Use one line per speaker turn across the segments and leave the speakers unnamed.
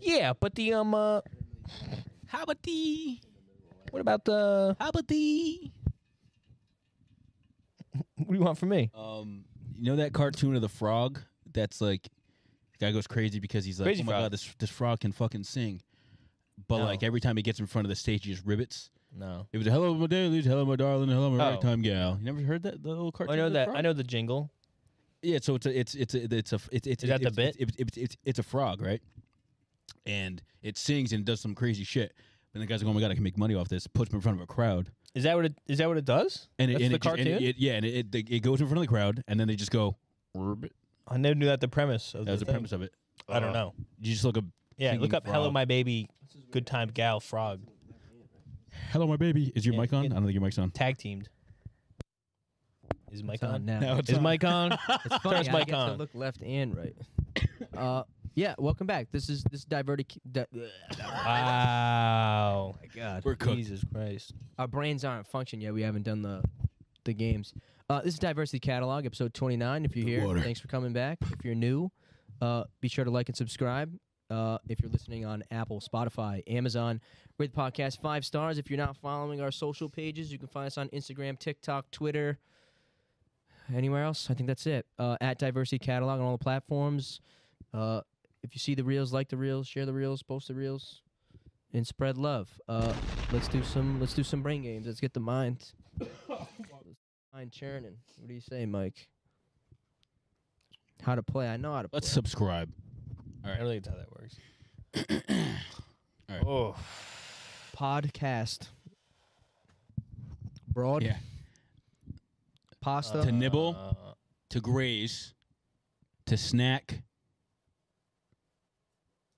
Yeah, but the um, uh,
How about the?
what about the?
How about the?
What do you want from me?
Um, you know that cartoon of the frog? That's like, the guy goes crazy because he's like,
Crazy
oh my
frog.
god, this this frog can fucking sing. But
No.
like every time he gets in front of the stage, he just ribbits.
No,
It was hello my daily, hello my darling, hello my
Oh.
ragtime gal. You never heard that the little cartoon?
I know
of the
that.
frog?
I know the jingle.
Yeah, so it's a it's it's a, it's a it's it's
Is that the
it's,
bit?
It's, it's, it's, it's a frog, right? And it sings and does some crazy shit. And the guys are going, "Oh my god, I can make money off this." Puts him in front of a crowd,
Is that what it? Is that what it does?
and it,
That's
and
the
it just- and
cartoon?
it- yeah, and it, it it goes in front of the crowd, and then they just go. "Ribbit."
I never knew that the premise. Of
That was the
thing.
premise of it.
I don't
Uh,
know.
You just look up.
Yeah, look
singing
up "Hello
frog.
My Baby," "Good Time Gal," "Frog,"
Hello, my baby. Is your
Yeah,
mic on?
yeah.
I don't think your mic's on.
tag teamed. Is mic
It's on
on?
now.
No, it's
Is
on.
mic on?
It's funny.
Turns
I
mic
get
on.
to look left and right. Uh, yeah. Welcome back. This is this diverted. Ki- di- oh
wow.
my God,
We're cooked.
Jesus Christ.
our brains aren't functioning yet. We haven't done the the games. Uh, this is Diversity Catalog, episode 29. If you're
The
here,
water.
thanks for coming back. If you're new, uh, be sure to like and subscribe. Uh, if you're listening on Apple, Spotify, Amazon, rate the podcast five stars. If you're not following our social pages, you can find us on Instagram, TikTok, Twitter, anywhere else. I think that's it. Uh, at Diversity Catalog on all the platforms. Uh, if you see the reels, like the reels, share the reels, post the reels, and spread love. Uh, let's do some let's do some brain games. Let's get the mind mind churning. What do you say, Mike? How to play? I know how to play.
Let's subscribe.
I don't think that's how that works.
Alright.
Oh.
podcast. Broad
Yeah.
pasta.
To nibble.
Uh,
To graze, to snack,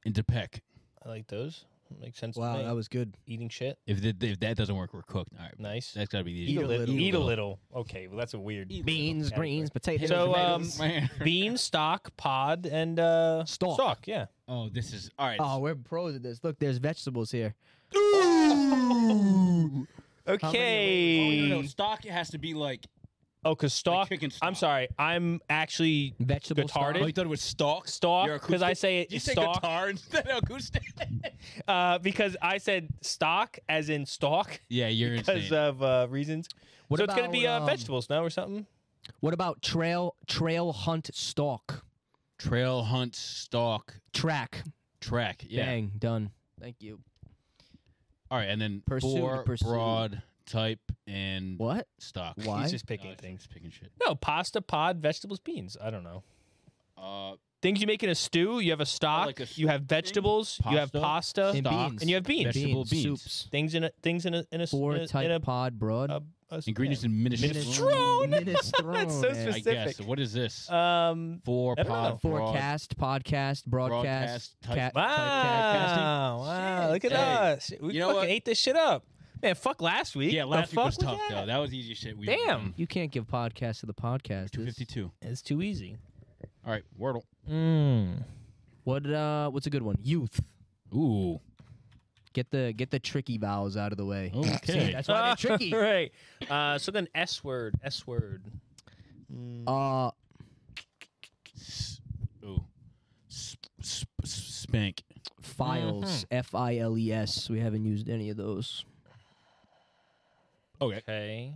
and to peck.
I like those. Makes sense.
wow,
to me.
that was good.
eating shit.
If, th- if that doesn't work, we're cooked. All right,
Nice.
that's gotta be the
Eat a
a
little.
little.
Eat a little. Okay, well that's a weird.
Eat
Beans,
category.
greens, potatoes,
So, um,
tomatoes.
Man.
Bean stock, pod, and uh,
Stalk.
Stalk, yeah.
Oh, this is all right.
oh, we're pros at this. Look, there's vegetables here.
Oh, wait, no,
Okay.
no, Stock has to be like
Oh, cause stalk.
chicken
I'm
stock.
sorry. I'm actually
Vegetable
Retarded.
Oh, you thought it was stalk?
stalk
You're
because I
acoustic?
say it
You
it's
say
stalk
guitar instead of acoustic.
uh, because I said stock as in stalk
yeah, you're
because
insane.
of uh, reasons.
What
so it's gonna be uh,
about, um,
vegetables now or something.
What about trail trail hunt stalk
Trail hunt, stalk,
track?
track. Yeah.
Bang, done. Thank you.
All right, and then
Pursue,
four,
pursue.
broad, type, and
What?
stock.
Why?
He's just picking
Oh, it's
things.
just picking shit.
No pasta, pod, vegetables, beans. I don't know.
Uh,
Things you make in a stew. You have a stock.
Oh, like a
you have vegetables. You have
Pasta.
pasta.
And
stock,
beans.
and you have beans.
vegetable
Beans,
beans,
soups.
Things in a things in a in a
Four
in a,
type
in a,
pod broad.
a- a-
ingredients and minis-
Minestrone.
Minestrone.
That's so
man.
I
specific.
guess. What is this?
yeah. Um.
Four
I don't know.
pod broad.
Forecast, podcast, broadcast,
Broadcast, type-
cat, typecasting.
Wow! Wow! Look at
Hey,
us. We
you know
fucking
what?
ate this shit up, man. Fuck last week.
Yeah,
The
last week
fuck
was tough
that?
though. That was the easiest shit we. mm,
Damn.
You can't give podcast to the podcast.
Two fifty two.
It's too easy.
All right, Wordle.
Mm.
What uh what's a good one? Youth.
Ooh.
Get the get the tricky vowels out of the way.
Okay.
See, that's why they're tricky.
right. Uh, so then S word, S word.
Mm.
Uh
S- Ooh. Sp- sp- s- spank.
files.
Mm-hmm.
F I L E S. We haven't used any of those.
Okay.
Okay.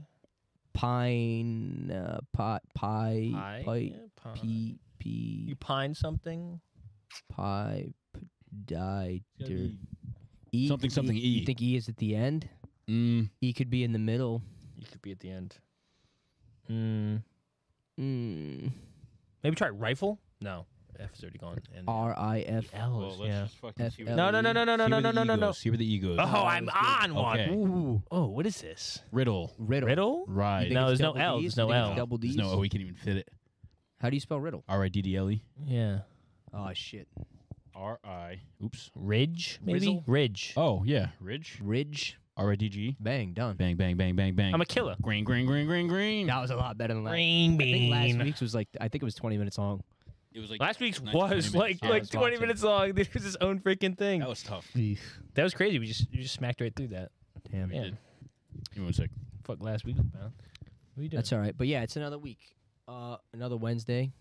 Pine uh, pot pie
Pie.
pie
Yeah, pine.
p p
You pine something?
pie p- die dirt.
Mm.
E,
Something, something, E.
You think E is at the end?
Mm.
E could be in the middle.
You could be at the end. Mm.
Mm.
Maybe try rifle. No, F is already gone. And
R I F.
L
Well,
is
let's
yeah.
just fucking see. where
No,
the-
no, no, no, no, no,
see
no,
where
no,
the
no, no,
ego-
no.
See where the ego. is.
Oh, I'm on one.
Okay.
Ooh.
Oh, what is this?
Riddle.
Riddle.
Riddle?
Right.
You think
No,
it's
there's no
double
L,
Ds?
there's no E.
You think it's
L.
Double
There's
D's.
no. Oh, we can't even fit it.
How do you spell riddle?
R i d d l e.
Yeah.
Oh shit.
R i. Oops.
Ridge, maybe?
Rizzle?
Ridge.
Oh yeah. Ridge.
Ridge.
R i d g.
Bang. Done.
Bang bang bang bang bang.
I'm a killer.
green green green green green.
That was a lot better than last.
Green
I think
bean.
last week's was like I think it was 20 minutes long.
It was like
Last week's
19,
was
20
like
minutes.
like
it's
20
awesome.
minutes long. It was his own freaking thing.
That was tough.
That was crazy. We just you just smacked right through that.
Damn.
We
Yeah.
did. Give me one sec.
Fuck last week was bad. What are you doing?
That's all right. But yeah, it's another week. Uh,
Uh-uh.
another Wednesday.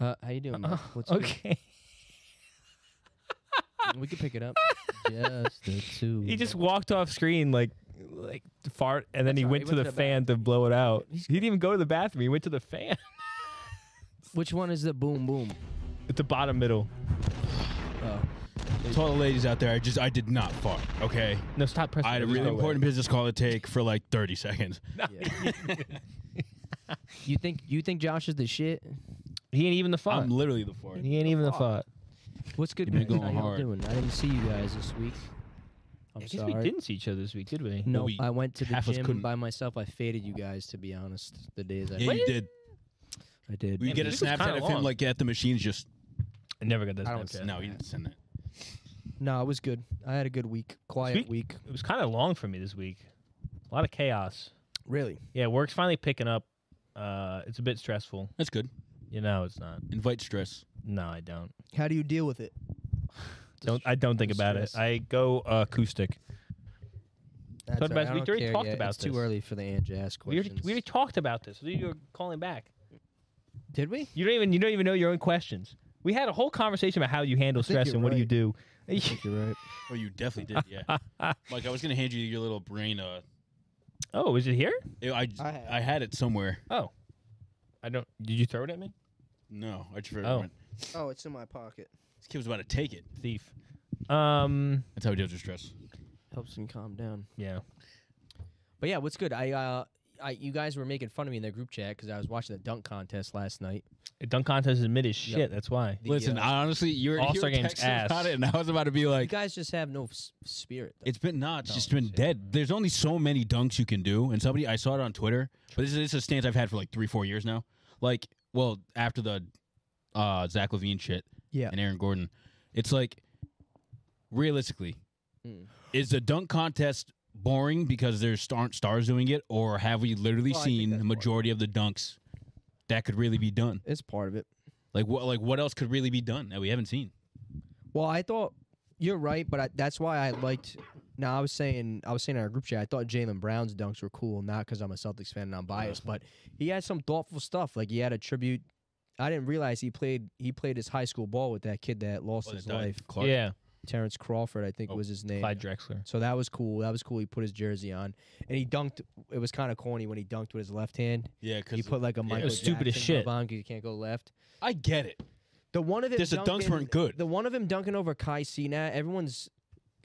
Uh, how you doing? Mike? What's good?
okay.
We could pick it up. just the two.
He just walked off screen like like fart, and then
That's
he
all
went,
right.
to the, fan to blow it out. He didn't even go to the bathroom. He went to the fan
Which one is the boom boom?
at the bottom middle.
Oh.
To all the ladies out there, I just I did not fart. Okay,
No, stop pressing.
I had a
There's
really
no way.
important business call to take for like 30 seconds.
Yeah. you think you think Josh is the shit?
He ain't even the fart.
I'm literally the fart.
he ain't even the fart.
What's good,
You've been
guys? How
going
y'all
hard.
doing? I didn't see you guys this week. I'm
I guess
sorry.
we didn't see each other this week, did we?
No,
Well, we-
I went to the
half us
gym
couldn't.
by myself. I faded you guys, to be honest. The days I
Yeah, you did.
I did.
We
Yeah,
get
but
a
this was
Snapchat
kinda
of him
long.
like at the machines just.
I never got that
I don't
Snapchat.
No, he didn't send it.
No, it was good. I had a good week. Quiet
Sweet.
week.
It was kind of long for me this week. A lot of chaos.
Really?
Yeah, work's finally picking up. Uh, it's a bit stressful.
That's good.
You know, it's not.
Invite stress.
No, I don't.
How do you deal with it?
Don't I don't think about it.
stress.
I go uh, acoustic.
That's
Talked
all right.
about-
I
we
don't
already
care
talked
yet.
about
It's too
this.
early for the Ann Jazz
We already,
questions.
we already talked about this. You were calling back.
Did we?
You don't even you don't even know your own questions. We had a whole conversation about how you handle
I think
stress
you're
and what do you
right.
do.
I think you're right.
Oh, you definitely did. Yeah. Mike, I was gonna hand you your little brain. Uh,
oh, is it here?
I I,
I have it.
had it somewhere.
Oh, I don't. Did you throw it at me?
No, I just
Oh.
oh.
Oh, it's in my pocket.
This kid was about to take it.
Thief. Um.
That's how he deals with stress.
Helps him calm down.
Yeah.
But yeah, what's good? I uh, I you guys were making fun of me in the group chat because I was watching the dunk contest last night.
A dunk contest is mid as shit.
Yep.
That's why.
The,
Listen,
uh,
I honestly, you're you
All-Star
were
game's
texting about
ass.
it, and I was about to be
you
like,
guys just have no s- spirit. Though.
it's been not. It's
No,
just been
shit.
dead. There's only so many dunks you can do, and somebody I saw it on Twitter. But this is, this is a stance I've had for like three, four years now. Like, well, after the uh, Zach Levine shit,
Yeah.
and Aaron Gordon, it's like realistically,
Mm.
is the dunk contest boring because there's aren't stars doing it, or have we literally
Well, I think
seen
that's
the
part of
majority of the dunks that could really be done?
It's part of it.
Like what? Like what else could really be done that we haven't seen?
Well, I thought you're right, but I, that's why I liked. Now I was saying I was saying in our group chat I thought Jalen Brown's dunks were cool, not because I'm a Celtics fan and I'm biased, but he had some thoughtful stuff. Like he had a tribute. I didn't realize he played he played his high school ball with that kid that lost
Well,
his
that died.
life,
Clark.
Yeah.
Terrence Crawford, I think
Oh,
was his name.
Clyde Drexler.
So that was cool. That was cool. He put his jersey on and he dunked. It was kind of corny when he dunked with his left hand.
yeah. Because
He put like a
was
Michael
stupid as
Jackson
shit.
glove on 'cause you can't go left.
I get it.
The one of him
Just the
dunking-
dunks weren't good.
The one of him dunking over Kai Cenat. Everyone's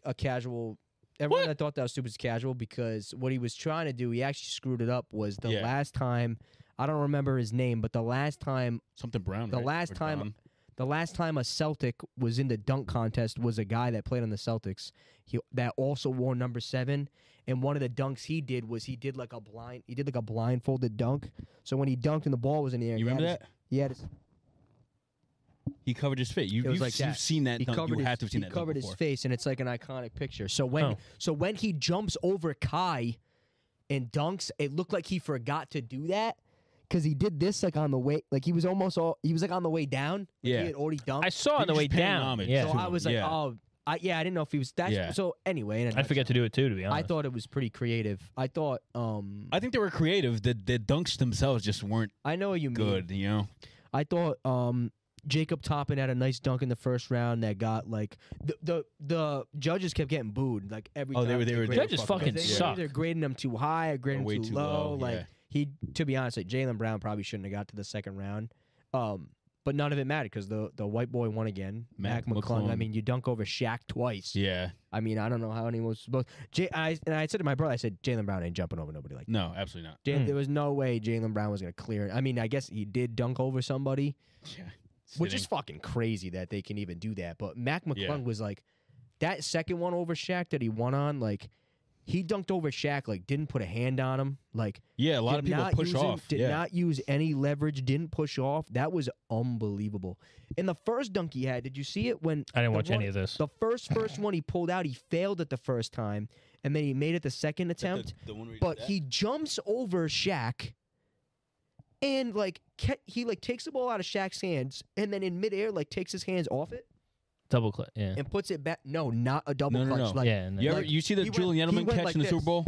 a casual. Everyone
What?
that thought that was stupid is casual because what he was trying to do, he actually screwed it up. Was the
Yeah.
last time I don't remember his name, but the last time,
Something brown.
The
right?
last
Or
time-
Don.
the last time a Celtic was in the dunk contest was a guy that played on the Celtics. He that also wore number seven, and one of the dunks he did was he did like a blind, he did like a blindfolded dunk. So when he dunked and the ball was in the air,
you remember
he had
that?
his- he had his
He covered his face. You,
It was
you've,
like
you've
that.
seen that.
he
dunk.
covered
You
his,
have to have seen
he
that. dunk
covered his
before.
face and it's like an iconic picture so when
Oh.
so when he jumps over kai and dunks it looked like he forgot to do that because he did this like on the way like he was almost all he was like on the way down like
Yeah.
he had already dunked
I saw it on
He
the
was
way
paying
down.
homage
yeah.
so
to
i
him,
was like
yeah.
oh I, yeah i didn't know if he was that's
Yeah.
so anyway in a
I forget to do it too, to be
nutshell,
honest.
i thought it was pretty creative i thought um
I think they were creative. The the dunks themselves just weren't
i know what you mean
good. You know.
I thought um, Jacob Toppin had a nice dunk in the first round that got like the the, the judges kept getting booed like every
Oh,
time.
they were-
with
they
the
were- they
grade.
were
Judges
fucking
fucking
They
up.
were
suck.
either grading them too high or grading
Or way
them too,
too
low.
low,
Like
yeah.
he, to be honest, like Jalen Brown probably shouldn't have got to the second round. Um, but none of it mattered because the the white boy won again. Mac,
Mac
McClung. I
McClung.
mean, you dunk over Shaq twice.
Yeah.
I mean, I don't know how anyone's supposed. J- I, and I said to my brother, I said Jalen Brown ain't jumping over nobody like.
No, absolutely not.
Jalen
Mm.
There was no way Jalen Brown was gonna clear. it. I mean, I guess he did dunk over somebody
Yeah.
which is
Sitting.
fucking crazy that they can even do that. But Mac McClung
Yeah.
was like that second one over Shaq that he won on, like he dunked over Shaq, like didn't put a hand on him, like
yeah. A lot of
did
people
not
push
use him-
off.
did
yeah.
not use any leverage, didn't push off. That was unbelievable. And the first dunk he had, did you see it when
I didn't
the
watch
one-
any of this.
the first first one he pulled out, he failed at the first time, and then he made it the second
Is that the-
attempt.
the one where did
But
that?
he jumps over Shaq and like ca- he like takes the ball out of Shaq's hands and then in midair like takes his hands off it
Double clip. Yeah.
and puts it back. No, not a double
No, no,
clutch.
no.
Like
yeah. And then-
You ever
like,
you see
he
the
went-
Julian
he
Edelman
went
catch
like
in the
this.
Super Bowl?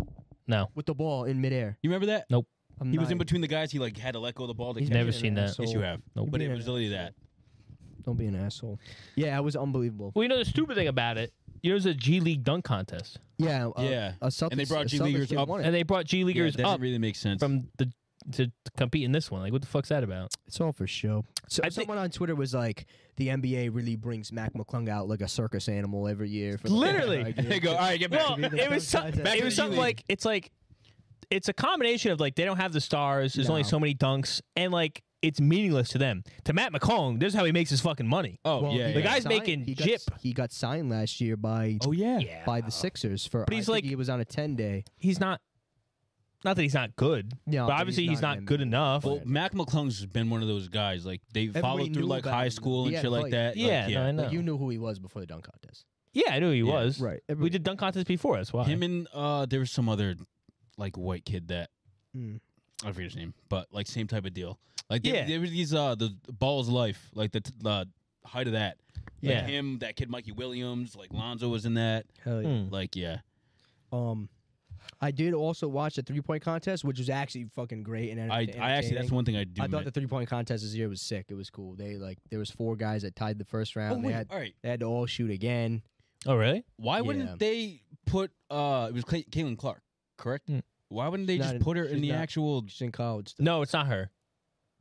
no.
with the ball in midair.
You remember that?
I'm
He was
not
in
even-
between the guys. He like had to let go of the ball to
He's
catch
Never
it.
seen that.
Yes, you have.
You've
But
been
it
an
was literally
asshole.
that.
Don't be an asshole. Yeah, it was unbelievable.
Well, you know the stupid thing about it. You know, there's a G League dunk contest,
Yeah, uh,
Yeah.
A Celtics,
And they brought
a
G
Celtics
Leaguers
kid
up.
won it.
and they brought G
Yeah, it
Leaguers
doesn't
up
really make sense.
from the to, to compete in this one. Like, what the fuck's that about?
It's all for show. So
I think-
someone on Twitter was like, "The NBA really brings Mac McClung out like a circus animal every year." For the-
Literally.
Like,
they go, all right, get back.
Well,
to me, the
it was some,
dumb contest.
Back
it
to
was
the
something
G League.
like it's like it's a combination of like they don't have the stars. There's only
No.
so many dunks, and like it's meaningless to them. To Matt McCong, this is how he makes his fucking money.
oh
Well,
yeah,
he
The
yeah.
got
guy's
signed-
making
he got,
jip.
He got signed last year by
Oh yeah.
by the Sixers for.
But
I
he's
think
like-
he was on a ten day.
He's not. Not that he's not good,
No,
but obviously he's, not,
an
good
NBA
enough.
Well,
Right.
Mac McClung's been one of those guys. Like they
Everybody
followed through
knew
like
about
high
him.
school
He
and
had
shit like
hype.
that. Like,
yeah, no, I
yeah.
player.
But
No.
you knew who he was before the dunk contest,
yeah, I knew he
Yeah.
was.
right?
We did dunk contests before. That's why.
Him and uh, there was some other like white kid that
Mm.
I forget his name, but like same type of deal. Like there,
Yeah.
there was these uh the balls life like the t- the height of that. Like,
Yeah.
him that kid Mikey Williams like Lonzo was in that.
Hell yeah.
Hmm.
Like yeah,
Um, I did also watch the three point contest, which was actually fucking great. And
I I actually that's
entertaining.
one thing I do.
I thought
mi-
the three point contest this year was sick. It was cool. They like there was four guys that tied the first round.
oh
they
wait,
had
all right.
they had to all shoot again.
Oh, really?
Why
Yeah.
wouldn't they put uh it was Clay- Caitlin Clark, correct?
Mm.
Why wouldn't they
Not
just
in-
put her in
she's
the
not-
actual
Just in college. Still.
No, it's not her.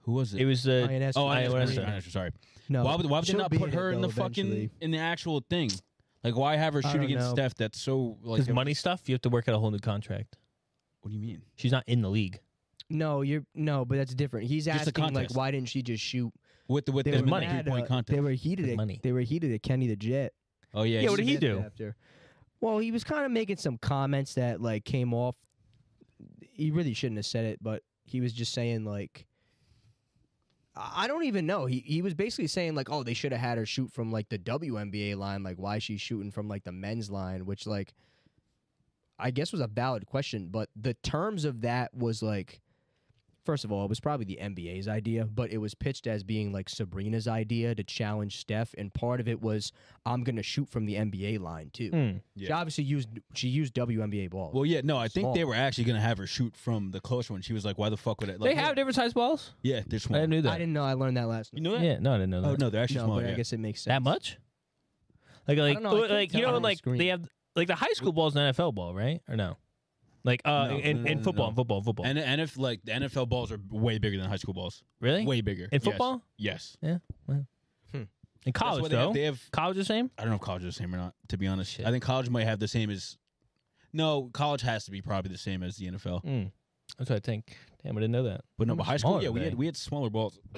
who was it?
It was uh,
INS
oh,
I-
I,
INS
I,
what
I,
is it?
sorry.
no.
why would why would they
she'll
not
be
put
in
her
it,
in the
though, eventually.
fucking in the actual thing? Like why have her
I
shoot
don't
against
know.
Steph? That's so like
because money stuff. You have to work out a whole new contract.
What do you mean?
She's not in the league.
No, you're no, but that's different. He's
Just the
asking like,
contest.
why didn't she just shoot?
With the with
They
the
were
money.
three
mad,
point
uh, They
contest.
were heated
The
at
money.
They were heated at Kenny the Jet.
Oh yeah,
Yeah,
yeah.
what did he
After-
do?
After. Well, he was kind of making some comments that like came off. He really shouldn't have said it, but he was just saying like, I I don't even know. He he was basically saying like, oh, they should have had her shoot from like the WNBA line. Like, why is she shooting from like the men's line? Which like, I guess was a valid question, but the terms of that was like. First of all, it was probably the NBA's idea, but it was pitched as being like Sabrina's idea to challenge Steph, and part of it was I'm gonna shoot from the NBA line too.
Mm,
She
Yeah.
obviously used she used WNBA balls.
Well, yeah, no, I think they
Small.
were actually gonna have her shoot from the closer one. She was like, "Why the fuck would it?" Like,
they have different size balls.
yeah, they're
I
small.
knew that.
I didn't know. I learned that last
You
night.
know that?
yeah, no, I didn't know that.
Oh no, they're actually
no,
small.
but I
yeah.
guess it makes sense.
that much? Like, like,
don't know, I
oh,
couldn't
like
tell
you know, when,
on the
like
screen.
they have like the high school ball is an NFL ball, right? Or no? Like, uh,
No,
in,
no, no,
in
no,
football,
no.
in football, in football,
And and if like the NFL balls are way bigger than high school balls,
really?
way bigger
in
Yes.
football,
Yes,
in
That's
college
why they have-
though,
they have
college the same.
I don't know if college is the same or not. To be honest,
Shit.
I think college might have the same as. No, college has to be probably the same as the NFL.
Mm. That's what I think. Damn, I didn't know that. How
But no, but
much
high school,
smaller
yeah,
are
we
they?
had we had smaller balls.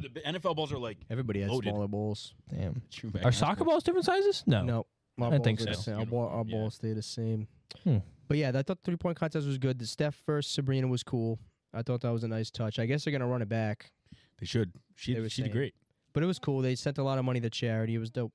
the b- NFL balls are like
Everybody
Oh,
has
Loaded.
smaller balls.
Damn.
true. back in
Are
high
soccer
school.
balls different sizes? No.
No,
Oh. I
our
don't think
balls are
so.
the same. Our, ball, our
Yeah.
balls stay the same.
Hmm.
But yeah, I thought the three point contest was good. The Steph first, Sabrina was cool. I thought that was a nice touch. I guess they're gonna run it back,
They should. She
They were
she
saying.
did great.
but it was cool. They sent a lot of money to charity. It was dope.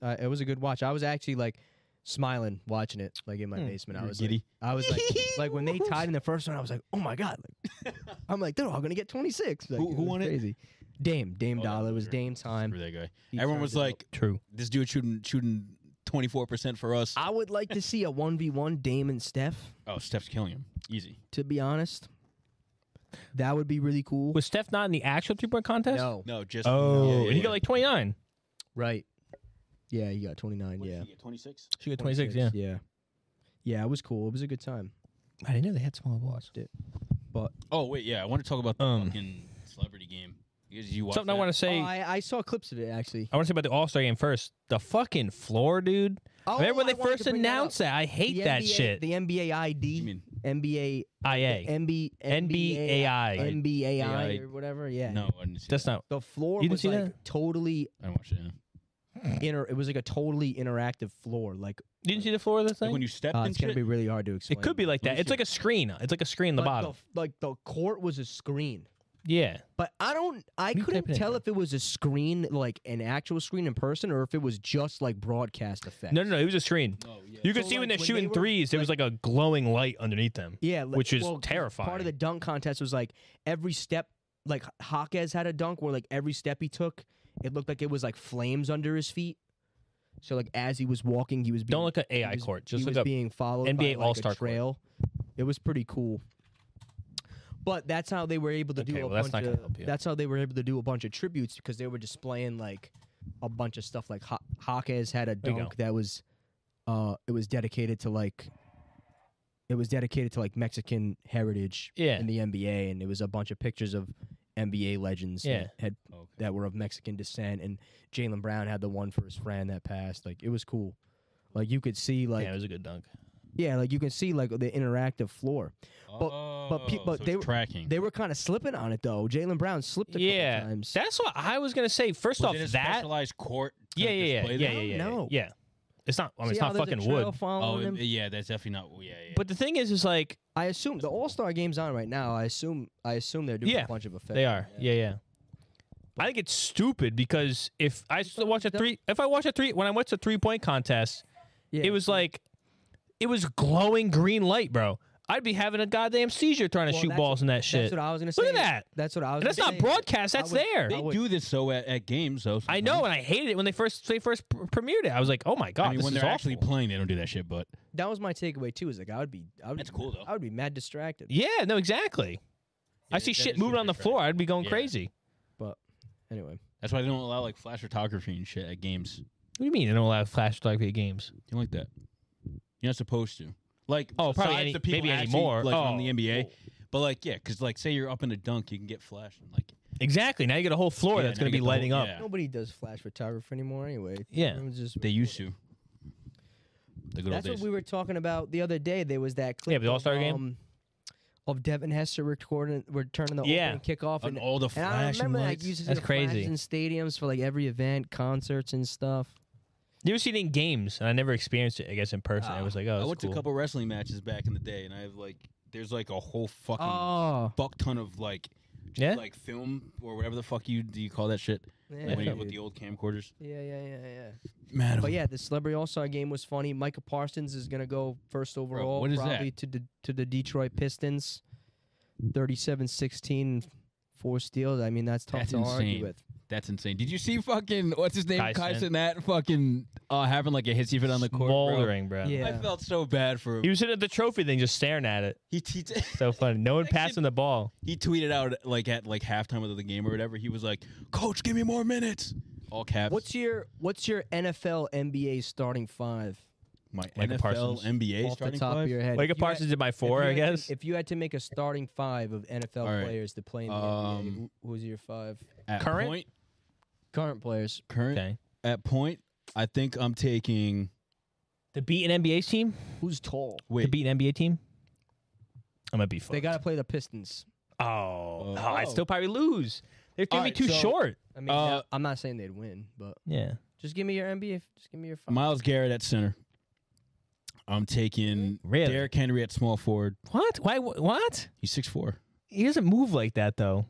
Uh, it was a good watch. I was actually like smiling watching it, like in my
Hmm.
basement. I
You're
was like,
giddy.
I was like, like when they tied in the first one, I was like, oh my god! Like, I'm like, they're all gonna get 26. Like,
Who- who
was
won it?
crazy. Dame, Dame
Oh, that
Dollar. It
was
was
great.
Dame time.
Screw that guy.
He
Everyone
turned
was
it up.
like,
True.
this dude shooting shooting twenty four percent for us.
I would like to see a one v one Dame and Steph.
oh, Steph's killing him. Easy.
To be honest, that would be really cool.
Was Steph not in the actual three point contest?
no,
No, just
Oh,
Yeah, yeah,
he
yeah.
got like 29.
right? Yeah, you got 29.
What did
yeah,
he get, 26?
She got 26, yeah.
yeah, yeah. It was cool. It was a good time.
I didn't know they had small balls.
Watched it.
Oh wait, yeah. I want to talk about the
Um,
fucking celebrity game. You, you watch
Something I
that?
want to
Oh,
say.
I, I saw clips of it actually.
I want to say about the All Star game first. The fucking floor, dude.
Oh,
Remember when
I
they
wanted to
first
bring that up.
announced that? I hate
The
that
NBA
shit.
The NBA
You
ID,
mean
NBA,
IA.
MB,
NBAI.
NBAI
AI.
or whatever. Yeah.
no? I didn't see
That's
that.
not.
The floor
You didn't
was
see
like
that?
totally
I didn't watch it. yeah.
inter. It was like a totally interactive floor. Like
You didn't see the floor of this
Like
thing?
when you stepped
uh,
and
it's gonna
shit.
be really hard to explain.
it could be like
Let me
that. It's
see.
like a screen. It's like a screen in the
But
bottom.
The, like the court was a screen.
yeah.
But I don't. I
me type
couldn't
it in,
tell
bro.
if it was a screen, like an actual screen in person, or if it was just like broadcast effects.
No, no, no. It was a screen.
Oh yeah.
You could
So,
see when they're
like, when they
shooting
were-
threes, there was like a glowing light underneath them.
Yeah, like-
Which is
'cause Part
terrifying.
of the dunk contest was like every step, like Jaquez had a dunk where like every step he took, it looked like it was like flames under his feet. So like as he was walking, he was being,
Don't look at
he
AI
was-
court.
he
Just look
was
up.
being followed
NBA
by, like,
All-Star
a
court.
trail. It was pretty cool. But that's how they were able to do
Okay,
a
well, that's not
bunch
gonna
of.
help you.
That's how they were able to do a bunch of tributes because they were displaying like a bunch of stuff. Like Ho- Hawkes had a
There you go.
dunk that was, uh, it was dedicated to like, it was dedicated to like Mexican heritage
Yeah.
in the NBA, and it was a bunch of pictures of NBA legends
Yeah.
that had
Okay.
that were of Mexican descent, and Jalen Brown had the one for his friend that passed. Like it was cool. Like you could see, like
yeah, it was a good dunk.
yeah, like you can see like the interactive floor. but pe-
Oh,
but
so
they
it's
were-
tracking.
They were kind of slipping on it though. Jalen Brown slipped a
Yeah.
couple times.
That's what I was gonna say. First
Was
off,
it a
that
specialized court. to
yeah, yeah, yeah,
display
yeah,
that?
yeah, yeah,
No.
yeah. It's not. I mean,
See
it's
how
not
there's a
fucking
trail
wood.
Oh,
following him?
it- yeah, that's definitely not. Yeah, yeah.
But the thing is, is like
I assume the All Star game's on right now. I assume I assume they're doing
Yeah,
a bunch of effects.
they are. Yeah, yeah. I think it's stupid because if I s- watch a three, if I watch a three, when I watch a three point contest,
Yeah,
it was like, it was glowing green light, bro. I'd be having a goddamn seizure trying to
Well,
shoot
that's
balls in that
that's
shit.
what I was gonna say.
Look at that.
That's what I was.
And that's
gonna
not
say.
broadcast.
I
That's
would-
there.
I
they
would-
do this so at, at games though.
I know, and I hated it when they first they first pr- premiered it. I was like, oh my god,
I mean,
this
when
is
they're actually
awful.
playing, they don't do that shit. But
That was my takeaway too. Is like I would be. I would
That's
be-
cool, though.
I would be mad distracted.
yeah, no, exactly. I
Yeah,
see
that
shit
is
moving
super
on the
distracting.
floor. I'd be going
Yeah.
crazy.
Anyway,
that's why they don't allow like flash photography and shit at games. You
What do you mean they don't allow flash photography at games?
don't like that. You're not supposed to. Like
Oh, probably
besides
any-
the people
maybe
actually,
anymore.
Like on
Oh.
the NBA, but like yeah, because like say you're up in a dunk, you can get flash and like
Exactly. Now you got a whole floor
Yeah,
that's
now
going
you
to be
get the whole-
lighting up.
yeah.
nobody does flash photography anymore. Anyway,
Yeah.
Everyone's just-
they used to. The good
That's
old
what
days.
we were talking about the other day. There was that clip.
Yeah, the All-Star
of,
game?
um, of Devin Hester recording, returning the
Yeah.
opening kickoff,
and
and,
all the
and I
flash and
remember like
lights.
used to see
That's
the flashes
crazy.
in stadiums for like every event, concerts and stuff.
You ever seen it in games? And I never experienced it. I guess in person, I
Ah,
was like, oh,
I
it's
went
cool.
to a couple wrestling matches back in the day, and I have like there's like a whole fucking
Oh,
buck ton of like just
Yeah?
like film or whatever the fuck you do you call that shit
yeah,
When you- with
dude.
the old camcorders.
yeah, yeah, yeah, yeah.
Man,
But yeah, the Celebrity All Star game was funny. Micah Parsons is gonna go first overall,
what is that?
probably to the to the Detroit Pistons. 37-16, four steals. I mean, that's tough
That's
to
insane.
argue with.
that's insane. Did you see fucking what's his name,
Tyson.
Kyson? That fucking uh, having like a hissy fit on the court. bro?
Smoldering, bro.
Yeah.
I felt so bad for him.
He was sitting at the trophy thing, just staring at it.
He he, t-
So funny. No one passing the ball.
he tweeted out like at like halftime of the game or whatever. He was like, "Coach, give me more minutes." All caps.
What's your what's your NFL NBA starting five
my
Micah
NFL
Parsons.
NBA
off the
starting
top
five?
of your head?
Like a
If you had-
Parsons in my
if
four,
you
I
had to-
guess.
if you had to make a starting five of NFL
All right.
players to play in the NBA,
Um,
who- who's your five
At
Current?
point,
current players?
current
Okay.
at point. I think I'm taking.
To beat an NBA team,
Who's tall?
to
Wait,
beat an NBA team, I'm gonna be fucked.
They got to play the Pistons.
Oh,
Oh.
oh, I'd still probably lose. They're gonna
Alright,
be too
so-
short.
I mean,
Uh,
now- I'm not saying they'd win, but
Yeah.
just give me your NBA. Just give me your five.
Miles Garrett at center. I'm taking
Really?
Derrick Henry at small forward.
What? Why? wh- What?
He's six four.
He doesn't move like that though.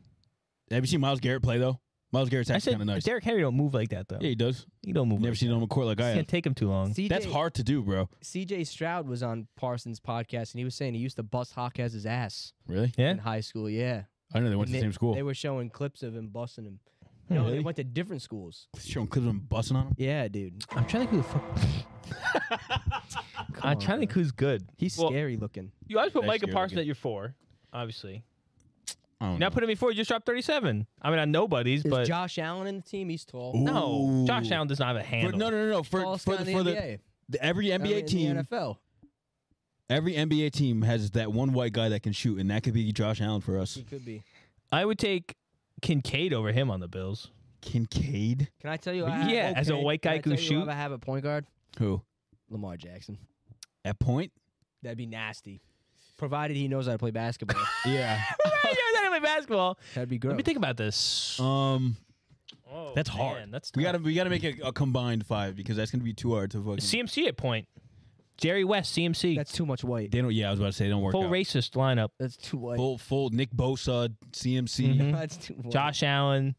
Have you seen Miles Garrett play though? Miles Garrett's
I
actually
said
kind of nice.
Derrick Henry don't move like that though.
Yeah, he does.
He don't move.
Never
like
seen him on the court like
that.
I have.
Can't take him too long.
CJ,
That's hard to do, bro.
CJ Stroud was on Parsons' podcast, and he was saying he used to bust Hawkes' ass
Really?
Yeah?
in high school. Yeah,
I know they went to the same school.
They were showing clips of him busting him.
Hmm.
no,
Really?
they went to different schools.
Showing clips of him busting on him.
Yeah, dude.
I'm trying to think who the fuck.
Come
I'm
on,
trying to think
bro.
who's good.
He's
Well-
scary looking.
You always put
Next
Micah
year, Hmm.
Parsons
again.
at your four, obviously.
I don't
Now
know.
put him at four. You just dropped 37. I mean, on nobody's,
Is
but
Josh Allen in the team? He's tall.
no, Josh
Ooh.
Allen does not have a
For,
handle.
no, no, no, no. For,
Tallest
for,
guy in
the, for
the
the
NBA.
the- every
I mean,
NBA
in the
team,
NFL.
every NBA team has that one white guy that can shoot, and that could be Josh Allen for us.
He could be.
I would take Kincaid over him on the Bills.
Kincaid,
Can I tell you?
I- Yeah, as a okay. white Can guy I
can
tell who you who shoot-
I
I
have a point guard.
who
Lamar Jackson.
at point?
That'd be nasty. Provided he knows how to play basketball,
Yeah.
You're not even basketball.
that'd be great.
Let me think about this.
um,
Oh,
that's hard.
man, that's
we
tough.
gotta we gotta make a, a combined five because that's gonna be too hard to fucking.
CMC at point. Jerry West, CMC.
That's too much white.
They don't. Yeah, I was about to say, don't work
Full
out.
racist lineup.
That's too white.
Full, full. Nick Bosa, CMC.
Mhm.
That's too white.
Josh Allen.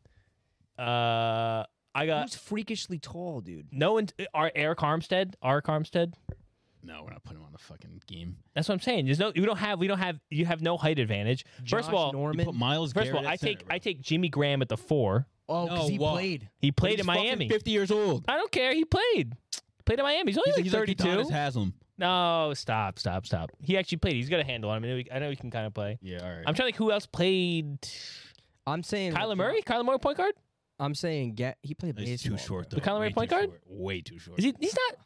Uh, I got
Who's freakishly tall, dude?
no one. Our Eric Armstead. Eric Armstead.
No, we're not putting him on the fucking game.
That's what I'm saying. There's no. We don't have. We don't have. You have no height advantage. First
Josh
of all,
You
Norman.
put Miles.
First of
Garrett
all,
at
I
center,
take
bro.
I take Jimmy Graham at the four.
oh, because
No,
he
whoa.
played.
He
But
played
he's
in
fucking
Miami.
Fifty years old.
I don't care. He played. Played in Miami. He's only
He's,
like
he's like
32.
Adonis Haslam.
no, stop, stop, stop. He actually played. He's got a handle on him. I know he, I know he can kind of play.
Yeah, all right.
I'm trying to think who else played.
I'm saying
Kyler
Jo-
Murray? Kyler Murray point guard?
I'm saying get. He played baseball.
He's too short, though.
The Conway
Way
point
too
guard?
short. Way too short.
Is he? He's not.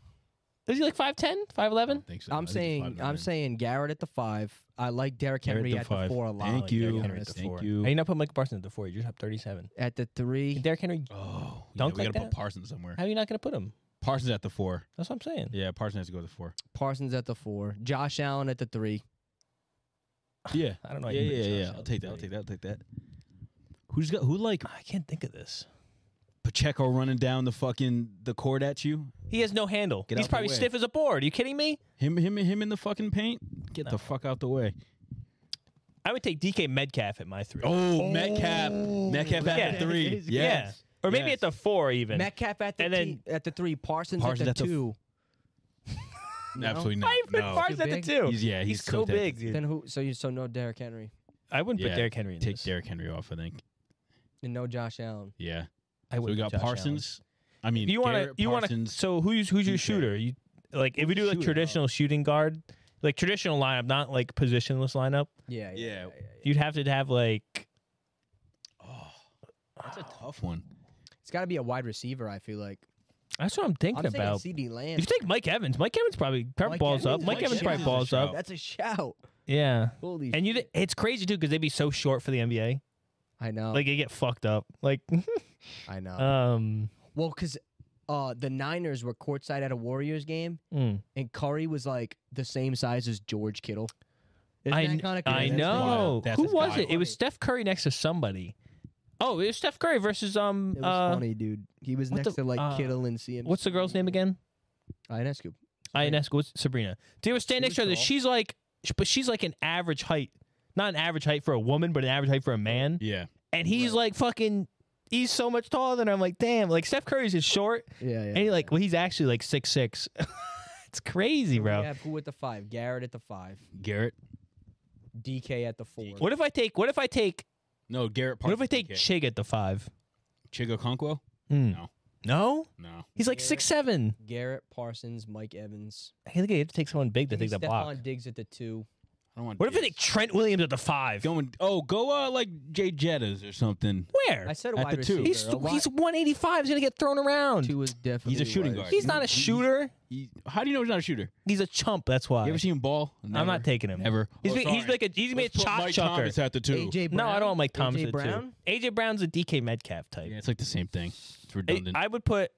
Is he like 5'10", 5'11"?
think so. I
I'm
think he's
saying
5'9".
I'm saying Garrett at the five. I like Derrick
Garrett
Henry
the
at
five.
the four a lot.
Thank
Like
you.
Derrick Henry at the
Thank
four.
you.
Hey, you not put Mike Parsons at the four. You just have 37.
At the three,
Derrick Henry,
Oh, yeah,
Dunk
we
like
gotta
that?
put Parsons somewhere.
how are you not going to put him?
Parsons at the four.
That's what I'm saying.
Yeah, Parsons has to go to the four.
Parsons at the four, Josh Allen at the three.
Yeah,
I don't know. how
yeah, yeah,
you put
yeah.
Josh
yeah.
Allen
I'll
at
take
the
that. I'll
three.
take that. I'll take that. Who's got who like
I can't think of this.
Pacheco running down the fucking the court at you?
He has no handle.
Get out
He's
the
probably
way.
stiff as a board. Are you kidding me?
Him, him, him in the fucking paint. Get the fuck out the way.
I would take DK Metcalf at my three.
Oh, Metcalf, Metcalf at
Oh. Yeah.
the three.
Yes.
Yeah.
Yes.
Or maybe
Yes.
at the four even.
Metcalf at the
and then-
t- at the three. Parsons,
Parsons
at
at
the
the f-
two. No?
Absolutely not.
I even
No.
Parsons
Too
at the
big?
two.
He's- yeah, he's so
so
dead.
big, dude.
Then who? So you so no Derrick Henry
I wouldn't
Yeah,
put Derrick Henry in
Take
this.
Derrick Henry off. I think.
and no Josh Allen.
Yeah.
I
So we
wouldn't
got
put Josh Allen.
Parsons. I mean,
You want to?
Garrett,
You want to?
Parsons.
So who's who's your
DK.
shooter? You like if we do like
Shooter.
traditional shooting guard, like traditional lineup, not like positionless lineup.
Yeah. Yeah.
Yeah.
You'd have to have like
Oh, that's a tough one.
It's got to be a wide receiver. I feel like.
that's what I'm thinking
I'm saying
about.
C.D. Lamb.
If you take Mike Evans, Mike Evans probably probably
Mike
balls up.
Evans-
Mike
Mike
Evans
Evans
probably
is
balls
a
up.
shout.
That's a shout.
Yeah.
Holy.
And you,
shit.
it's crazy too because they'd be so short for the NBA.
I know.
Like they get fucked up. Like,
I know.
um,
well, because uh, the Niners were courtside at a Warriors game.
mm.
and Curry was like the same size as George Kittle. Isn't
I,
that
kn-
kinda
I
crazy?
That's
know.
wild. That's
Who
just
was
wild.
it? It was Steph Curry next to somebody. Oh, it was Steph Curry versus um
It was
uh,
funny, dude. He was
what
next
the-
to like
uh,
Kittle and CMC.
what's the girl's name again?
Ionescu. Sabrina.
Ionescu. What's Sabrina? They were standing next
was
to her.
tall.
She's like, sh- but she's like an average height, not an average height for a woman, but an average height for a man.
Yeah.
And he's like fucking, he's so much taller than her. I'm like, damn. Like Steph Curry's is short,
Yeah, yeah.
and he like, well, he's actually like six six. it's crazy,
yeah.
bro.
We have who at the five? Garrett at the five.
Garrett.
DK at the four.
What if I take? What if I take?
No, Garrett.
What
Parsons.
if I take Chig at the five?
Chigo Conquo?
Mm.
No.
No,
No.
he's like
Yeah.
six seven.
Garrett Parsons, Mike Evans.
I think I have to take someone big to
Maybe
take the
Stephon
block.
Diggs at the two.
I don't want.
What if I take
Diggs.
Trent Williams at the five?
going? Oh, go uh, like Jay Jettas or something.
Where?
I said
At
wide
the two.
receiver.
he's
A wi-
he's 185. He's gonna get thrown around.
two is definitely.
He's a shooting
wide
guard.
He's not a
He- he-
shooter.
He, how do you know he's not a shooter?
He's a chump. That's why.
You ever seen Oh, him ball?
I'm not taking him.
Ever.
He's, big- he's like a he's gonna be a chop
Mike
chucker.
Thomas at the two.
receiver. AJ Brown.
No, I don't want Mike Thomas.
AJ
at the two.
Brown.
AJ Brown's a DK Metcalf type.
Yeah, it's like the same thing. It's
I-
redundant.
I, would put.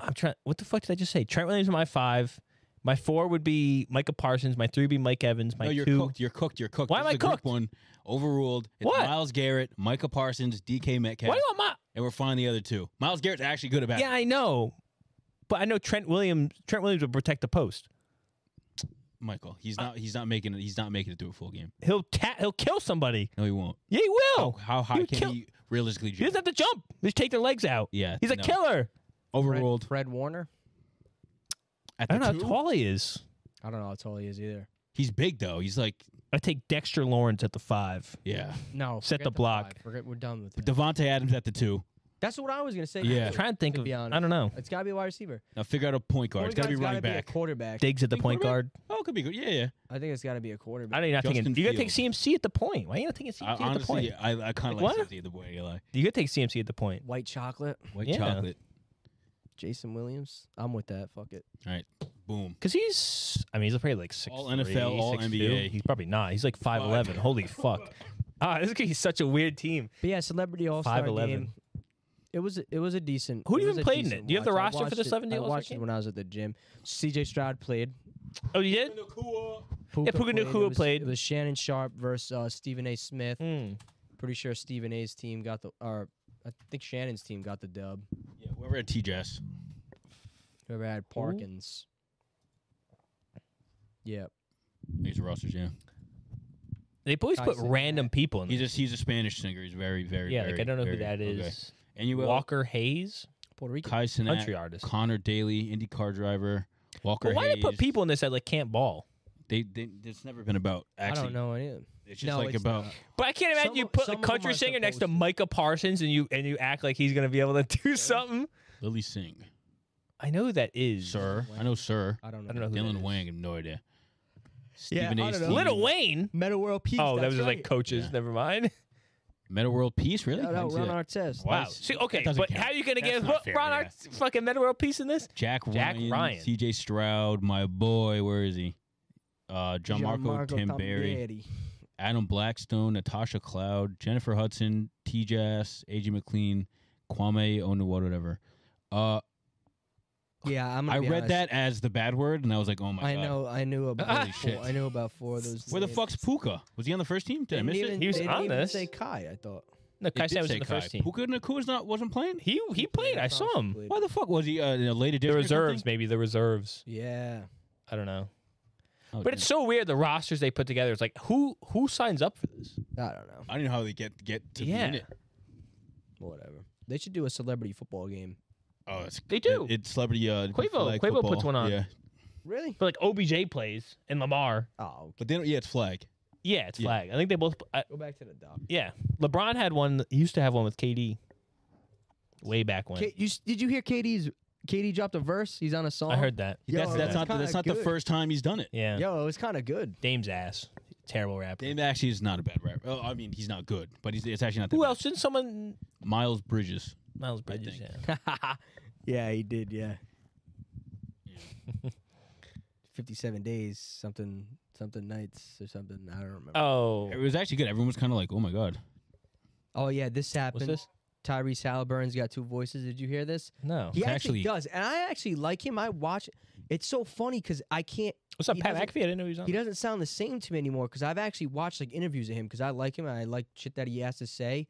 I'm trying. What the fuck did I just say? Trent Williams is my five. My four would be Micah Parsons. My three would be Mike Evans. My
no, you're
two.
cooked. You're cooked. You're cooked.
Why
This
am
is
I
a group
cooked?
One overruled. It's
What?
Miles Garrett, Micah Parsons, DK Metcalf,
Why do I want
and we're finding the other two. Miles Garrett's actually good
my?
about.
Yeah,
it.
I know, but I know Trent Williams. Trent Williams would protect the post.
Michael. He's not. He's not making it. He's not making it through a full game.
He'll ta- He'll kill somebody.
No, he won't.
Yeah, he will.
How, how high
you
can
kill-
he realistically
He
jump?
doesn't have to jump. Just take their legs out.
Yeah,
He's a
no.
killer.
Fred,
Overruled.
Fred Warner.
At
I
the
don't know
two?
how tall he is.
I don't know how tall he is either.
He's big though. He's like
I take Dexter Lawrence at the five.
yeah.
No,
Set
forget
the block.
five. Forget we're done with that.
Devonte Adams at the two.
That's what I was gonna say.
Yeah.
too.
Trying to think
To
of.
be
I
honest.
don't know.
It's got to be a wide receiver.
Now figure out a point guard. It's
Point
gotta be
guard's
running
gotta
back.
a quarterback.
Diggs at the
Think
point
quarterback?
guard.
oh, it could be good. Yeah, yeah.
I think it's got to be a quarterback.
I know you're not
Justin
thinking. You gotta take
Fields.
CMC at the point. Why are you not taking CMC
I,
at the
honestly,
point?
I, I kind of
Like,
like,
what?
like either way. Eli.
You could take CMC at the point.
White chocolate,
White
Yeah.
chocolate.
Jason Williams. I'm with that. Fuck it.
Boom.
Cause he's, I mean, he's probably like six.
All NFL, all NBA.
He's probably not. He's like five eleven. Holy fuck! Ah, this is gonna be such a weird team.
But yeah, celebrity all star
5'11.
game. It was it was a decent.
Who do you
was
even
a
played in
decent
it? Do you have the
watch. I
roster for
watched
the
it-
70
I
All-Star
watched it
game?
when I was at the gym. C.J. Stroud played.
Oh, you did?
Puka
Puka
played.
Nacua
it was,
played.
It was Shannon Sharp versus uh, Stephen A. Smith.
Hmm.
Pretty sure Stephen A.'s team got the or I think Shannon's team got the dub.
Yeah, whoever had TJS.
Whoever had Parkins. Yeah.
These are rosters. Yeah.
They always
I
put
said
random
that.
people in.
He's
there.
a he's a Spanish singer. He's very very.
yeah,
very,
like I don't know who
very-
that is.
okay. And you will
Walker Hayes,
Puerto Rico.
Kai Cenat,
country artist.
Connor Daly, Indy car driver, Walker.
But why
Hayes.
they put people in this that like can't ball?
They, they it's never been about. Actually,
I don't know any of them.
It's just
No,
like
it's
about.
not.
But I can't imagine
Some
you
of-
put
some
a
of 'em
country
are
singer next to
supposed to.
Micah Parsons and you and you act like he's gonna be able to do something.
Lily Singh,
I know who that is.
sir. I know, sir.
I don't know.
I don't know who that
Dylan
is.
Wang, I have no idea.
Yeah,
Stephen
I
A.
don't know.
Smith.
Little Wayne.
Metal World Peace.
Oh, that
that's
was just
right.
like coaches.
Yeah.
Never mind.
Meta World Peace, really?
Shout
I
out
didn't see
Ron
that.
Artest.
Wow.
Nice.
See, okay,
doesn't
but
count.
how are you gonna
That's
get
not
Ron
fair, yeah.
Art's fucking Meta World Peace in this?
Jack,
Jack
Ryan,
Ryan.
CJ Stroud, my boy, where is he? Uh, Gianmarco
Gianmarco
Tamberi,
Tamberi.
Adam Blackstone, Natasha Cloud, Jennifer Hudson, T. Jazz, AJ McLean, Kwame Onuwa, whatever. Uh,
Yeah, I'm gonna
I
be
read
honest.
that as the bad word, and I was like, oh my
I
god.
know, I knew about
Holy
four,
shit.
I knew about four of those.
Where the
names.
fuck's Puka? Was he on the first team? Did I
They
miss
didn't
it?
even-
He was
they didn't
on
even
this.
Say Kai, I thought.
No,
It
Kai
did
was
say
in the
Kai.
first team.
Puka Nakua's not wasn't playing.
He he played. I saw him.
Why the fuck was he uh, in a late
The
edition? or something?
reserves, maybe the reserves.
Yeah,
I don't know.
Oh,
But it's so weird the rosters they put together. It's like who who signs up for this?
I don't know.
I don't know how they get get to
Yeah.
be in it.
Whatever. They should do a celebrity football game.
Oh, it's,
They do.
it- it's celebrity. Uh,
Quavo-
flag
Quavo
football.
puts one on.
Yeah,
Really?
But like OBJ plays and Lamar.
Oh,
but they don't. Yeah, it's flag.
Yeah, it's
Yeah.
flag. I think they both. I,
go back to the doc.
yeah, LeBron had one. He used to have one with KD. Way back when.
K- you, s- did you hear KD's? KD dropped a verse. He's on a song.
I heard that.
Yo,
that's that's
that's
not that's
kinda
not the
good.
first time he's done it.
Yeah.
Yo, it was kind of good.
Dame's ass. Terrible rapper.
Dame actually is not a bad rapper. Oh, I mean, he's not good, but he's it's actually not. That
Who
bad.
else? Didn't someone?
Miles Bridges.
Miles Bridges.
think.
Yeah.
yeah, he did. Yeah. Fifty-seven days, something, something nights or something. I don't remember.
Oh,
It was actually good. Everyone was kind of like, "Oh my god."
oh yeah, this happened.
what's this?
Tyrese Halliburton's got two voices. Did you hear this?
No.
He
It's
actually,
actually-
does, and I actually like him. I watch. It's so funny because I can't.
What's up,
he
Pat
doesn't-
McAfee? I didn't know he was on.
He doesn't sound the same to me anymore because I've actually watched like interviews of him because I like him and I like shit that he has to say.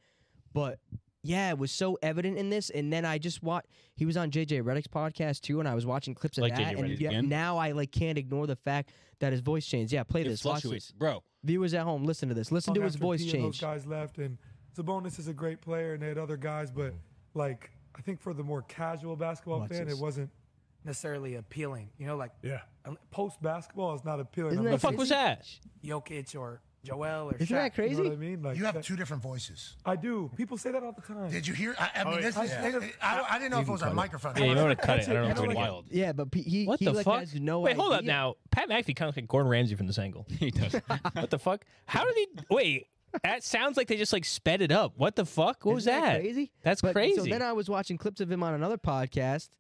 But yeah, it was so evident in this. And then I just watched. He was on JJ Reddick's podcast too, and I was watching clips of
Like
that.
JJ
and
Redick
yeah,
again?
now I like can't ignore the fact that his voice changed. Yeah, play
It
this. Watch
fluctuates,
this.
bro.
Viewers at home, listen to this. Listen to his
after
voice
P and Those
change.
guys left, and Sabonis is a great player, and they had other guys, but like I think for the more casual basketball
Watch
fan,
this.
it wasn't.
necessarily appealing. You know, like
Yeah. Post basketball is not appealing.
Isn't that
unless
the fuck was that?
it's-
Jokic or Joel or
Isn't that
Shaq.
You know
crazy?
what I mean? Like
You have
that-
two different voices.
I do. People say that all the time.
Did you hear? I, I mean, this is. I, I didn't know if it was our microphone.
Yeah, you don't want to cut it. I don't know if
That's
we're gonna get.
wild.
Yeah, but P- he
What
he
the
like
fuck?
has no
wait, hold up
idea.
now. Pat McAfee kind of like Gordon Ramsay from this angle.
he does.
what the fuck? How did he? Wait, that sounds like they just like sped it up. What the fuck? What was
Isn't
that?
crazy?
That's
But-
crazy.
So then I was watching clips of him on another podcast,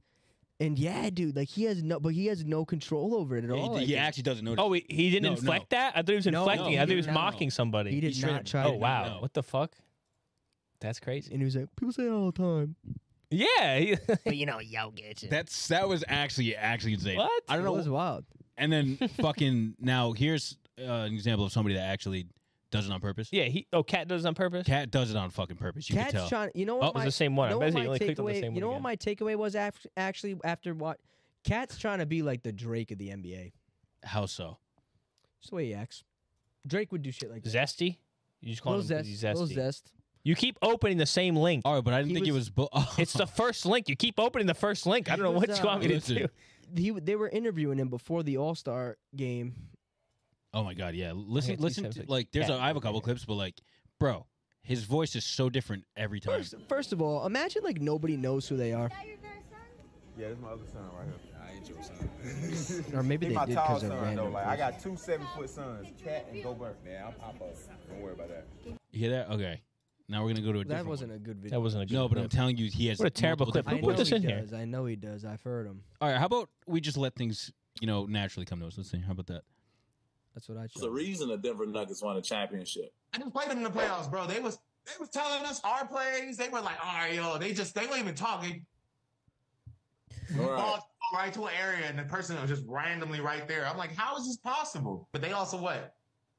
and yeah, dude, like he has no, but he has no control over it at all.
he,
like,
he actually doesn't notice.
oh, wait, he didn't
No, no.
inflect that. I thought he was
No,
inflecting.
no,
I thought
he
he was
did not.
mocking somebody.
he did
straight
not
up-
try.
oh
to-
wow,
no.
what the fuck? That's crazy.
And he was like, people say that all the time.
Yeah. he-
But you know, Jokic.
That's that was actually actually insane.
What?
I don't
That
know.
was wild.
And then fucking now here's uh, an example of somebody that actually does it on purpose.
yeah. He. Oh, Cat does it on purpose.
Cat does it on fucking purpose. You
Cat's
can tell.
trying. You know
Oh,
what?
it was
my,
the same one. I
You know
bet he
what my
only clicked on the
takeaway-
same
You
one
know what
again.
my takeaway was af- actually after what? Cat's trying to be like the Drake of the NBA.
How so?
That's the way he acts. Drake would do shit like that.
Zesty. You just call
Little
him
zest, little
zesty.
zest.
You keep opening the same link.
All right, but I didn't
He
think
was-
it was. Bu-
It's the first link. You keep opening the first link. I don't know
was, uh,
what you want me to
Listen.
do.
He w- they were interviewing him before the All Star game.
Oh my god, yeah. Listen,
at least
listen.
have,
To,
like,
like, there's. A,
cat
I have a
over
couple
here.
clips, but like, bro, his voice is so different every time.
First, first of all, imagine like nobody knows who they are,
Yeah, this is my other son right here. I ain't your son.
or maybe
He
they
my
did
tall
because
son
they're
though.
random.
Like I got two seven foot sons, Cat and Gobert. Man, I'll pop up. Don't worry about that.
you hear that? Okay. Now we're gonna go to a different.
that wasn't a good video.
That wasn't a good
No, but I'm
clip.
telling you, he has
What a terrible
multiple
clip. Who
different
I
put
know
voices.
this
he
in here?
does. I know he does. I've heard him.
All right, how about we just let things, you know, naturally come to us? Let's see. How about that?
That's what I.
There's a
chose.
reason the Denver Nuggets won a championship.
I just played them in the playoffs, bro. They was they was telling us our plays. They were like, all right, yo, they just they weren't even talking.
All right.
Ball go right to an area, and the person was just randomly right there. I'm like, how is this possible? But they also what?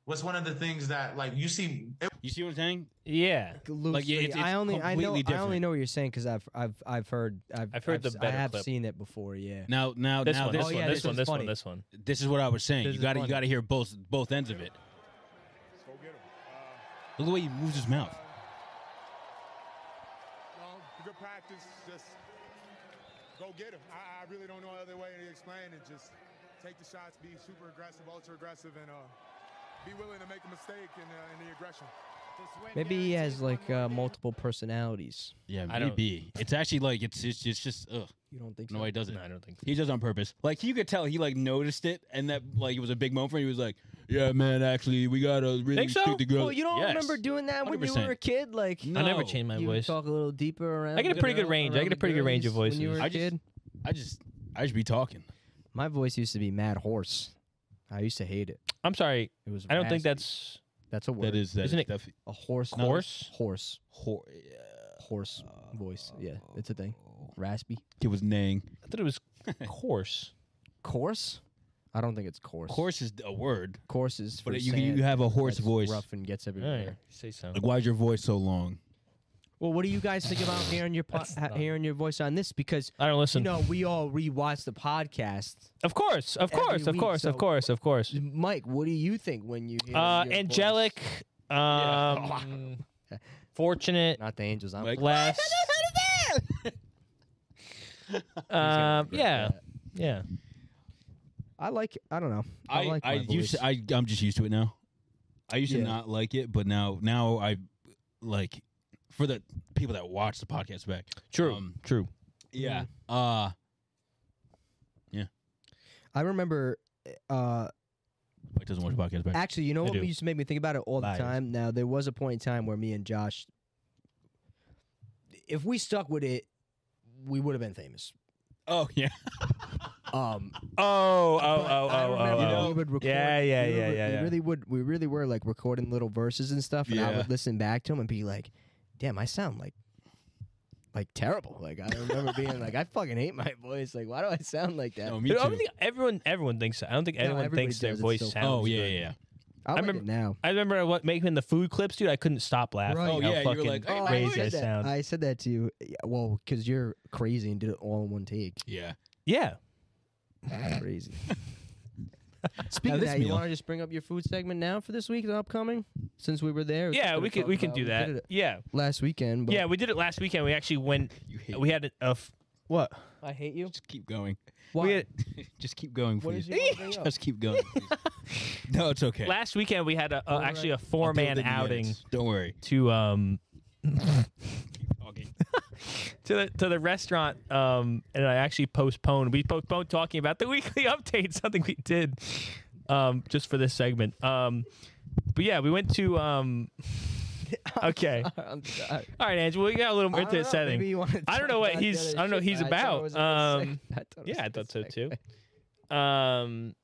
What's one of the things that like you see?
You see what I'm saying?
Yeah.
Like, yeah,
Loosely.
it's-
I
it's
only I know
completely
I only
different.
know what you're saying because I've I've I've heard I've
I've heard the
s- I
better
have
clip.
seen it before. Yeah.
Now, now,
This
now,
one.
this
This
yeah,
one.
this
This one.
one's
This one.
funny.
This one.
this is what I was saying.
This
you
is
got to you
funny.
got to hear both both ends of it. Look at the way he moves his mouth.
No, good practice. Just go get him. I, I really don't know other way to explain it. Just take the shots, be super aggressive, ultra aggressive, and uh, be willing to make a mistake in, uh, in the aggression.
Maybe he has like uh, multiple personalities.
Yeah,
I don't-
maybe it's actually like it's it's, it's just ugh.
You don't think so?
No, he doesn't.
No, I don't think so.
He does on purpose. Like you could tell he like noticed it, and that like it was a big moment for him. He was like, yeah, man, actually, we got to really
Think so?
stick together.
Well, Oh, you don't
Yes.
remember doing that when you
100%.
were a kid, like
No. I never
changed my
you
voice.
Talk a little deeper around.
I get a pretty good range. I
around
get a
the
pretty good range of
girls when you
voices.
were a
I just,
kid?
I just, I just be talking.
My voice used to be mad hoarse. I used to hate it.
I'm sorry.
It was.
I don't think
raspy.
that's
that's a word.
That is that
Isn't
is
it-
defi-
a horse. nose-
coarse.
Horse.
hor-
Horse voice. Yeah, it's a thing. Raspy.
It was nang.
I thought it was coarse.
Coarse. I don't think it's coarse.
Course is a word,
Coarse is for
but you
sand
you have a hoarse
that's
voice.
Rough and gets
All right.
everywhere.
Say so.
Like, why's your voice so long?
Well, what do you guys think about hearing your po-
That's
ha-
not-
hearing your voice on this? Because
I don't listen.
you know we all rewatch the podcast.
of course, of
every
course, of
week,
course, of
so-
course, of course.
Mike, what do you think when you hear
Uh,
your
angelic,
voice?
um, fortunate,
Not the angels. I'm
Mike?
blessed. um, yeah,
that.
yeah.
I like. I don't know. I,
I
like.
I
my
used to,
voice.
I I'm just used to it now. I used
Yeah.
to not like it, but now now I like for the people that watch the podcast back.
True,
Um,
true.
yeah.
Mm-hmm.
Uh
I remember. Uh,
Mike doesn't watch the podcast back.
actually, you know
I
what
do.
used to make me think about it all the
Liars.
time. Now there was a point in time where me and Josh, if we stuck with it, we would have been famous.
oh yeah.
Um,
Oh, oh,
But I remember
oh, oh.
we would record.
Yeah, yeah,
we
yeah,
would-
yeah,
We
yeah.
really would. We really were like recording little verses and stuff, and I
Yeah.
would listen back to them and be like, "Damn, I sound like." Like terrible. Like I remember being like, I fucking hate my voice. Like, why do I sound like that?
No, Oh, me
Dude, I don't
too.
think everyone everyone thinks that. I don't think anyone
everybody
thinks their
does. It's
voice
so
sounds.
Oh yeah,
good.
yeah.
I, like
remember-
it now.
I remember what making the food clips, dude. I couldn't stop laughing.
Right. Oh,
how
yeah, you were
fucking
like, "Hey,
Oh,
my
crazy
I,
I
said that.
sound.
I said that to you. Yeah, well, because you're crazy and did it all in one take.
Yeah.
yeah.
That's crazy. Speaking of
this
that, you
meal-
want to just bring up your food segment now for this week, the upcoming, since we were there.
Yeah,
gonna
we can
talk
we can
about-
do
did
that.
it
Yeah.
last weekend. But
yeah, we did it last weekend. We actually went
You hate
we had a, a f- what?
I hate you.
Just keep going.
Why?
We had,
Just keep going,
What did
please.
you wanna bring up?
Just keep going. please. no, it's okay.
last weekend we had a, a actually a
I'll
four
deal
man
with it in the
outing
edits. Don't worry.
to um
Keep talking.
to the to the restaurant um and I actually postponed. We postponed talking about the weekly update, something we did um just for this segment. Um but yeah, we went to um okay.
I'm sorry.
All right, Angela, we got a little
I don't
into the
know,
setting.
maybe you wanna
I don't know
talk
what
about the
he's-
other
I don't know what
shit,
he's
but I thought it
about.
was a good
Um,
seg- thought it was
yeah,
a
I
good
thought so
segue.
too. Um.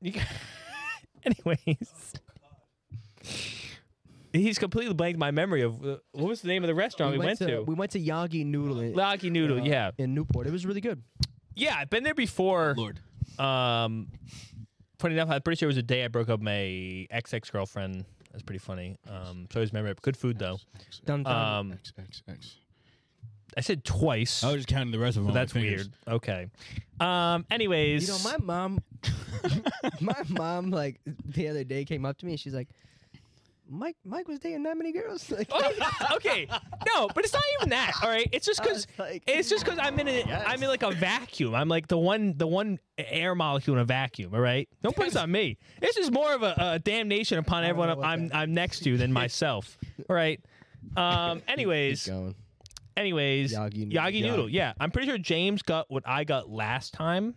you g- anyways, he's completely blanked my memory of uh, what was the name of the restaurant we, went, to.
We went to Yagi Noodle in,
Lucky Noodle.
uh,
yeah,
in Newport. It was really good.
yeah. I've been there before.
Lord.
Um. Funny enough, I'm pretty sure it was the day I broke up my ex ex girlfriend. That's pretty funny. Um. So I always remember it. Good food though.
Dun, dun.
Um.
X, X, X.
I said twice.
I was just counting the rest of
So
them. on Oh, my
that's
fingers.
weird. Okay. Um. Anyways.
You know, my mom, my mom, like the other day came up to me and she's like, "Mike, Mike was dating that many girls." Like,
Oh, okay. No, but it's not even that. All right. It's just
I
because
was like,
it's just because I'm in a am in like a vacuum. I'm like the one the one air molecule in a vacuum. All right. Don't put this on me. This is more of a, a damnation upon everyone
know what
I'm
that
I'm next to than myself. All right. Um. Anyways.
going.
Anyways.
Yagi
Yagi,
noodle.
noodle. Yeah. I'm pretty sure James got what I got last time.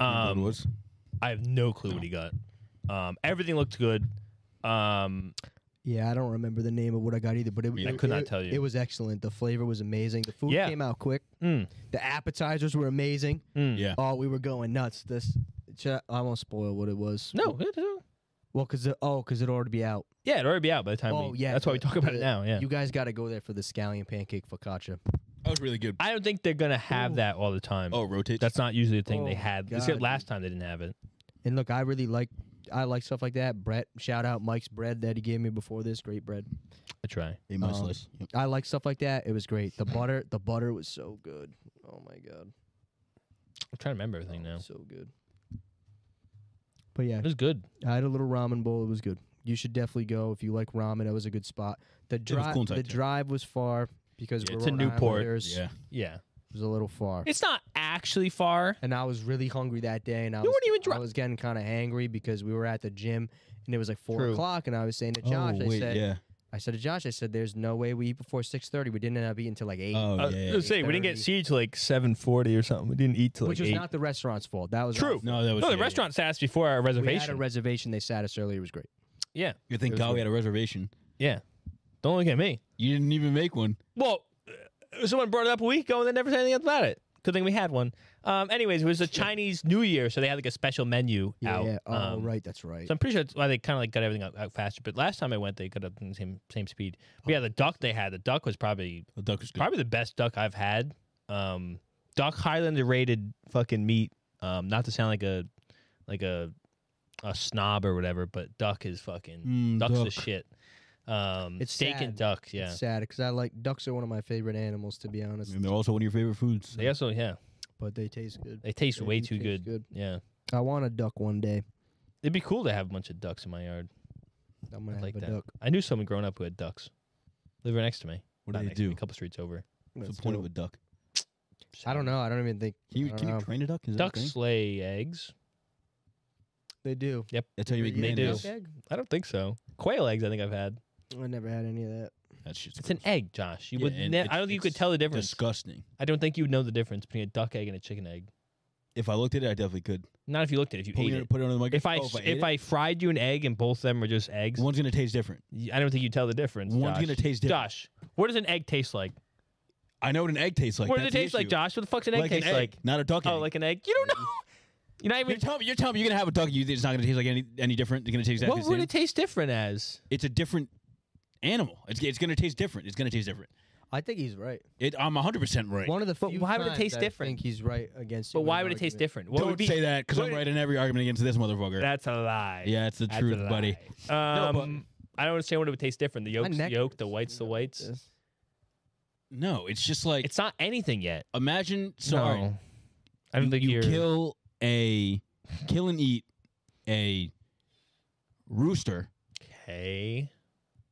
Um.
was.
I have no clue what he got. Um. Everything looked good. Um.
Yeah, I don't remember the name of what I got either, but it,
I
it-
could not
it-
tell you.
It was excellent. The flavor was amazing. The food
Yeah.
came out quick.
Mm.
The appetizers were amazing.
Yeah.
Oh, we were going nuts. This, ch- I won't spoil what it was.
No.
Well, cause the, oh, cause it'd already be out.
Yeah, it'd already be out by the time.
oh
we,
yeah,
that's why we
the-
talk about it
the-
now. Yeah,
you guys got to go there for the scallion pancake focaccia.
That was really good.
I don't think they're gonna have that all the time.
Oh, rotate.
that's not usually a thing
Oh,
they had.
God,
Except last time they didn't have it.
And look, I really like I like stuff like that. Brett, shout out Mike's bread that he gave me before this. Great bread.
I try.
a must
um,
list. Yep.
I like stuff like that. It was great. The butter, the butter was so good. Oh my god,
I'm trying to remember everything
Oh,
now.
so good. But yeah,
It was good.
I had a little ramen bowl. It was good. You should definitely go if you like ramen. That was a good spot. The drive,
cool in
the
Titan.
drive was far because
Yeah,
we're
it's in Newport.
Yeah.
Yeah,
It was a little far.
it's not actually far.
and I was really hungry that day, and I
You
was
weren't even dri-
I was getting kind of hangry because we were at the gym, and it was like four
True.
o'clock, and I was saying to Josh,
oh
I
wait,
said,
yeah.
I said to Josh, I said, "There's no way we eat before 6:30. We didn't end up eating until like 8.
Oh,
I was gonna say we didn't get
8:30,
seated till like seven forty or something. We didn't eat till like
which was
eight.
not the restaurant's fault. That was our
True.
fault.
No, that was
No, the
yeah,
restaurant sat us before our
We had a
reservation.
reservation. They sat us earlier. It was great.
yeah,
Yeah. You think God we had a reservation?
yeah. Don't look at me.
You didn't even make one.
Well, uh, someone brought it up a week ago and they never said anything about it. Good thing we had one. Um, anyways, it was a Chinese New Year, so they had like a special menu
Yeah.
out.
yeah. Oh,
um,
right. That's right.
So I'm pretty sure that's why they kind of like got everything out, out faster. But last time I went, they got up in the same same speed. But yeah, the duck they had, the duck was probably
The duck was good.
probably the best duck I've had. Um, Doc Highlander rated fucking meat. Um, not to sound like a like a a snob or whatever, but duck is fucking
Mm,
duck's the
duck.
shit. Um,
It's
steak
sad.
and duck, yeah.
It's sad because I like ducks are one of my favorite animals to be honest,
And they're also one of your favorite foods.
They also yeah,
but they taste good.
they taste
They
way
do
too
taste
good.
good.
Yeah,
I want a duck one day.
it'd be cool to have a bunch of ducks in my yard.
I'm
I
gonna
like
have a
that.
duck.
I knew someone growing up who had ducks. Live right next to me.
What
Not
do they
next to me,
do?
A couple streets over.
What's
Let's
the point
do
of a
it.
duck?
I don't know. I don't even think
Can
I
you
don't
can you
know.
train a duck? Is that a thing?
Ducks lay eggs.
they do.
That's how you make
They do.
mayonnaise.
Duck egg?
I don't think so. Quail eggs, I think I've had.
I never had any of that.
That shit's
It's an
gross.
egg, Josh. You
Yeah,
would.
and
Ne- I
it's-
don't think you could
it's
tell the difference.
Disgusting.
I don't think you would know the difference between a duck egg and a chicken egg.
If I looked at it, I definitely could.
Not if you looked at it. If you
Put
ate
it,
it.
put it under the
If I
microscope.
s-
ate
if
it,
I fried you an egg and both of them were just eggs,
one's gonna taste different.
y- I don't think you tell the difference.
One's
Josh.
gonna taste different.
Josh, what does an egg taste like?
I know what an egg tastes like.
what does it
that's the
taste like,
issue.
Josh? What the fuck's an egg
Like an
taste
egg,
like?
not a duck
Oh,
egg.
like an egg? You don't know. You're not
You're
even.
telling me you're telling me you're gonna have a duck. You think it's not gonna taste like any any different. It's gonna taste exactly
What
the same.
would it taste different as?
it's a different animal. It's it's gonna taste different. It's gonna taste different.
I think he's right.
It, I'm 100 percent right.
One of the
But
few
why would it
times
taste
I
different?
think he's right against.
But
you in
why
an
would it taste
argument.
different? What
Don't
would be,
say that because
what
I'm
would-
right in every argument against this motherfucker.
That's a lie.
yeah, it's the
That's a
truth, buddy.
lie.
No, but-
Um, I don't understand what it would taste different. The yolk's the
neck
yolk,
hurts.
the whites the
Yeah,
whites.
yes.
No, it's just like
It's not anything yet.
imagine. So all right,
No. I don't think
you
you're-
kill a kill and eat a rooster,
Okay.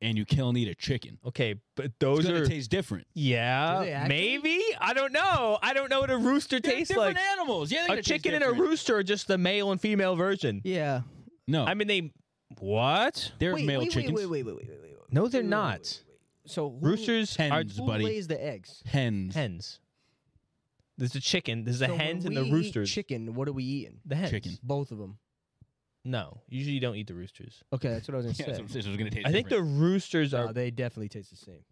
and you kill and eat a chicken.
Okay, but
It's
those
gonna
are
taste different.
Do they
yeah,
actually?
maybe. I don't know. I don't know what a rooster
They're
tastes
different
like.
animals. Yeah, they're
A
gonna taste
chicken and a
different.
rooster are just the male and female version.
Yeah.
No,
I mean they what?
they're male
wait,
chickens.
Wait, wait, wait, wait, wait, wait, wait.
No, they're
Wait, wait,
not.
wait, wait, wait. So who,
Roosters are
Hens,
who
buddy.
lays the eggs?
Hens.
hens. There's the chicken. There's the
So when
hens and the
we eat
roosters.
Chicken. What are we eating?
the hens.
Chicken.
Both of them.
No, usually you don't eat the roosters.
Okay, that's what I was gonna
Yeah,
say.
that's what I'm saying, so it's gonna taste
I think the
different.
roosters
No,
are
they definitely taste the same.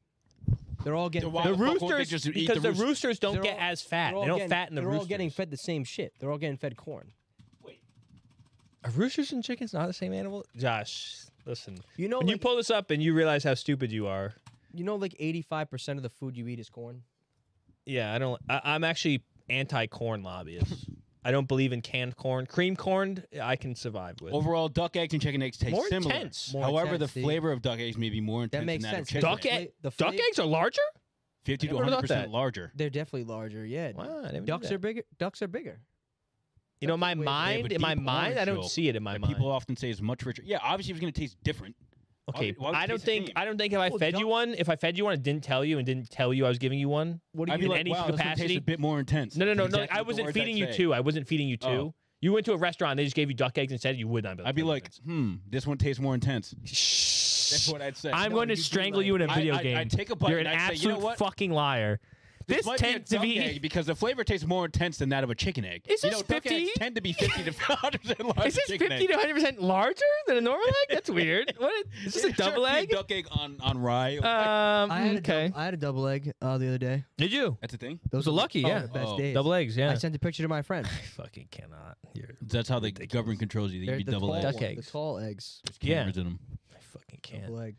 They're all getting.
Then why
the
the fuck won't they
roosters
just eat the
because the roosters,
roosters?
don't
They're
get
all-
as fat.
they're all
They don't
getting-
fatten the
They're
roosters.
all getting fed the same shit. They're all getting fed corn.
Are roosters and chickens not the same animal? Josh, listen.
You know,
When you
like-
pull this up and you realize how stupid you are.
You know, like eighty-five percent of the food you eat is corn.
Yeah, I don't. I, I'm actually anti-corn lobbyist. I don't believe in canned corn. Cream corn, I can survive with.
Overall, duck eggs and chicken eggs taste
More
similar.
intense.
More
However,
intense,
the
see?
flavor of duck eggs may be more intense
That makes
than that
sense.
of chicken.
duck
the
egg.
fla- the
duck
fla-
eggs are larger. I
50 to
never thought
100
that.
percent larger.
They're definitely larger. Yeah.
Wow, I never knew
Ducks
that.
are bigger. Ducks are bigger.
You know, my
Wait, they
have
mind.
a
In my
deep
mind, I
orange
don't
yolk
see it in my
And
mind.
people often say it's much richer. Yeah, obviously it was going to taste different. why
okay,
would- why would it
I don't
taste the
think.
same?
I don't think if I
Well,
fed
duck-
you one, if I fed you one, and didn't tell you and didn't tell you I was giving you one.
What do
I'd
you
be
in
like,
any
wow, this one tastes
capacity-
a bit more intense.
No, no, no,
That's
no.
exactly
I
what the
wasn't
words
feeding
I'd
you
say.
two. I wasn't feeding you two.
Oh.
You went to a restaurant. They just gave you duck eggs and said you would not.
I'd be like, hmm, this one tastes more intense. That's what I'd say.
I'm going to
do
strangle
like-
you in a
I-
video
I- I'd
game.
take a bite
You're an
and I'd say,
absolute
"You know what?
fucking liar. This,
might be a
tends to
duck
be.
egg because the flavor tastes more intense than that of a chicken egg.
Is
you
this
know, duck eggs
50?
tend to be 50 to 100 percent larger.
Is this
than chicken
50 to
egg.
100 percent larger than a normal egg? That's weird. What is this a
Sure, it'd
double
be a
egg?
Duck egg on on rye.
Um,
I had A
okay.
dou- I had a double egg uh, the other day.
Did you?
That's a thing.
Those
are
were the-
lucky,
oh,
yeah.
The best
Oh.
days.
Double eggs,
I
yeah.
sent a picture to my friend.
I fucking cannot. You're,
That's how the government controls you. They
They're
eat
the
double
tall
eggs.
Duck
one-
eggs.
The tall eggs.
yeah.
Cameras in 'em.
I fucking
Double
can't.
egg.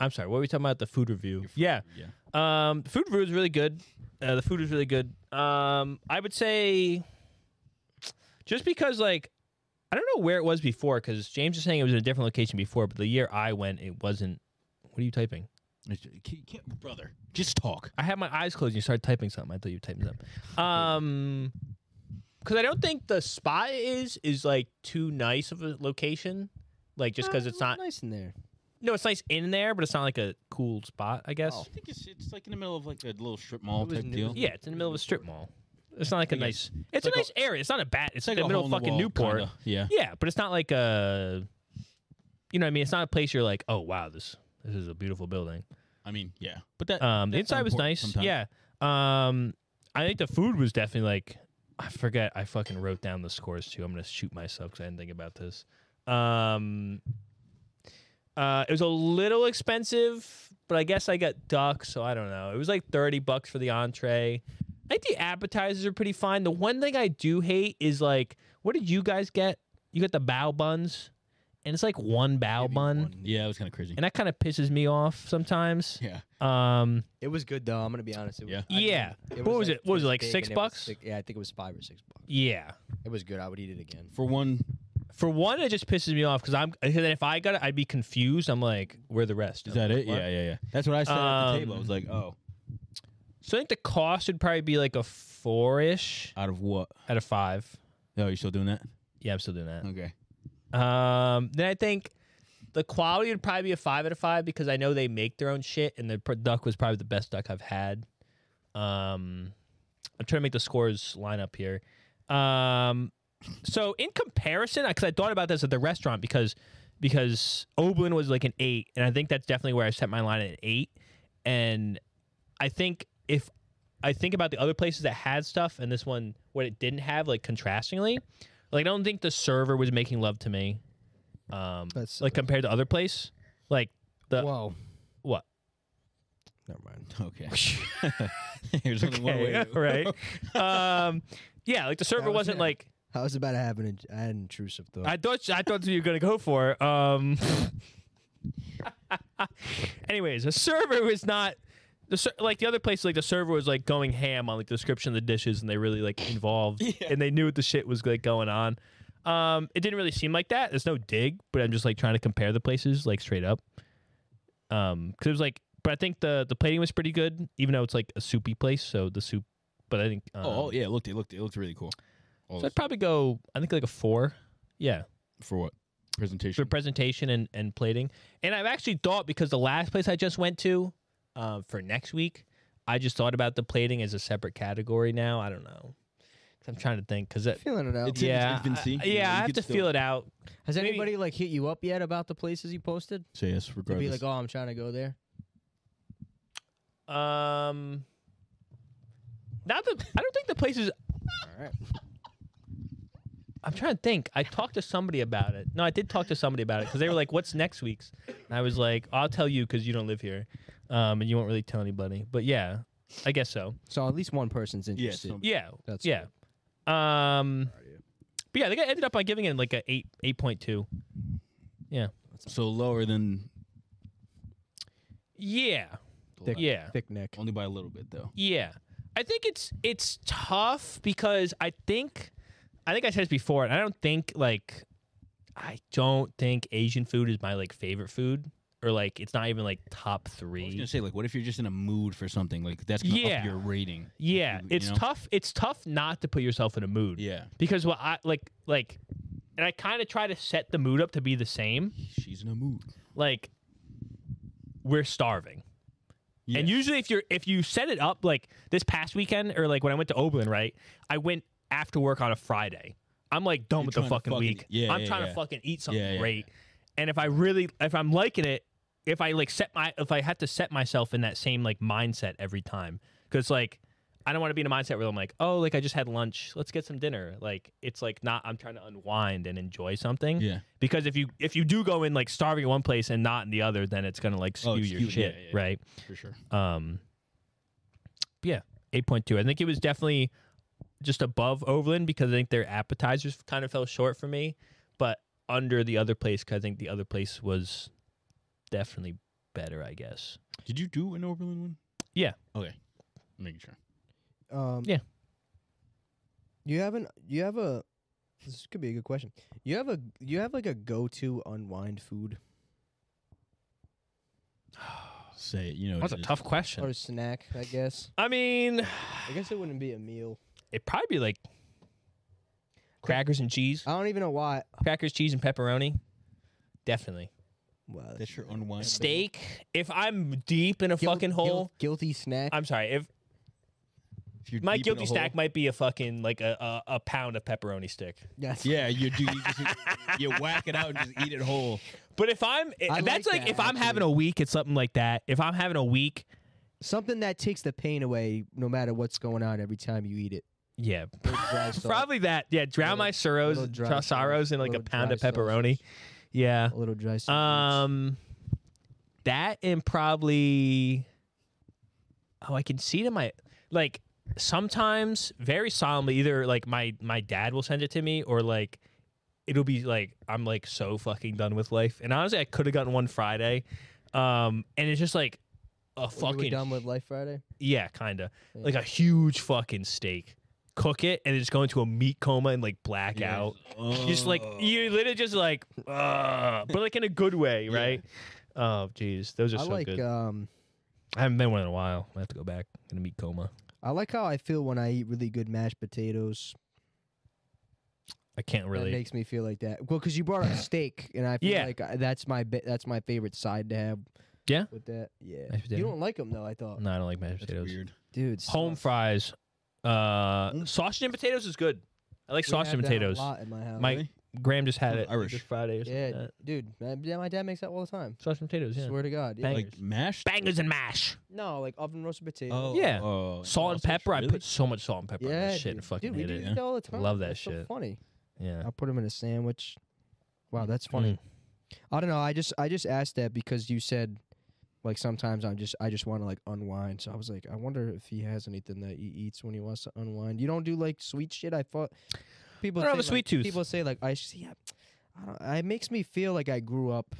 I'm sorry. What were we talking about? The food review. yeah.
Yeah.
Um, the food review is really good. Uh, the food is really good. Um, I would say, just because like, I don't know where it was before because James was saying it was in a different location before, but the year I went, it wasn't. What are you typing?
It's- you can't- Brother, just talk.
I had my eyes closed. and You started typing something. I thought you were typing something. Um, because I don't think the spot is is like too nice of a location. Like just because
Ah,
it's not.
nice in there.
No, it's nice in there, but it's not like a cool spot. I guess.
I think it's, it's like in the middle of like a little strip mall
It was
type
new-
deal.
Yeah, it's in the middle of a strip mall. It's not like a
Like a-
nice. It's
like
a
a-
nice area. It's not a bad. It's,
like
in the
a
middle
hole
of
in the
fucking
wall,
Newport.
kinda. Yeah.
Yeah, but it's not like a. You know what I mean? It's not a place you're like, oh wow, this This is a beautiful building.
I mean, yeah, but that
um, the
that's
inside was
important
nice.
sometimes.
Yeah. Um, I think the food was definitely like I forget. I fucking wrote down the scores too. I'm gonna shoot myself because I didn't think about this. Um, uh, it was a little expensive, but I guess I got duck, so I don't know. It was like thirty bucks for the entree. I think the appetizers are pretty fine. The one thing I do hate is like, what did you guys get? You got the bao buns, and it's like one bao bun,
yeah, it was kind of crazy.
and that kind of pisses me off sometimes.
Yeah.
Um.
It was good though. I'm gonna be honest. It
Yeah.
Was, I mean,
Yeah. What was it? What was it, like,
big
six
and was
bucks?
sick- yeah, I think it was five or six bucks.
Yeah.
It was good. I would eat it again.
For one,
For one, it just pisses me off because I'm. 'cause If I got it, I'd be confused. I'm like, where the rest?
is that it? Yeah, yeah, yeah. That's what I said at the table. I
Um,
was like, oh,
So I think the cost would probably be like a four ish
out of what?
out of five.
Oh, you still doing that?
Yeah, I'm still doing that.
Okay.
Um, then I think the quality would probably be a five out of five because I know they make their own shit, and the pr- duck was probably the best duck I've had. Um, I'm trying to make the scores line up here. Um, so in comparison, because I thought about this at the restaurant because because Oberlin was like an eight, and I think that's definitely where I set my line at an eight. And I think if I think about the other places that had stuff and this one what it didn't have, like contrastingly, like I don't think the server was making love to me. Um,
That's-
like compared to other place, like the
Whoa.
Uh, what?
Never mind.
Okay. There's only one way.
Okay,
to-
right? um, yeah, like the server
was
wasn't
it.
like
I was about to have an, in- an intrusive thought.
I thought I thought you were gonna go for. it. Um. anyways, the server was not the ser- like the other place. Like the server was like going ham on like the description of the dishes, and they really like involved, and they knew what the shit was like going on. Um, it didn't really seem like that. There's no dig, but I'm just like trying to compare the places like straight up. Um, because it was like, but I think the the plating was pretty good, even though it's like a soupy place. So the soup, but I think um,
Oh, oh, yeah, it looked it looked it looked really cool. All
so I'd
this-
probably go. I think like a four. Yeah.
for what
for
presentation?
presentation and, and plating. And I've actually thought because the last place I just went to uh, for next week, I just thought about the plating as a separate category now. I don't know. 'Cause I'm trying to think because it.
Feeling it out.
It's in its
Yeah, I,
infancy.
I-
You know,
yeah, I
you
have
could
to
still
feel it out.
Has
maybe-
anybody like hit you up yet about the places he posted?
Say yes,
To be
regardless.
like, oh, I'm trying to go there.
Um, not the. I don't think the places.
All right.
I'm trying to think. I talked to somebody about it. No, I did talk to somebody about it because they were like, "What's next week's?" And I was like, "I'll tell you because you don't live here, um, and you won't really tell anybody." But yeah, I guess so.
So at least one person's interested.
some-
Yeah.
That's
yeah. Um But yeah, I think I ended up by giving it like a eight eight point two.
so lower than
Yeah.
Thick,
Yeah.
Thick neck.
only by a little bit though.
Yeah. I think it's it's tough because I think I think I said this before, and I don't think like I don't think Asian food is my like favorite food. Or like it's not even like top
I was
three.
gonna say like, what if you're just in a mood for something like that's gonna
Yeah.
up your rating?
Yeah.
You- you
It's
know?
tough it's tough not to put yourself in a mood.
Yeah,
Because what I like like and I kinda try to set the mood up to be the same.
she's in a mood.
like we're starving. And
Yeah.
usually if you're if you set it up like this past weekend or like when I went to Oberlin, right? I went after work on a Friday. I'm like done
You're
with the
trying to
fucking,
fucking-
week.
yeah,
I'm
yeah,
trying
yeah.
to fucking eat something
Yeah, yeah,
great. And if I really if I'm liking it, if I like set my if I have to set myself in that same like mindset every time cuz like I don't want to be in a mindset where I'm like, "Oh, like I just had lunch. Let's get some dinner." Like it's like not I'm trying to unwind and enjoy something
Yeah,
because if you if you do go in like starving in one place and not in the other, then it's gonna like skew
Oh,
your
skew-
shit,
yeah, yeah, yeah.
right?
for sure.
Um, yeah, eight point two. I think it was definitely just above Overland because I think their appetizers kind of fell short for me, but under the other place because I think the other place was definitely better. I guess.
Did you do an Oberlin one?
Yeah.
Okay. I'm making sure.
Um,
Yeah.
You have an you have a this could be a good question. You have a you have like a go to unwind food
Say it. You know.
That's a
it is.
tough question.
or snack, I guess.
I mean,
I guess it wouldn't be a meal.
it'd probably be like crackers and cheese,
I don't even know why.
crackers, cheese, and pepperoni. Definitely.
Well, that's
That's your unwind.
steak. If I'm deep in a
guilt-
fucking
guilt-
hole,
guilty snack.
I'm sorry. If
If you're
My
deep in a
guilty
hole-
snack might be a fucking like a, a, a pound of pepperoni stick.
Yes.
Yeah, you do. You, just, you whack it out and just eat it whole.
But if I'm
I
that's
like
like,
that,
if I'm having a week, it's something like that. If I'm having a week,
Something that takes the pain away, no matter what's going on, every time you eat it.
yeah,
Little dry salt,
probably that. Yeah, drown my sorrows,
little dry
tro-
sauce,
sorrows in like a
little
pound
dry
of pepperoni. Yeah.
a little dry sauce.
Um, that and probably. Oh, I can see it in my like sometimes very solemnly. Either like my my dad will send it to me, or like it'll be like I'm like so fucking done with life. And honestly, I could have gotten one Friday, um, and it's just like a
When you were
fucking
done with Life Friday.
yeah, kind of
Yeah.
like a huge fucking steak. Cook it and just go into a meat coma and like black out. You Just like
Oh.
you literally just like, uh, but like in a good way, right? Oh, jeez, those are
I
so
like
good.
um,
I haven't been one in a while. I have to go back in a meat coma.
I like how I feel when I eat really good mashed potatoes.
I can't
That
really.
makes me feel like that. Well, because you brought up steak, and I feel
Yeah.
like I, that's my ba- that's my favorite side to have.
Yeah?
With that, yeah.
Mashed
You
potato?
don't like them though. I thought,
No, I don't like mashed
That's
potatoes.
weird. Mm.
dude. it's
Home
tough.
fries, uh, sausage and potatoes is good. I like
We
sausage
have
and
that a
potatoes.
lot in my house.
Mike Graham just had
Oh,
it
Irish.
this Friday. Or something
yeah,
like that.
dude. My, yeah, my dad makes that all the time.
sausage and potatoes. Yeah,
Swear to God. Yeah.
Bang.
Like mashed.
bangers and mash.
No, like oven roasted
Oh,
potatoes.
Yeah.
oh,
Salt and
sausage,
pepper. I
really?
put so much salt and pepper on
yeah,
that shit
dude.
and fucking
dude, we
hate
do
it.
that all the time.
Love that
That's so
shit.
funny.
Yeah.
I'll put them in a sandwich. Wow, that's funny. I don't know. I just I just asked that because you said like sometimes I'm just I just want to like unwind. So I was like, I wonder if he has anything that he eats when he wants to unwind. You don't do like sweet shit. I thought people
I don't
say,
have a
like-
sweet tooth.
People say like I see. I, I don't. It makes me feel like I grew up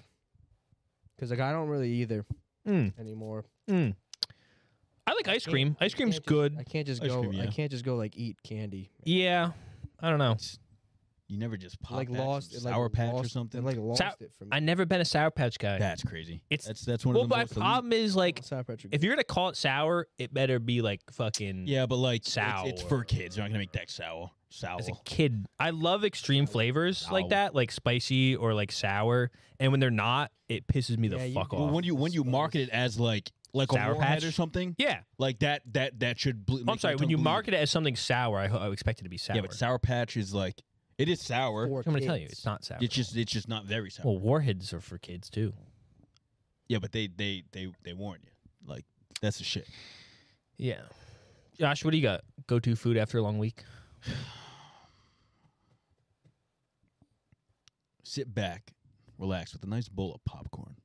because like I don't really either
Mm.
anymore.
Mm. I like ice
can't-
cream. Ice
I
cream's
can't just-
good.
I can't just
Ice
go.
cream,
I
yeah.
can't just go like eat candy.
Yeah. I don't know.
You never just pop
like
that,
lost
some
it, like,
sour patch
lost,
or
it,
something.
Like lost it for me.
I never been a Sour Patch guy.
that's crazy.
It's-
that's that's one
well,
of the
my
most. elite-
problem is like
Sour patch are
if
good.
you're gonna call it sour, it better be like fucking.
yeah, but like sour. It's, for
Sour.
kids. You're not gonna make that sour. Sour.
As a kid, I love extreme flavors like
Sour.
that, like spicy or like sour. And when they're not, it pisses me
Yeah,
the
you
fuck
do.
Well,
off.
when you when you market it as like like a
Sour
warhead
Patch?
or something,
yeah.
like that that that should. Ble-
I'm sorry. When you market it as something sour, I, ho- I expect it to be sour.
yeah, but sour patch is like it is sour.
For
I'm gonna tell you,
kids.
it's not sour.
It's just it's just not very sour.
well, warheads are for kids too.
yeah, but they they they they warn you. Like that's the shit.
Yeah. Josh, what do you got? Go to food after a long week?
Sit back, relax with a nice bowl of popcorn.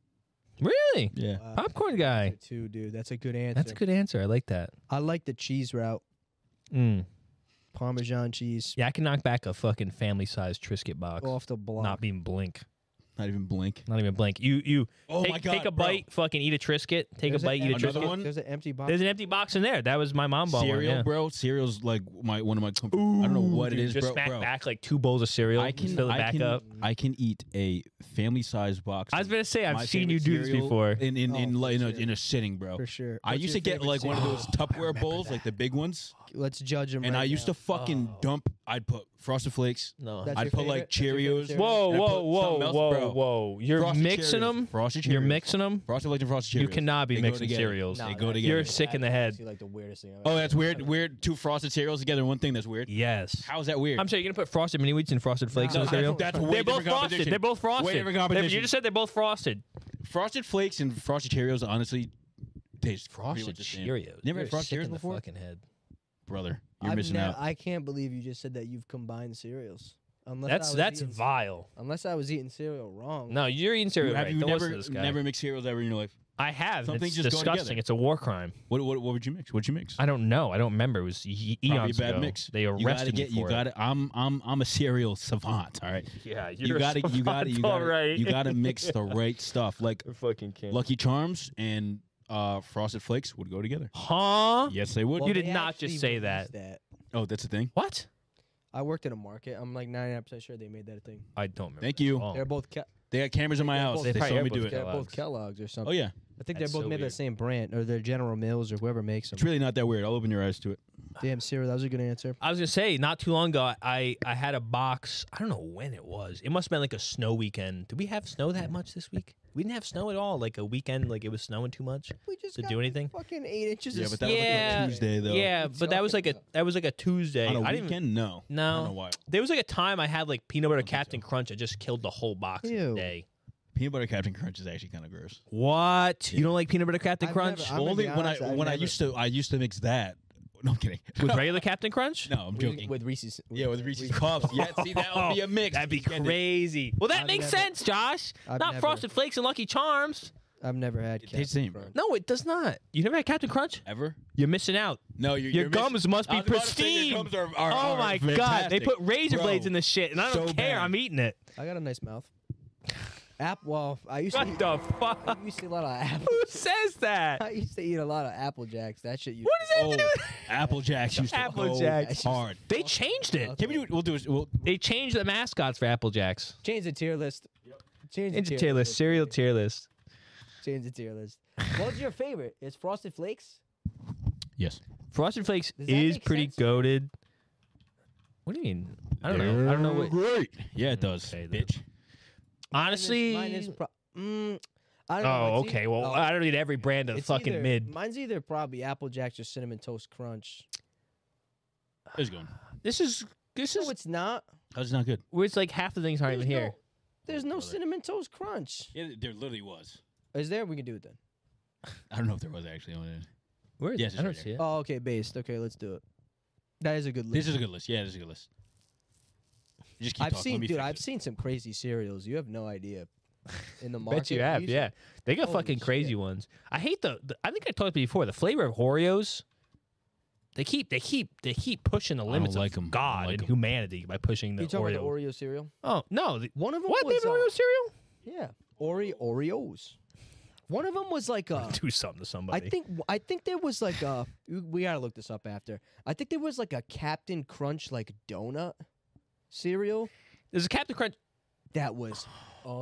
Really?
Yeah.
Wow.
Popcorn guy.
That's it too, Uh, dude. That's a good answer.
That's a good answer. I like that.
I like the cheese route,
Mm.
Parmesan cheese
Yeah, I can knock back a fucking family sized Trisket box.
Oh,
off the block.
Not even blink.
Not even blink.
Not even blink. You you
Oh
take,
my god.
take a
bro.
bite, fucking eat a Trisket. Take
There's
a
an
bite, eat a
empty
Another
Trisket.
box-
one?
There's an empty box.
There's an empty box in there. That was my mom bought one.
cereal,
yeah.
bro. Cereal's like my one of my. comf- I don't know what
Dude,
it is,
just
bro.
smack
bro.
back like two bowls of cereal.
I can
fill it
I
back
can,
up.
I can eat a family sized box.
I was
of
gonna say
my
I've seen you
favorite
do this
cereal
before.
in in in,
Oh,
like, in, a,
for sure.
in a sitting, bro.
for sure.
I
What's
used
your
to get
favorite
like one of
cereal?
those Tupperware bowls, like the big ones,
Let's judge them.
and I used to
Oh.
fucking dump. I'd put Frosted Flakes.
No.
That's
I'd
your
put like
favorite? That's your favorite
Cheerios.
cereal?
Whoa,
and I
whoa,
put
whoa,
something else,
whoa,
bro.
whoa! You're
Frosted
mixing
Cheerios.
them.
Frosted Cheerios.
You're mixing them.
Frosted Flakes and Frosted Cheerios.
You cannot be
They go
mixing
together.
cereals.
They
Nah,
go
that's-
together.
You're sick in the
That's
head.
actually, Like the weirdest thing. I've
Oh,
ever
that's
heard.
weird. Weird. Two frosted cereals together. in One thing that's weird.
Yes.
How is that weird?
I'm sorry, you're gonna put frosted mini wheats and frosted flakes
No,
in the
that's-
cereal?
that's way
they're both
different
frosted.
competition.
They're both frosted.
Way different
They're- You
competition.
just said they're both frosted.
frosted fllakes and frosted Cheerios honestly taste pretty
Frosted
much the same.
Cheerios.
Never
You're
had frosted
sick
Cheerios
in the
before,
Fucking head.
brother. You're
I've
missing
ne-
out.
I can't believe you just said that you've combined cereals. Unless I
That's
was
that's
eating,
vile.
unless I was eating cereal wrong.
No, you're eating cereal
have
right.
you
Don't
never
listen to this guy.
never mixed cereals ever in your life?
I have. and
Something
it's
just go
disgusting.
together.
It's a war crime.
What what what would you mix? What'd you mix?
I don't know. I don't remember. It was e- eons
Probably a bad
ago.
mix.
They arrested
you gotta get
me for
you
it.
gotta I'm I'm I'm a cereal savant, all right?
Yeah, you're
You gotta you gotta you
all
gotta
right.
you gotta mix the right stuff. Like
fucking can't.
Lucky Charms and uh, Frosted Flakes would go together.
huh?
Yes, they would.
Well- you did
they
not just
actually
say
released
that.
oh, that's a thing.
What?
I worked in a market. I'm like 99 percent sure they made that a thing.
I don't remember.
Thank
that at
you.
all.
They're both Ke-
They got cameras in my
They
house.
both-
Oh, They
They
saw me
probably
do
have
it.
they're both
Kellogg's.
Kellogg's or something.
Oh yeah,
I think
That's
they're both
so
made by the
weird.
same brand, or they're General Mills or whoever makes them.
it's really not that weird. I'll open your eyes to it.
Damn, Sarah, that was a good answer.
I was gonna say not too long ago I I had a box. I don't know when it was. It must have been like a snow weekend. Did we have snow that much this week? We didn't have snow at all. Like a weekend, like it was snowing too much
we just
to
got
do anything.
Fucking eight inches.
Yeah,
of
but that
snow.
was like a
yeah,
Tuesday, though.
Yeah,
What's
but that was like a that was like a Tuesday.
On a
I didn't,
weekend, no.
no,
I don't know why.
there was like a time I had like peanut butter Captain Crunch. I just killed the whole box in a
Ew.
day.
Peanut butter Captain Crunch is actually kind of gross.
What? You don't like peanut butter Captain
I've
Crunch
never- I'm gonna
Only
be
when I
honest, I've
when I
never-
used to I used to mix that. No, I'm kidding.
with regular Captain Crunch?
no, I'm
with-
joking.
with Reese's.
yeah, with Reese's Cups. Yeah, see that would be a mix.
Oh, That'd be
Weekend.
crazy. Well, that
I've
makes
never-
sense, Josh.
I've
Not
never-
Frosted Flakes and Lucky Charms.
I've never had.
tastes the same, bro.
No, it does not. You never had Captain Crunch?
Ever?
You're missing out.
No, you're,
Your
you're missing-
gums must
I
be
was about to say
pristine.
Your gums are, are,
oh
are
my god, they
fantastic.
put razor
Bro,
blades in this shit, and I don't
so
care.
bad.
I'm eating it.
I got a nice mouth. App. Well, I used to.
What
Eat,
the
I
fuck?
used to eat a lot of apple.
Who says that?
I used to eat a lot of apple jacks. That shit. You.
What does that have to do?
Oh,
with-
Apple Jacks used to
Apple
go
Jacks.
hard.
They changed it.
Can we do? We'll do. it- We'll,
They changed the mascots for Apple Jacks.
Change the tier list. Change the
Into tier list, cereal tier list.
Change the tier list. What's your favorite? Is Frosted Flakes?
yes.
Frosted Flakes
Does that
is
make
pretty
sense?
goaded. What do you mean? I don't know. I don't know what. Mm,
Great. Yeah, it does.
Okay, then.
bitch.
Honestly,
Mine is. Pro- mm, I don't know.
Oh,
It's e-
okay. Well,
oh,
I don't need every brand of
it's
fucking
either-
mid.
Mine's either probably apple jacks or cinnamon toast crunch.
It's going.
This is this
No,
is
it's not.
That's not good.
where it's like half the things aren't
There's
even here.
no- There's no
Brother.
cinnamon toast crunch.
Yeah, there literally was.
Is there? We can do it then.
I don't know if there was actually on it.
Where is
Yes,
it?
it's
I don't
right
see it.
Oh, okay. Based. Okay, let's do it. That is a good list.
This is a good list. Yeah, this is a good list. You Just keep
I've
talking. Let
seen,
me
dude.
fix
I've
it.
seen some crazy cereals. You have no idea. In the market,
Bet you have,
usually-
yeah. They got
Holy
fucking crazy
shit.
ones. I hate the, the. I think I talked before the flavor of Oreos. They keep, they keep, they keep pushing the
don't
limits
like 'em. I
of
don't
God
like
and
'em.
humanity by pushing the
You talking
Oreo.
about the Oreo cereal?
Oh no! the-
One of them
what? They
was
have an
uh,
Oreo cereal?
Yeah, Oreo Oreos. One of them was like a.
Do something to
I
somebody.
think I think there was like a. we- We gotta look this up after. I think there was like a Captain Crunch like donut cereal
there's a Captain Crunch.
that was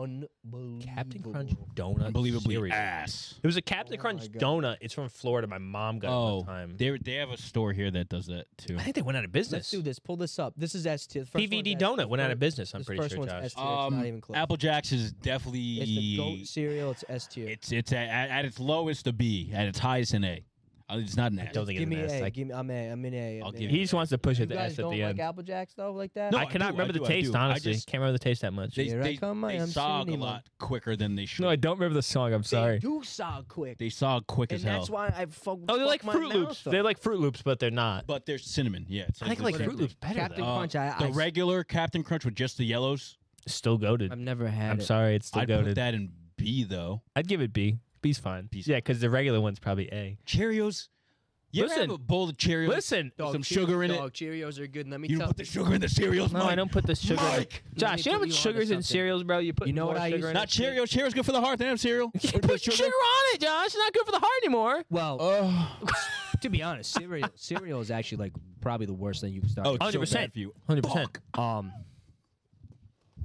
unbelievable.
Captain Crunch donut.
unbelievably
cereal.
ass.
It was a Captain
Oh
Crunch
my God.
donut. It's from Florida. My mom got it
Oh,
one time.
they they have a store here that does that too.
I think they went out of
Let's
business.
do this. Pull this up. This is S tier. The first one's
PVD
S tier.
Donut went out of business. I'm
This
pretty
first
sure,
one's
Josh.
S tier. It's not even close.
Um, Apple Jacks is definitely
It's the goat cereal. It's S tier.
it's it's at, at at its lowest a B, at its highest an A. Uh, It's not an
I
A.
don't think
Give
it's
me
an S.
A.
Like,
give me, I'm A. I'm in A. I'm
I'll
in
give
A.
he just wants to push
You
it to
guys
S at
don't
the
like
end.
Apple Jacks though, like that.
No,
I
I
cannot
do, I
remember
do,
the
I do.
taste,
I
honestly.
just-
Can't remember the taste that much.
They
Here I
they,
come, I
they
am
sog a
Cinnamon.
lot quicker than they should.
no, I don't remember the song. I'm sorry.
They do sound quick,
They sog quick
and
as hell.
that's why I fuck.
Oh, they're
fuck
like
my
Fruit
mouth
Loops.
up.
They're like Fruit Loops, but they're not.
but they're cinnamon. Yeah, it's
I think
the
like
same
Fruit
thing.
Loops better
Captain
though.
Uh,
Crunch. I,
the
I
regular Captain Crunch with just the yellows.
Still goaded.
I've
I'm,
never had it.
sorry, it's still
I'd put
goaded.
that in B though.
I'd give it B. B's fine.
B's
yeah, because the regular one's probably A.
Cheerios. You ever have
Listen.
a bowl of Cheerios
Listen,
with some sugar in it?
Cheerios are good. Let me
You don't
tell
put the sugar in the cereals,
no,
Mike.
I don't put the sugar.
Mike!
Josh, you know how
Let me
much
put you
sugars
onto
in
something.
cereals, bro? You put
You know
more
what I
sugar
used
in it?
to-
Not Cheerios. Cheerios good for the heart. They don't have cereal. Oh,
You put sugar on it, Josh. It's not good for the heart anymore.
Well,
Oh,
to be honest, cereal cereal is actually like probably the worst thing you can start.
oh,
with.
it's so
100%.
bad for you.
100%.
Um.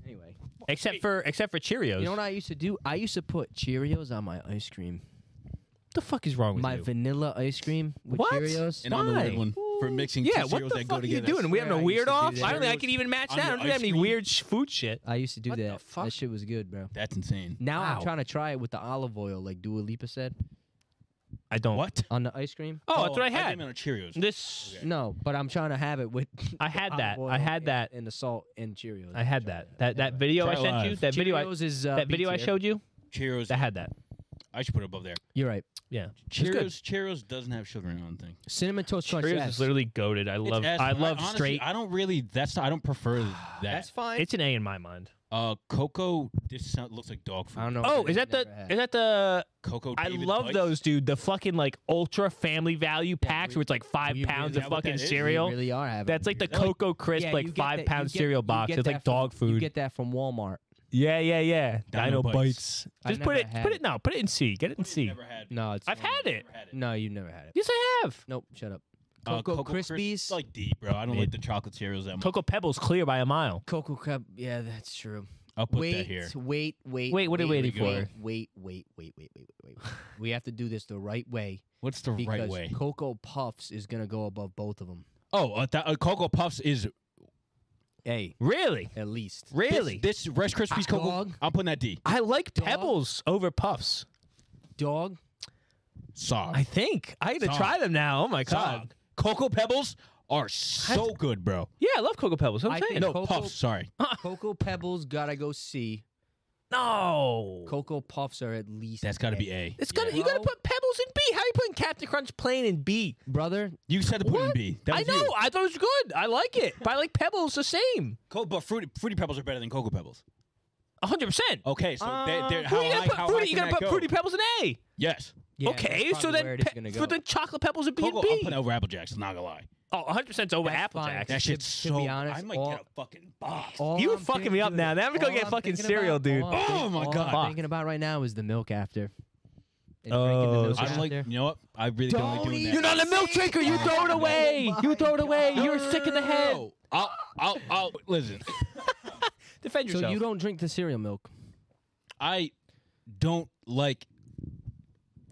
Anyway,
Except for except for Cheerios.
you know what I used to do? I used to put Cheerios on my ice cream,
the fuck is wrong with
my
you?
vanilla ice cream with
What?
Cheerios.
And I'm the
Why?
weird one for mixing
yeah,
two
what
cereals
the
that go
fuck are you
together.
doing? We having a
swear I used
weird
to do
off?
that.
I don't think I can even match
On
that. I
your
don't think I
ice
have any
cream?
weird sh- food shit.
I used to do
What the
that.
fuck?
That shit was good, bro.
That's insane.
Now
Wow.
I'm trying to try it with the olive oil, like Dua Lipa said,
I don't.
What?
on the ice cream.
Oh, that's what I
I
had.
gave it on Cheerios.
this.
Okay.
No, but I'm trying to have it with.
I had
olive
that.
oil
I had
and-
that.
and the salt and Cheerios.
I had that. That that
Anyway.
video
Try
I sent you.
live.
That video. I,
Cheerios is uh,
that video I
B-tier.
showed you.
Cheerios.
That had that.
I should put it above there.
You're right. good.
Cheerios. Cheerios doesn't have sugar in it. I don't think.
Cinnamon toast crunch.
Cheerios
S.
is literally goaded. I
It's
love.
S.
I love
honestly,
straight.
I don't really. That's. I don't prefer that.
That's fine.
It's an A in my mind.
Uh, cocoa. This sound, looks like dog food.
I don't know.
Oh, is that the? Is that the?
Cocoa.
I
David
love
Dice.
those, dude. The fucking like ultra family value packs
we-
where it's like five
we
pounds
really-
of
Is that what
fucking
that is?
cereal.
We really are having.
That's
it
like the
here. Like,
Cocoa Crisp,
yeah, you
like
get that-
five
you
pound
get-
cereal
you
box.
get
It's like
that from-
dog
You
food.
get that from Walmart.
yeah, yeah, yeah. Dino,
Dino
bites.
Bites.
I've
Just put
never
it.
had
Put
it.
it now. Put it in C. Get it in C.
Never had.
No, it's.
I've had it.
Never had it. Mm,
No, you've never had it.
Yes, I have.
Nope. Shut up.
Uh,
Cocoa,
Crisp,
Krispies.
Like deep, bro. I don't
Mid.
like the chocolate cereals that much.
Cocoa Pebbles clear by a mile.
Cocoa Cup. Yeah, that's true.
I'll put
wait,
that here.
wait, wait.
Wait, what are we
wait,
waiting
wait,
for?
Wait, wait, wait, wait, wait, wait, wait. we have to do this the right way
What's the
because
right way?
Cocoa Puffs is gonna go above both of them.
Oh, uh, that, uh, Cocoa Puffs is
A.
Really?
At least.
Really? Ah,
This, this Rice Krispies Cocoa.
Dog.
I'm putting that D.
I like pebbles over puffs.
Dog. Oh.
Sog.
I think I had to
Sog.
try them now. Oh my
Sog.
god.
Cocoa Pebbles are so good, bro.
Yeah, I love cocoa pebbles. That's
I
What I'm saying.
think
No,
Cocoa-
Puffs, sorry.
Cocoa Pebbles gotta go C.
No.
Cocoa Puffs are at least.
That's got to
A.
be A.
It's gonna you gotta
Bro.
put pebbles in B. How are you putting Captain Crunch plain in B?
Brother,
You said to put it in
What?
B. That
I
was
know.
You.
I thought it was good. I like it. But I like pebbles the same.
Co- but fruity, fruity Pebbles are better than Cocoa Pebbles.
hundred percent.
Okay, Oh, so they, they're, how
Fruity, Uh, you
high,
gotta put,
how high
fruity, you
can
gotta
that
put
go?
fruity pebbles in A.
Yes.
Yeah,
okay,
that's
so
probably
then
where it is
pe-
gonna
so
go.
then chocolate pebbles would be in
Cocoa, I'm
B.
putting over Apple Jacks. I'm not gonna lie.
Oh, 100% over
That's
Apple
fine.
Jacks.
That
To-
shit's
to
so.
be honest,
I might
all-
get a fucking box.
all
You
I'm
fucking
thinking-
me up now. Now I'm gonna go
all
get fucking
thinking
cereal,
about-
dude.
all I'm
Oh
think-
my
all
God.
Fuck.
I'm thinking about right now is the milk after. And drinking
Oh,
the milk
I'm like,
after.
you know what? I really don't like doing that.
You're not a milk drinker. You throw it away. you throw it away. You're sick in the head.
No, I'll, I'll, I'll listen.
Defend
So you don't drink the cereal milk.
I don't like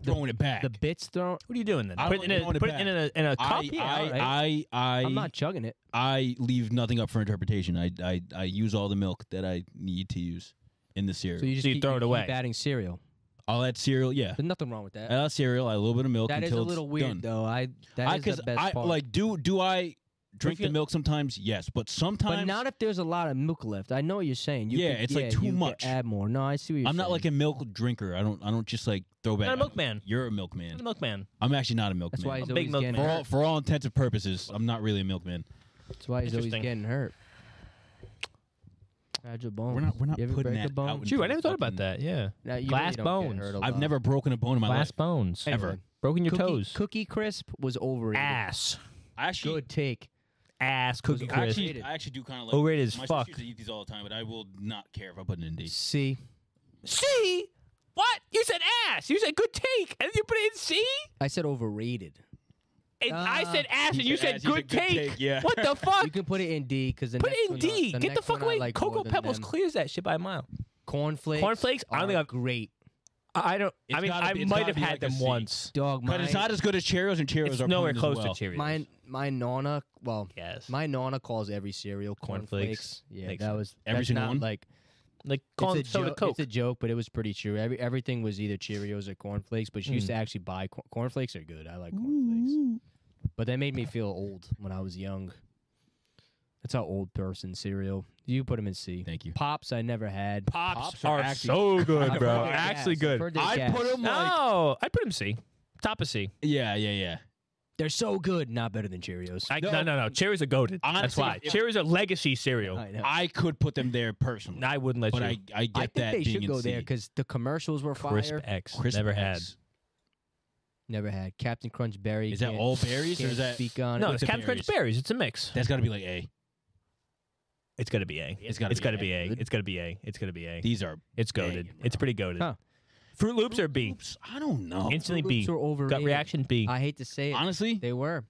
throwing it back.
The bits thrown.
what are you doing then?
I
Put
don't
it in a,
want it
put it
back.
in a, in a cup?
I,
Yeah,
I,
alright.
I, I,
I'm not chugging it.
I leave nothing up for interpretation. I, I, I use all the milk that I need to use in the cereal.
So you just
So you
keep,
throw it
keep
away.
Adding cereal.
I'll add cereal. Yeah,
There's nothing wrong with that.
I'll add cereal. I add a little bit of milk
that is
until
a little
it's done.
weird though. I that is
because
the best
I
part.
like do do I drink the
you-
milk sometimes? Yes, but sometimes
but not if there's a lot of milk left. I know what you're saying. You
Yeah,
could-
it's, like,
yeah,
too
you could
much.
Add more. No, I see what you're
I'm
saying.
not like a milk drinker. I don't I don't just like throw back.
Not a milkman.
You're a
I'm
milkman.
the milkman.
I'm actually not a milkman.
That's why he's
a
always
big milk
getting
man.
for all,
hurt.
for all intents and purposes, I'm not really a milkman.
That's why he's always
Interesting.
getting hurt. Fragile bones.
We're not we're not
You ever
putting
break a
that
bone?
out.
Shoot, I
into
never thought about
fucking-
that. Yeah.
No, you really
Glass
don't get
bones.
hurt a
I've
lot.
never broken a bone in my
Glass
life.
bones.
Anyway,
ever.
Broken your
Cookie,
toes. Ah,
Cookie crisp was overrated.
Ass.
I actually
Good take.
Ass
Those
cookie
are
I
crisp.
actually,
Overrated.
I actually do kind of like.
Overrated as
my
fuck.
sister used to eat these all the time, but I will not care if I put it in D.
C.
C? What? You said ass. You said good take. And then you put it in C?
I said overrated.
And I
Uh,
said ass
he
and you
said
said,
ass, you
good,
said good
take.
take, yeah.
What the fuck?
You can put it in D because the
put
next
it in
one
D.
I, the
Get the
next
fuck
one I
away.
like
Cocoa
more than
Pebbles
them.
clears that shit by a mile.
Cornflakes.
Cornflakes? I don't think
are
I've-
great.
I I don't. I
It's
mean,
gotta
I
be- it's
might
gotta
have
be
had
like a
them
C.
once.
Dog.
But
my,
it's not as good as Cheerios, and Cheerios
It's
are
nowhere
put in as
close
well.
to Cheerios.
my my nonna. Well,
yes.
my nonna calls every cereal cornflakes.
Cornflakes.
Yeah,
Makes
that
sense.
was
Every
that's
single
not
one?
Like
like
it's
corn
a,
soda
joke,
coke.
it's a joke, but it was pretty true. Every everything was either Cheerios or cornflakes. But she used
Mm.
to actually buy corn, cornflakes. Are good. I like cornflakes, but they made me feel old when I was young. That's how old person cereal. You put them in C.
Thank you.
Pops I never had.
Pops,
Pops are
are
actually-
so good,
I've
bro.
heard they're
Actually
gas. I've
good.
heard they're
I'd put
gas.
them like
No, I put him C. Top of C.
yeah, yeah, yeah.
They're so good, not better than Cheerios.
I,
No.
no, no, no. Cheerios are goaded. That's
Honestly,
why.
if-
Cheerios are legacy cereal.
I
I,
know.
I could put them there personally,
wouldn't let
but
you.
I I get
I think
that
they
being
should
in
go
C.
there because the commercials were fire.
Crisp X.
Crisp
never
X.
Never had Captain Crunch berry.
Is that
can't-
all berries or
can't
is that?
speak
had.
on
No,
it.
it's
the
Captain Crunch berries. It's a mix.
That's got to be like A.
It's gonna be A.
It's got to.
It's gotta be
A.
A. It's gotta be A. It's gonna be A.
These are
It's goaded.
banging,
It's
bro.
pretty goaded.
Huh.
Fruit Loops are B.
Oops, I don't know.
Instantly
Fruit Loops
B.
were
Gut
overrated.
reaction B.
I hate to say it.
Honestly,
They were.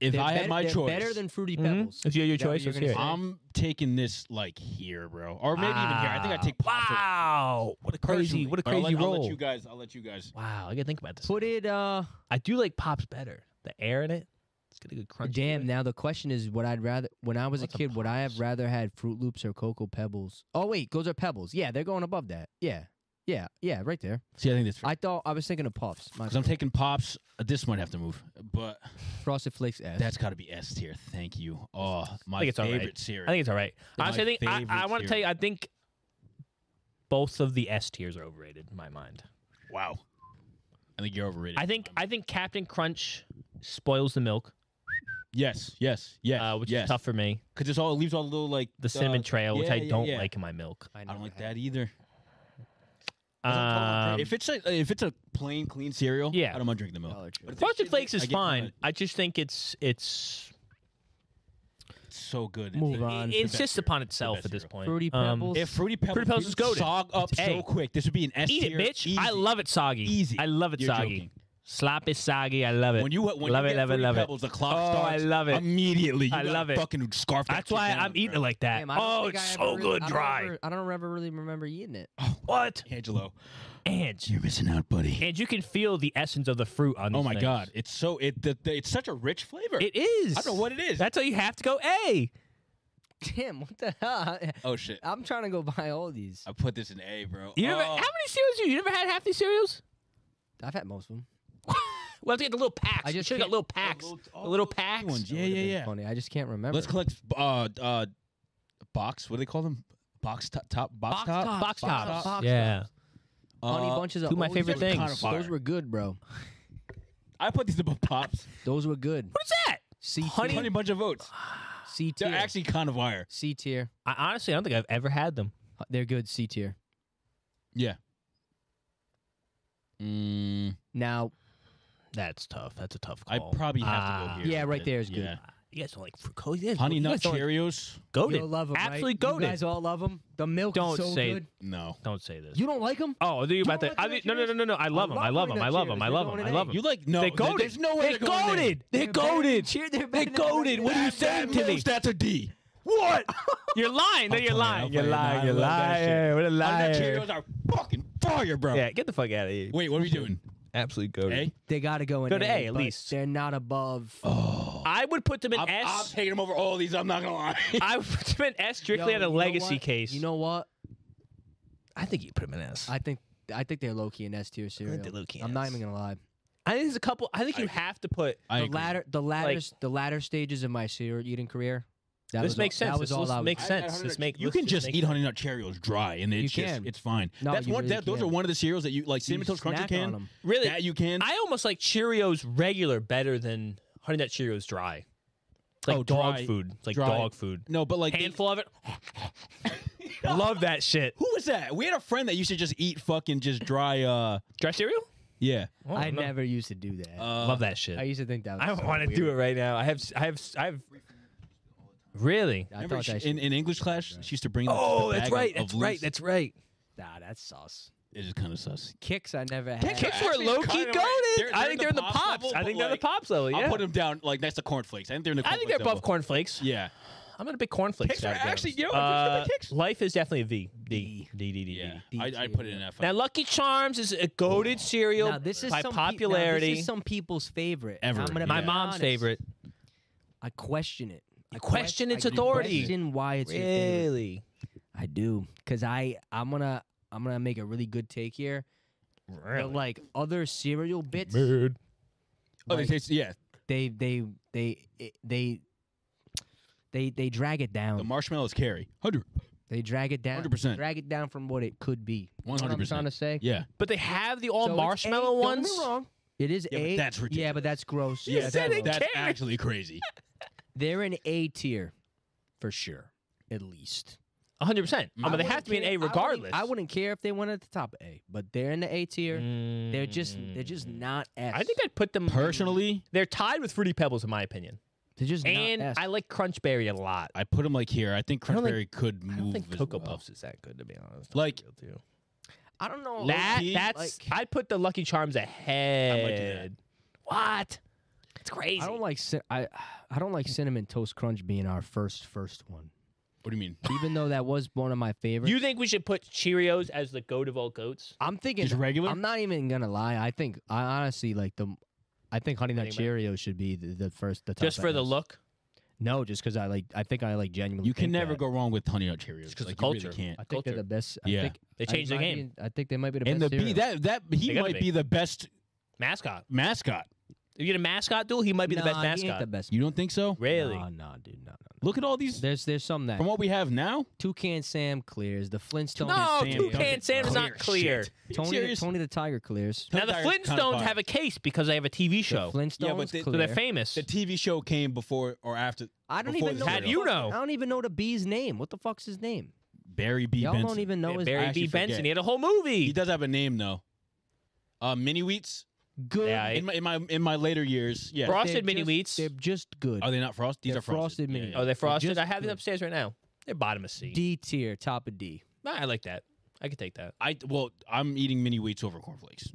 if
They're
I
better-
had my
they're
choice, Mm-hmm.
Better than Fruity
Mhm.
Pebbles.
If you had your
Is that what
choice,
you're
let's
gonna
hear it.
say?
I'm taking this like here, bro, or maybe even here. I think I take pops. over-
Wow. What a crazy.
personally,
What a
but I'll
crazy
let,
roll.
I'll let you guys. I'll let you guys.
Wow, I gotta think about this.
Put it. Uh,
I do like pops better. The air in it, it's got a good crunch. to
damn.
it.
Now the question is, what I'd rather when I was
Lots
a
of
kid, would I have
pops.
rather had Fruit Loops or Cocoa Pebbles? Oh wait, those are Pebbles. Yeah, they're going above that. Yeah, yeah, yeah, right there.
See, I think that's
I thought I was thinking of Puffs. My
because I'm taking pops. Uh, This might have to move, but
Frosted Flakes S.
that's got to be S tier. Thank you. Oh, my
think it's all right.
favorite series.
I think it's all right.
They're
Honestly, I
my
think I,
favorite
I want to tell you.
cereal.
I think both of the S tiers are overrated in my mind.
wow. I think you're overrated.
I think I think Captain Crunch spoils the milk,
yes, yes, yes,
uh, which
yes.
is tough for me.
because it's all it leaves all the little like
The cinnamon trail, which
yeah,
I
yeah,
don't
yeah.
like in my milk.
I
never
don't like
had
that either. 'Cause I'm
Um,
told- if it's a if it's a plain clean cereal,
Yeah.
I don't mind drinking the milk.
Dollar Tree.
But if there's
Frosted
shit in it,
Flakes is
I get kinda-
fine. I just think it's it's
It's so good. It's
Move
like-
on.
it insists
cereal.
upon
It's the
itself
best
at this
cereal.
point.
Fruity
Um,
Pebbles.
If fruity pebbles,
Fruity Pebbles
didn't
is goated.
sog up
It's
so
A.
quick, this would be an S
eat it,
tier.
bitch. I
easy.
love it soggy.
Easy.
I love it
You're
soggy.
joking.
Slap is soggy. I love it.
When you when
love it,
you get
love it,
Fruity
love it.
Pebbles, the clock
Oh, I
starts
love it.
immediately. You
I
gotta
love it.
Fucking scarf. that
That's
shit
why
down,
I'm eating it
bro.
like that.
Damn, I don't
oh,
think I
it's
ever
so
really-
good
I don't
dry.
ever- I don't ever really remember eating it.
what?
Angelo,
And
you're missing out, buddy.
and you can feel the essence of the fruit on.
Oh
these
my
things.
god, it's so it the, the- it's such a rich flavor.
It is.
I don't know what it is.
That's why you have to go A.
Tim, what the hell?
Oh shit!
I'm trying to go buy all these.
I put this in A, bro.
You never,
Oh.
How many cereals you? You never had half these cereals?
I've had most of them.
We'll have to get the little packs.
I
I
just
just should have got
can't-
little packs. The little, packs.
Ones. Yeah, yeah, yeah.
Funny, I just can't remember.
Let's collect uh uh box. What do they call them? Box top, top box,
Box
top,
tops. Box tops.
tops.
yeah.
Honey
Uh,
bunches of
two of my
O's.
favorite
Those were-
things.
Those were good, bro.
I put these above pops.
Those were good.
What's that?
C
Honey,
tier.
bunch of oats.
Ah,
C
They're
tier.
actually kind of fire.
C tier.
I honestly I don't think I've ever had them.
They're good. C tier.
Yeah. Mm,
Now,
That's tough. That's a tough
I
call.
probably have
Ah.
to go here.
yeah, right
but-
there is good.
yeah.
Uh, You guys don't like fructose. You guys-
Honey
you
nut
guys don't like-
Cheerios.
Goated.
You'll love them.
Absolutely
right?
goated.
You guys all love them. The milk
Don't
is so
say-
good.
No.
don't say this.
You don't like them?
oh, are you about
don't
to? I
like
no, no, no, no, no. I love them. I love them.
Honey Nut
I love them. I
Cheerios.
love
They're
them.
going
I
in
love
A.
them.
You like no?
They
there-
goated.
There's no way
They
they're going in.
goated. They goated.
Cheer, they're
They
better than
goated. What are you
At
saying to me?
Most, That's a D.
What? You're lying. No, you're
I'll play it,
lying.
I'll
You're
play it. No,
lying.
I
You're
love that
lying.
shit.
What a
Honey nut
liar.
Cheerios are fucking fire, bro.
Yeah, get the fuck out of here.
Wait, what are we doing?
Absolutely goated.
A?
They gotta go in.
Go to
A,
A, at
but
least. Oh.
They're not above.
I would put them in
I'm, I'm
S.
taking them over all these. I'm not gonna lie.
I would put them in S strictly
Yo,
on a
you know
legacy
what?
case.
You know what?
I think you put them in S. I
I think I think they're low key in S tier cereal.
they're low-key in
I'm not
S.
even gonna lie.
think there's a couple. I think you have to put.
I
the
agree.
latter the latter the latter stages of my cereal eating career. That
This
was all-
makes sense.
That was
This
all
list
I was.
makes
I've had
sense.
Honey Nut
This make
you
let's
can
just
just
make
eat
sense.
Honey Nut Cheerios dry, and it's
You
just
can.
it's fine.
No,
That's
you
one.
really
that, those are
can.
one of the cereals that you like. Cinnamon Toast Crunch you
snack on
can.
'em.
Really,
That you can.
I almost like Cheerios regular better than Honey Nut Cheerios dry. It's Like
Oh,
dog
dry-
food. It's like
dry.
dog food.
no, but like they-
Handful of it. Love that shit.
who was that? We had a friend that used to just eat fucking just dry. Uh,
Dry cereal?
yeah.
Oh,
I
no.
never used to do that.
Uh,
Love that shit.
I used to think that. was
I
so
want to
weird.
do it right now. I have, I have, I have. Really?
I
Remember
thought
she-
that.
in,
shit-
in English class, she used to bring. Like,
Oh,
the
that's
bag
right.
Of,
That's
of
right. That's right.
nah, that's sauce.
It's just kind of sus.
Kicks I never had.
Kicks
Kicks
are
were
actually
low key
kinda
goaded.
right. They're-
I
they're
think they're in the pops.
level,
I
but
think they're in
like-
the pops level. Yeah.
I'll put them down like next to cornflakes. I think they're in the.
I think they're
cornflakes
above
level.
cornflakes.
Yeah.
I'm not a big cornflakes
Kicks are
guy, to be
actually-
honest.
yo, I'm just
Uh,
gonna kicks.
Life is definitely a V. D. D. D. D. D.
Yeah.
D.
I I put it in F.
Now, Lucky Charms is a goaded cereal
Now this is
by
some peop-
popularity.
now, this is some people's favorite.
Ever,
I'm gonna
yeah.
my
be
mom's
honest.
favorite.
I question it. I
question its
I
authority.
Question why it's your favorite.
Really?
I do, cause I I'm gonna I'm gonna make a really good take here. But
Really?
like other cereal bits,
Oh, they
like-
taste yeah.
they they they it- they they they drag it
The
down.
marshmallows carry hundred.
They drag it down.
100%.
Drag it down from what it could be. You know what I'm
100%.
trying to say.
Yeah.
But they have the
So
all
it's
marshmallow
A-
ones.
Don't get me wrong. It is
Yeah, but
a.
that's
Yeah, but
ridiculous.
that's gross.
You
yeah,
said
that's
it
gross.
That's actually crazy.
They're in A tier, for sure. At least.
100. percent I mean, they
wouldn't
have to be an
care-
A
I wouldn't-
regardless.
I wouldn't, care if they went at the top of A, but they're in the A tier. They're just they're just
Mm.
not S.
I think I'd put them
Personally,
They're tied with Fruity Pebbles in my opinion,
they're just
and
not S.
I like Crunchberry a lot.
I put them like here. I think
I don't think-
Crunchberry could move.
I don't think
as
Cocoa
well.
Puffs is that good to be honest. I'll
Like-
be real too.
I don't know.
that
key,
that's
like-
I'd put the Lucky Charms ahead. What? It's crazy.
I don't like cin- I I don't like cinnamon toast crunch being our first first one.
What do you mean?
Even though that was one of my favorites.
You think we should put Cheerios as the goat of all goats?
I'm thinking
Just regular?
I'm not even gonna lie. I think I honestly like the I think Honey Nut
Think about
Cheerios should be the, the first the top.
Just for the
S.
look?
No, just because I like I think I like genuinely.
You can
think
never
that.
go wrong with Honey Nut Cheerios.
It's 'cause
like,
the
You
culture.
really can't.
I think they're
Culture.
the best. I
Yeah.
think,
They
I
changed the
might
game.
be- I think they might be the
And the
best.
B
cereal.
that that he
gotta
might
be.
be the best
Mascot.
mascot.
If you get a mascot duel, he might be the best
Nah, he ain't
mascot.
the best.
You don't think so?
really?
Nah, nah, dude, no, no.
Look at all these.
There's there's some that
From what we have now,
Toucan Sam clears the Flintstones.
No,
Sam
Toucan
doesn't
Sam is
clear
not clear.
shit.
Tony the,
Serious?
Tony the Tiger clears.
Now the
Tiger's kinda
Flintstones
fire.
have a case because they have a TV show.
The Flintstones
Yeah, but they-
clear.
so
so they're famous.
The TV show came before or after
I don't
before
even know.
the
the
How do
cereal.
you
fucking-
know?
I don't even know the bee's name. What the fuck's his name?
Barry B.
Y'all
Benson.
don't even know
Yeah,
his
Barry
I
B.
actually forget.
Benson. He had a whole movie.
He does have a name though. Uh, mini wheats.
good.
Yeah, I-
In my, in my in my later years, yeah.
Bro-
They're
Frosted Mini
just-
Wheats.
They're just good.
Are they not frost? These
They're
are frosted.
frosted mini
Yeah,
oh,
yeah.
they're frosted.
just
I have them
good.
upstairs right now. They're bottom of C.
D tier, top of D.
Nah, I like that. I could take that.
I well, I'm eating mini wheats over cornflakes.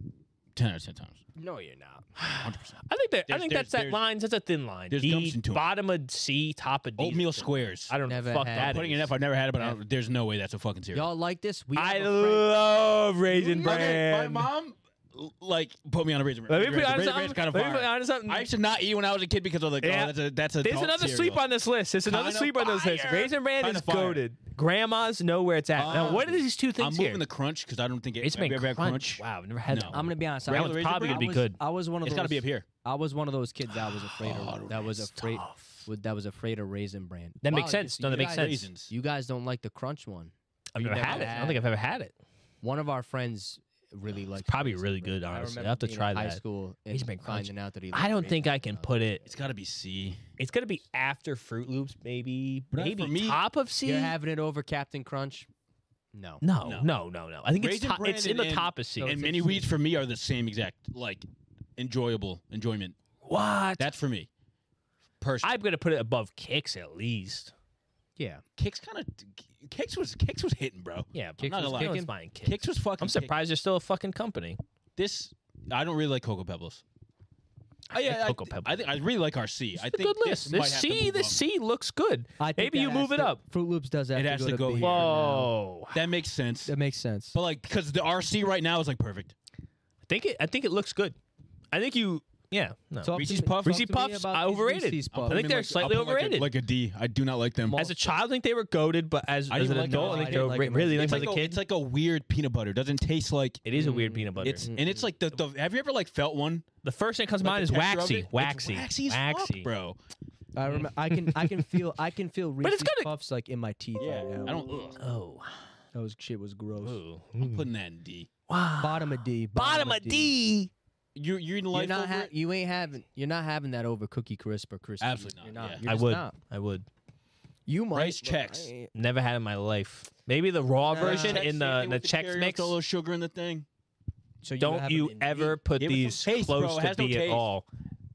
Ten out of ten times.
No, you're not.
Hundred percent.
I think that I
There's-
think
there's-
that's that
there's-
line. That's a thin line.
there's
D,
dumps into 'em.
bottom of C, top of D.
Oatmeal squares.
I don't know.
Never
Fuck
had
that.
I'm putting
is.
an F. I've never had it, but I don't, there's no way that's a fucking cereal.
Y'all like this? We
I
have a friend-
love raisin
Okay,
bran.
my mom l- like put me on a razor.
Let me be honest,
razor
I'm-
Ranch kind of
let me
fire.
be honest, I'm-
I used to not eat when I was a kid because I was like,
Yeah.
oh, that's a that's a.
There's another sleep on this list. There's another
Kinda
sleep on this list.
fire.
Raisin Bran
Kinda
is
fire.
goaded. Grandma's know where it's at. now, what are these two things
I'm
here?
moving the crunch because I don't think it,
Raisin
have you
Bran
ever had
crunch.
crunch.
Wow, I've never had
No.
that.
I'm gonna be honest. I
That
was
one's probably
I
gonna be
was-
good.
I was one of
It's
those.
gotta be up here.
I was one of those kids that was afraid
Oh,
of. That was afraid. With, that was afraid of raisin bran.
That
Wow,
makes
you-
sense. No,
you
that makes
guys-
sense.
Raisins.
You guys don't like the crunch one.
I've
You
never had it. I don't think I've ever had it.
One of our friends really liked.
Probably
raisin
really
bran.
good, honestly. I
remember
have to
being in
try
High
that.
school.
Raisin
and
Bran crunch.
finding out that he.
I
liked
don't
raisin
think I can
bran.
put it.
It's gotta be C.
It's gonna be after Fruit Loops, maybe,
But I-
maybe
for me-
top of C.
You're having it over Captain Crunch. No.
no,
No.
no, no, no. I think it's
Raisin
top,
Bran
it's in the
and-
top of C.
and mini wheats for me are the same exact like enjoyable enjoyment.
What?
That's for me. Personally,
I'm gonna put it above kicks at least.
Yeah.
kicks kind of kicks was kicks was hitting, bro.
Yeah,
I'm
kicks
not
was
gonna lie.
kicking. Buying kicks.
Kicks was fucking.
I'm surprised you're still a fucking company.
kick- This I don't really like cocoa pebbles. I,
like
I,
Cocoa
I,
Pebbles.
I, think I really like our C. I
It's a
think
good list.
this might
This
have to
C,
move
this
up.
C looks good.
I think
Maybe
that
you
has
move it
to-
up.
Fruit Loops does have
It
to
has
go
to go
B
here. Oh.
for now.
Whoa.
That makes sense.
That makes sense.
but like because the RC right now is like perfect.
I think it. I think it looks good. I think you. Yeah. No.
Talk to
Reese's Puffs-
me- talk
Reese's
to me
Puffs
about
are
these
overrated.
Reese's
I'm
Puffs.
putting- think they're
I'll put
slightly
like a-
overrated.
Like a D. I do not like them.
as a child, I think they were goaded, but as,
I
as an
didn't like them.
adult, I
I
think they
didn't
were
like
re-
them.
really
it's
like
like
as a
a,
kid.
it's like a weird peanut butter. Doesn't taste like Mm,
It is a weird peanut butter.
it's and it's like the, the have you ever like felt one?
the first thing that comes to
Like
mind
the
is
texture of it?
waxy,
It's
waxy,
waxy, as fuck, bro.
I remember. I can. I can feel. I can feel
it's
Reese's
gonna-
Puffs like in my teeth right now.
I don't. ugh,
Oh,
That was shit. Was gross.
I'm putting that in D.
wow.
Bottom of D.
Bottom of D.
You you're in
You're
life
not.
over
Ha-
it?
you ain't having. You're not having that over Cookie Crisp or Crisp.
Absolutely
You're
not,
not.
yeah.
You're
I
just
would.
Not.
I would.
You might.
Rice
but
checks.
I ain't.
Never had in my life. Maybe the raw
Nah.
version
Chex,
in
yeah,
the
with
the Chex
carrot,
mix.
a little sugar in the thing.
So you
Don't
have
you
them in
ever put
Give it some
these
taste, bro.
close
It
to
has no
B at
taste.
all.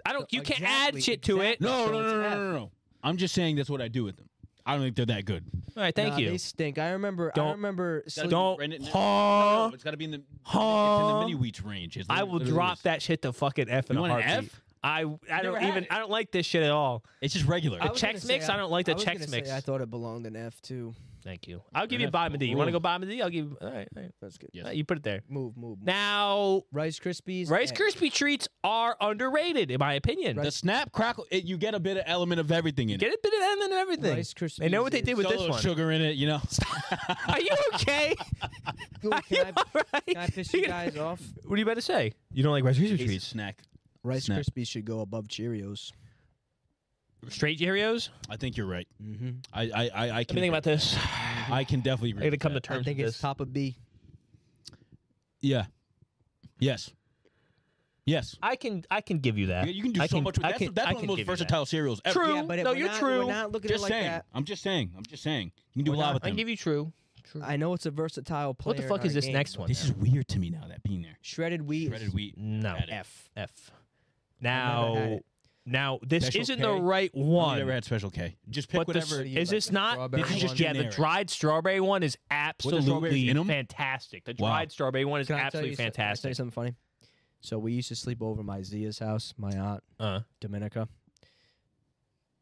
I don't. You can't
Exactly,
aid shit to it.
exactly.
No,
So
no,
it's
no, no,
F.
no, no, no. I'm just saying that's what I do with them. I don't think they're that good.
All right. Thank
Nah,
you.
They stink. I remember. I
Don't-
remember. Sleep,
Don't.
Brendan- no,
Huh?
it's got to be in the
Huh?
it's in the mini wheat range. It's
I
literally-
will
literally
drop
is.
that shit to fucking F in
You
a
want an
heartbeat.
F?
I I
never
don't
had
even
it.
I don't like this shit at all.
It's just regular.
I
The
was
Chex
gonna say
Mix, I don't like the
I was
Chex
gonna say
Mix.
I thought it belonged in F too.
Thank you. I'll give you
F.
bottom of D. You want to
Ooh.
go bottom of D? I'll give. you- All right, all right.
That's good.
Yes.
All right, you put it there.
Move, move. move.
Now,
Rice Krispies.
Rice
F.
Krispie treats are underrated, in my opinion.
the snap crackle, it, you get a bit of element of everything in
Get a bit of that and everything.
Rice Krispies.
They know what they did
is-
it.
with
Got a
this
little
one.
sugar in it, you know.
Are you okay?
Yo,
Are you
Can I,
all right?
can I piss you guys off?
What are you about to say? You don't like Rice Krispie
It's a
treats?
snack.
Rice
Snap.
Krispies should go above Cheerios.
Straight Cheerios?
I think you're right.
Mm-hmm.
I I I, I
Let
can
me think about this.
I can
I
definitely agree.
gotta
with
come to
that.
terms
I think
with
it's
this.
top of B.
Yeah. Yes. Yes.
I can I can give you that.
You- You can do
I
so much with
I
that's, that's
I
one of the most
give you that.
versatile cereals ever.
True.
Yeah, but if
no,
we're
you're
not,
true.
We're not looking
Just
at it like
saying.
that.
I'm just saying. I'm just saying. You can do a lot with
I
them.
can give you true. True.
I know it's a versatile player.
What the
in
fuck
our
is this
game,
next
but
one?
this is weird to me now that being there.
Shredded wheat.
Shredded wheat.
No.
Had it.
F. F.
never had
Now,
it.
now this
Special
isn't
K?
the right one.
I never had special K. Just pick
but this,
whatever.
you
is
like,
this
the
not?
strawberry
This is just
one?
yeah. The
Generic.
dried strawberry one is
strawberries
absolutely
in 'em?
fantastic. The
Wow.
dried strawberry one is
Can I tell
absolutely
you some- can I tell you
fantastic.
something funny. So we used to sleep over my Zia's house, my aunt
Uh,
Dominica.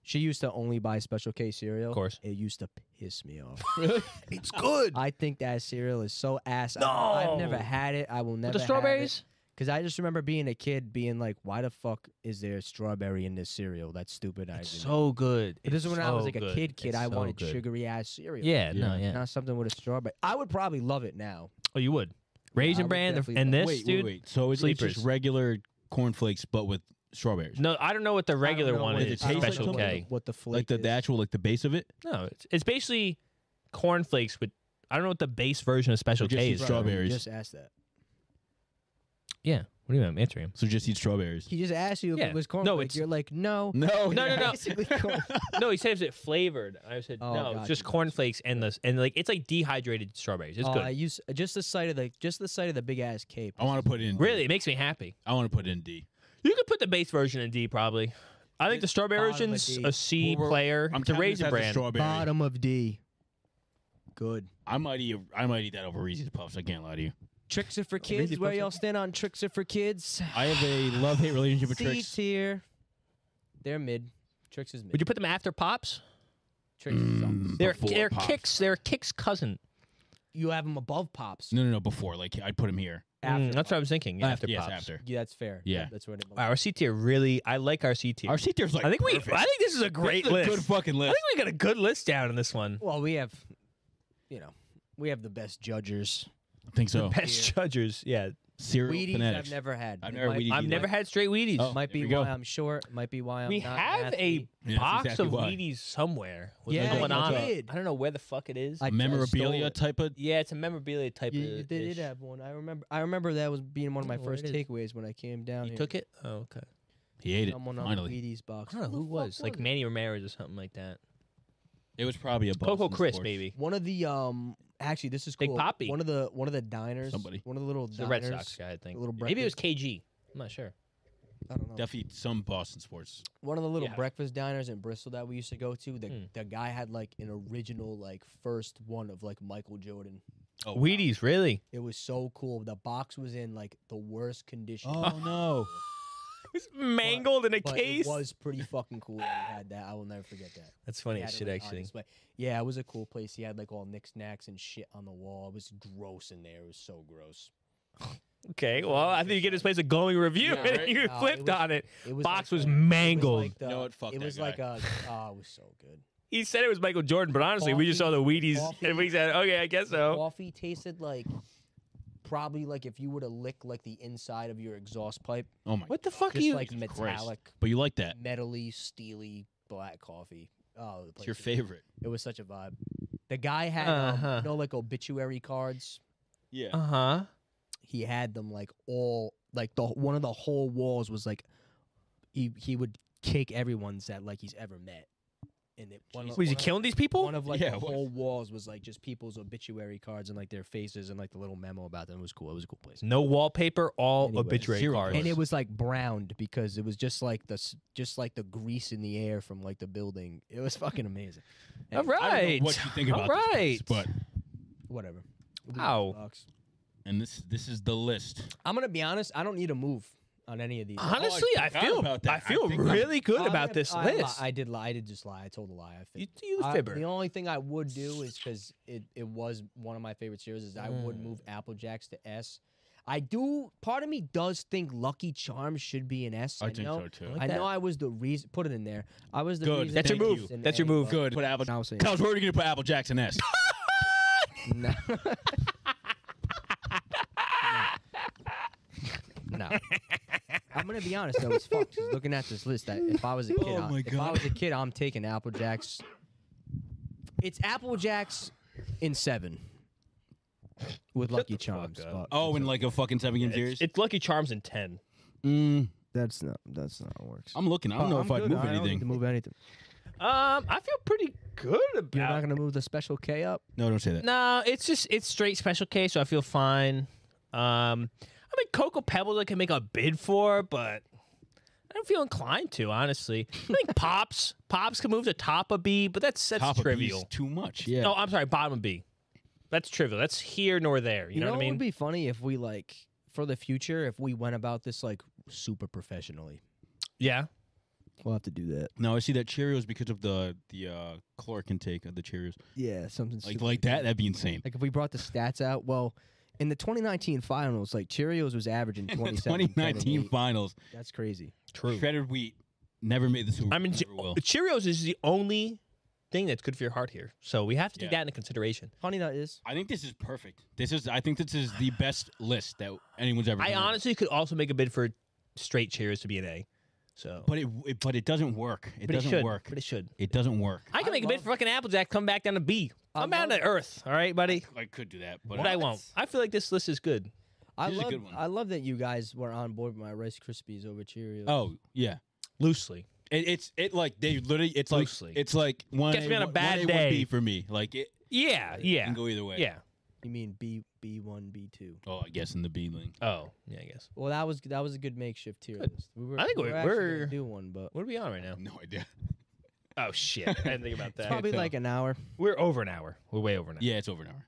She used to only buy Special K cereal. Of
course.
it used to piss me off.
it's good.
I think that cereal is so ass. I, I've never
No.
had it. I will never.
the strawberries.
Because I just remember being a kid, being like, "Why the fuck is there strawberry in this cereal? That's stupid." I
It's
didn't-
so good.
But this is
It's
when I was
so
like a
good.
kid, kid.
It's
I
so
wanted
good.
sugary ass cereal.
Yeah, no, yeah.
Not something with a strawberry. I would probably love it now.
Oh, you would.
I
Raisin
would
bran the-
definitely
and
love-
this
wait,
dude.
wait, wait. So it's, it's just
Sleepers.
regular cornflakes, but with strawberries.
No, I don't know what the regular
know
one
what
it
is.
tastes like.
Special
What
K.
the- What the flake
like the, the
is.
actual like the base of it.
No, it's, it's basically cornflakes with I don't know what the base version of Special
just
K
eat
is.
Bro,
strawberries.
Just ask that.
Yeah. What do you mean? I'm answering him.
So just eat strawberries.
He just asked you if
Yeah.
it was corn.
No,
flake.
it's-
You're like, no.
No,
No, no, no.
Basically corn-
no, he said is it flavored. I said
Oh,
no, it's
gotcha,
just
gotcha.
cornflakes and the and like it's like dehydrated strawberries. It's
Oh, I
good.
use just the sight of the just the sight of the big ass cape.
I want to put it in. D.
Really, it makes me happy.
I want to put it in D.
You could put the base version in D probably. I think the strawberry
bottom of
version's
D.
a C
Well, we're-
player.
I'm
it's a
counting this
raisin
as
brand.
strawberry.
Bottom of D. Good.
I might eat. I might eat that over Reese's Puffs. I can't lie to you.
Tricks are for kids. Where y'all stand on tricks are for kids?
I have a love hate relationship with
C
tricks.
tier. They're mid. Tricks is mid.
Would you put them after pops?
Tricks
Mm.
is up.
They're
Before
they're
Pops.
kicks. They're kicks cousin.
You have them above pops.
No, no, no. Before, like I'd put him here.
after.
Mm, that's what I was thinking. Yeah, after,
After- Uh, yes,
pops.
after.
Yeah, that's fair.
Yeah.
that's what it.
Wow, our C tier really. I like our C tier.
Our seat there's like
I think we.
perfect.
I think this is a great
this is
list.
a good fucking
I
list.
think we got a good list down in this one.
Well, we have, you know, we have the best judges.
I think
Oh,
so.
Best judges. Yeah,
Serial
Wheaties
fanatics.
I've never had.
I've
It
never
might-
Wheaties
I've
either.
never had straight Wheaties.
Oh,
Might
there
be
we go.
why I'm short. Might be why I'm.
we
not
have a
athlete.
Yeah, that's
box
exactly
of
why.
Wheaties somewhere. with
Yeah,
going
you
on.
did.
I don't know where the fuck it is.
I- I stole
memorabilia
it.
type of.
yeah, it's a memorabilia type.
You,
of
you did
uh, ish.
have one. I remember. I remember that was being one of my
Oh,
first
it is.
takeaways when I came down.
You
here.
took it. Oh, okay.
He ate it.
someone on the
Finally,
Wheaties box.
I don't know who was like Manny Ramirez or something like that.
it was probably a
Coco
Boston
Chris,
Sports.
maybe.
One of the um. Actually, this is
Big
cool.
Poppy.
One of the one of the diners.
Somebody.
One of the little
It's
diners.
the Red Sox guy, I think.
little
Maybe it was KG. I'm not sure.
I don't know.
Definitely some Boston sports.
one of the little
Yeah.
breakfast diners in Bristol that we used to go to. The
Hmm.
the guy had like an original like first one of like Michael Jordan.
Oh,
Wheaties, really?
It was so cool. The box was in like the worst condition.
Oh no!
It's mangled in a
But
case.
it was pretty fucking cool that he had that. I will never forget that.
That's
He
funny
had
as
it,
shit,
like, on
actually.
display. Yeah, it was a cool place. He had like all knick snacks and shit on the wall. It was gross in there. It was so gross.
Okay, well, I think you get this place a glowing review,
Yeah,
and
right?
you
Uh, it
flipped
was-
on it.
It was
Box
like
was
the- it was
mangled.
like the-
know what? Fuck
It
that
was
guy.
like a oh, it was so good.
He said it was Michael Jordan, but honestly, we just saw the Wheaties,
Coffee.
and we said, "Okay, I guess so."
coffee tasted like probably like if you were to lick like the inside of your exhaust pipe.
Oh my.
What the fuck are
Just
you?
like
Jesus Christ.
metallic,
But you like that?
metally, steely black coffee. Oh, the
It's
place
your
was-
favorite.
It was such a vibe. The guy had
Uh-huh.
um, you know like obituary cards.
Yeah.
uh huh.
He had them like all like the one of the whole walls was like he he would kick everyone's that like he's ever met. And it one of-
Was he
one of-
killing these people?
One of like
Yeah,
the
it was.
whole walls was like just people's obituary cards and like their faces and like the little memo about them. It was cool. It was a cool place.
No wallpaper, all
Anyways.
obituary
Zero
cards.
And it was like browned because it was just like the s- just like the grease in the air from like the building. It was fucking amazing.
all
I don't know
right.
what you think about
all right.
this place, but
Whatever.
Ow.
Bucks.
and this this is the list.
I'm gonna be honest. I don't need a move on any of these.
honestly,
Oh, I
I
forgot
feel
about that.
I feel
I think I-
really good
I'm
about
gonna-
this
I li-
list.
I did lie. I did just lie. I told a lie. I
you,
think.
you
I-
fibber.
the only thing I would do is because it, it was one of my favorite series is I would
Mm.
move Apple Jacks to S. I do. Part of me does think Lucky Charms should be an S. I,
I think
know.
so too.
I
that.
know I was the reason. Put it in there. I was the
Good,
reason.
that's your
it
move.
was in
That's your
A,
move.
but-
Good. Put Apple.
Now I'm saying-
Tell us where are you gonna put Apple Jackson S?
No. no. I'm gonna be honest though, it's fucked. 'cause looking at this list, I, if I was a kid,
Oh
I,
my
if I
God.
was a kid, I'm taking Apple Jacks. It's Apple Jacks in seven with Lucky Charms. but-
Oh, in like a fucking seven game series.
It's, it's Lucky Charms in ten.
Mm, that's not that's not how it works.
I'm looking. I don't know if I'd
Oh, good.
move
I don't need to
anything.
move anything.
Um, I feel pretty good about.
You're not gonna move the special K up.
No, don't say that.
No, it's just it's straight special case, so I feel fine. Um, I mean, Cocoa Pebbles I can make a bid for, but I don't feel inclined to honestly. I think Pops Pops can move to top of B, but that's that's
Top of
trivial.
B's too much. Yeah.
No, I'm sorry, bottom of B. That's trivial. That's here nor there. You, know, what I
it
mean?
would be funny if we like for the future if we went about this like super professionally.
yeah.
We'll have to do that.
No, I see that Cheerios because of the the uh, caloric intake of the Cheerios.
Yeah, something
Like
stupid
like that, that'd be insane.
Like if we brought the stats out, well, in the 2019 finals, like Cheerios was averaging
In the
27.
2019
28.
finals,
That's crazy.
True.
shredded wheat never made the Super Bowl.
I mean,
never will.
Cheerios is the only thing that's good for your heart here, so we have to take
Yeah.
that into consideration.
Honey Nut is.
I think this is perfect. This is I think this is the best list that anyone's ever.
I
done.
honestly could also make a bid for straight Cheerios to be an A. So,
but it, it but it doesn't work. It
but it
doesn't
should.
work.
But it should.
It doesn't work.
I can
I
make a bid
love-
for fucking Applejack. Come back down to B.
I
I'm down
love-
to Earth. All right, buddy.
I could do that,
But I won't. I feel like this list is good.
I
This is a
love.
good one.
I love that you guys were on board with my Rice Krispies over Cheerios.
Oh yeah,
Loosely.
it, it's it like they literally it's like
Loosely.
it's like one
Gets me on a bad
one one B
day.
for me. Like it
Yeah. Yeah.
can go either way.
Yeah.
You mean B B one B two?
Oh, I guess in the B link.
Oh. Yeah. I guess.
Well, that was that was a good makeshift tier list. We were,
I think
we
we-
were actually
we're-
gonna do one, but
What are we on right now?
No idea.
Oh shit. I didn't think about
it's
that.
probably
tell.
like an hour.
We're over an hour. We're way over an hour.
Yeah, it's over an hour.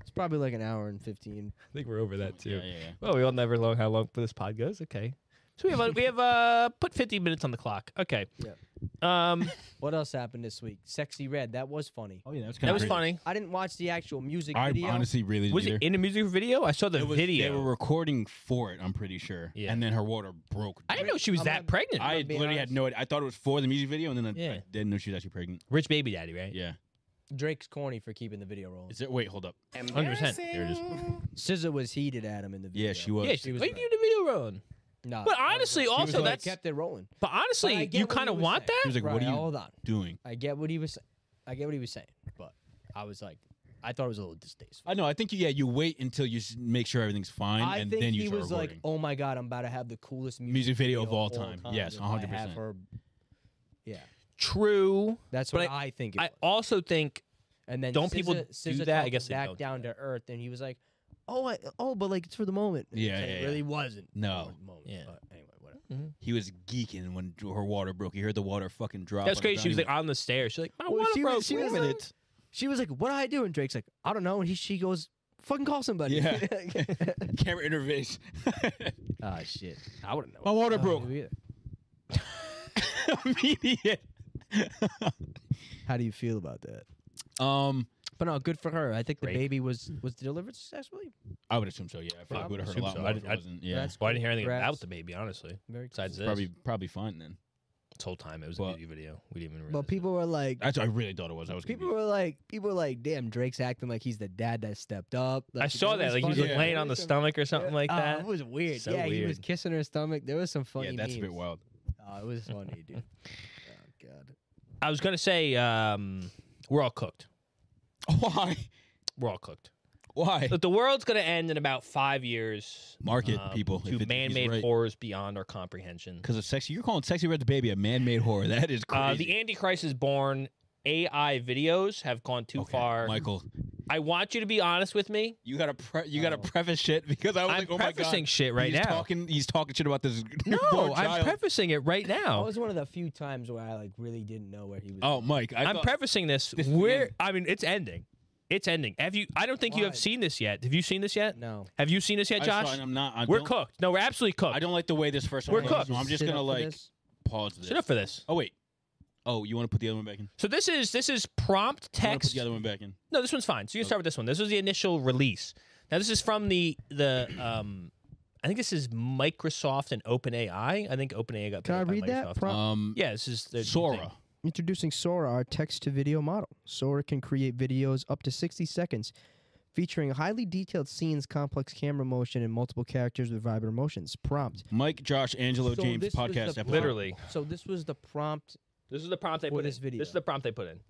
It's probably like an hour and fifteen.
I think we're over that too.
Yeah, yeah, yeah.
Well, we all never know how long this pod goes. Okay. So we have a, we have uh put 15 minutes on the clock. Okay. Yeah. Um,
what else happened this week? Sexy Red. That was funny.
Oh yeah, that's
That was funny.
I didn't watch the actual music
I
video.
honestly really didn't
Was
either.
it in a music video? I saw the
It was-
video.
They were recording for it, I'm pretty sure.
Yeah.
And then her water broke.
I didn't know she was
I'm
that
not-
pregnant.
I
being
literally had
honest.
no idea. I thought it was for the music video, and then I,
Yeah.
I didn't know she was actually pregnant.
Rich baby daddy, right?
Yeah.
Drake's corny for keeping the video rolling.
Is it? Wait, hold up.
100%.
There it is.
SZA was heated at him in the video.
Yeah, she was.
Yeah, she
was
was. Why
right.
you the video rolling?
Nah,
But
that was-
honestly,
she was
also,
like,
that's-
kept it rolling.
But
But I
honestly,
get
you
what he
kind of
was
want
saying.
that?
She was like, "What
Right,
are you
Hold on.
doing?"
I get what he was. I get what he was saying, but I was like, I thought it was a little distasteful.
I know. I think you, yeah, you wait until you s- make sure everything's fine,
I
and
think
then you
he
start
was
recording.
like, "Oh my god, I'm about to have the coolest music,
Music video of all
time.
time. Yes,
if I have
100%.
her- Yeah,
True.
that's
But
what I, think. It
I
was.
also think
And then
Don't people do
SZA- SZA
that? I
talked
guess they
back
don't do
down to earth, and he was like, "Oh, I, oh, but like it's for the moment." And
Yeah,
it's like,
yeah,
it
yeah.
really wasn't. for
No.
the moment,
Yeah.
but anyway, whatever.
he was geeking when dr- her water broke. He heard the water fucking drop.
that was
on the
crazy. She was
ground.
like on the stairs. She's like, my
Well,
water
she was-
broke.
she
Wait a
was like-
minute.
She was like, "What do I do?" And Drake's like, "I don't know." And he, she goes, "Fucking call somebody."
Yeah. camera interface.
Ah, shit. I wouldn't know.
My water
Oh,
broke.
me either.
Immediate.
How do you feel about that?
um,
But no, good for her. I think
Drake.
the baby was was delivered successfully.
I would assume so. Yeah, I feel like
I
would
would
have heard a
assume
lot
so.
more.
I
if
did-
it
I-
wasn't. Yeah,
That's
Well, Oh, I didn't hear anything
Congrats.
about the baby, honestly.
Very
Besides this,
probably probably fine then.
this whole time it was
But-
a music video. We didn't even.
But
realize it.
people were like,
That's what I really thought it was. I was
people
confused.
were like, people were like, damn, Drake's acting like he's the dad that stepped up.
I saw that. Like he was like
Yeah.
laying on the stomach or something like that.
Oh, it was weird.
So
yeah, he was
weird.
kissing her stomach. There was some funny.
Yeah, that's a bit
memes.
wild.
Oh, it was funny, dude. oh god.
I was gonna say um, we're all cooked.
Why?
We're all cooked.
Why?
Uh,
Look, the world's gonna end in about five years.
Market
um,
people. if it- if
to
he's
man-made
right.
horrors beyond our comprehension.
Because of sexy, you're calling sexy red the baby a man-made horror. That is crazy.
Uh, the Antichrist is born. AI videos have gone too
Okay,
far.
Michael.
I want you to be honest with me.
You gotta pre- you gotta
Oh.
preface shit because I was
I'm
like, oh my
prefacing
god,
shit right
he's
now.
Talking, he's talking shit about this. newborn
No, I'm
child.
prefacing it right
That
now.
was one of the few times where I like really didn't know where he was.
Oh, Mike, I
I'm
thought-
prefacing this.
This is the
Where
end.
I mean, it's ending. It's ending. Have you? I don't think you have
Why?
seen this yet. Have you seen this yet?
No.
Have you seen this yet,
I
Josh?
saw it and I'm not. I
We're
don't-
cooked. No, we're absolutely cooked.
I don't like the way this first
We're
one. was,
cooked.
So I'm just
Sit
gonna
up for
like
this?
pause this.
Sit up for this.
Oh wait. Oh, you want to put the other one back in?
So this is this is prompt
You wanna put
text.
the other one Oh. back in.
No, this one's fine. So you can start with this one. This was the initial release. Now this is from the the um, I think this is Microsoft and OpenAI. I think OpenAI got. picked
Can I
up by
read that?
Microsoft.
Pro-
Um,
yeah, this is the new thing.
Sora.
Introducing Sora, our text to video model. Sora can create videos up to 60 seconds featuring highly detailed scenes, complex camera motion, and multiple characters with vibrant emotions. Prompt.
Mike, Josh, Angelo,
So
James
this was the
podcast episode.
Literally,
So, this was the prompt.
this is the prompt they
For
put
this
in.
video.
This is the prompt they put in.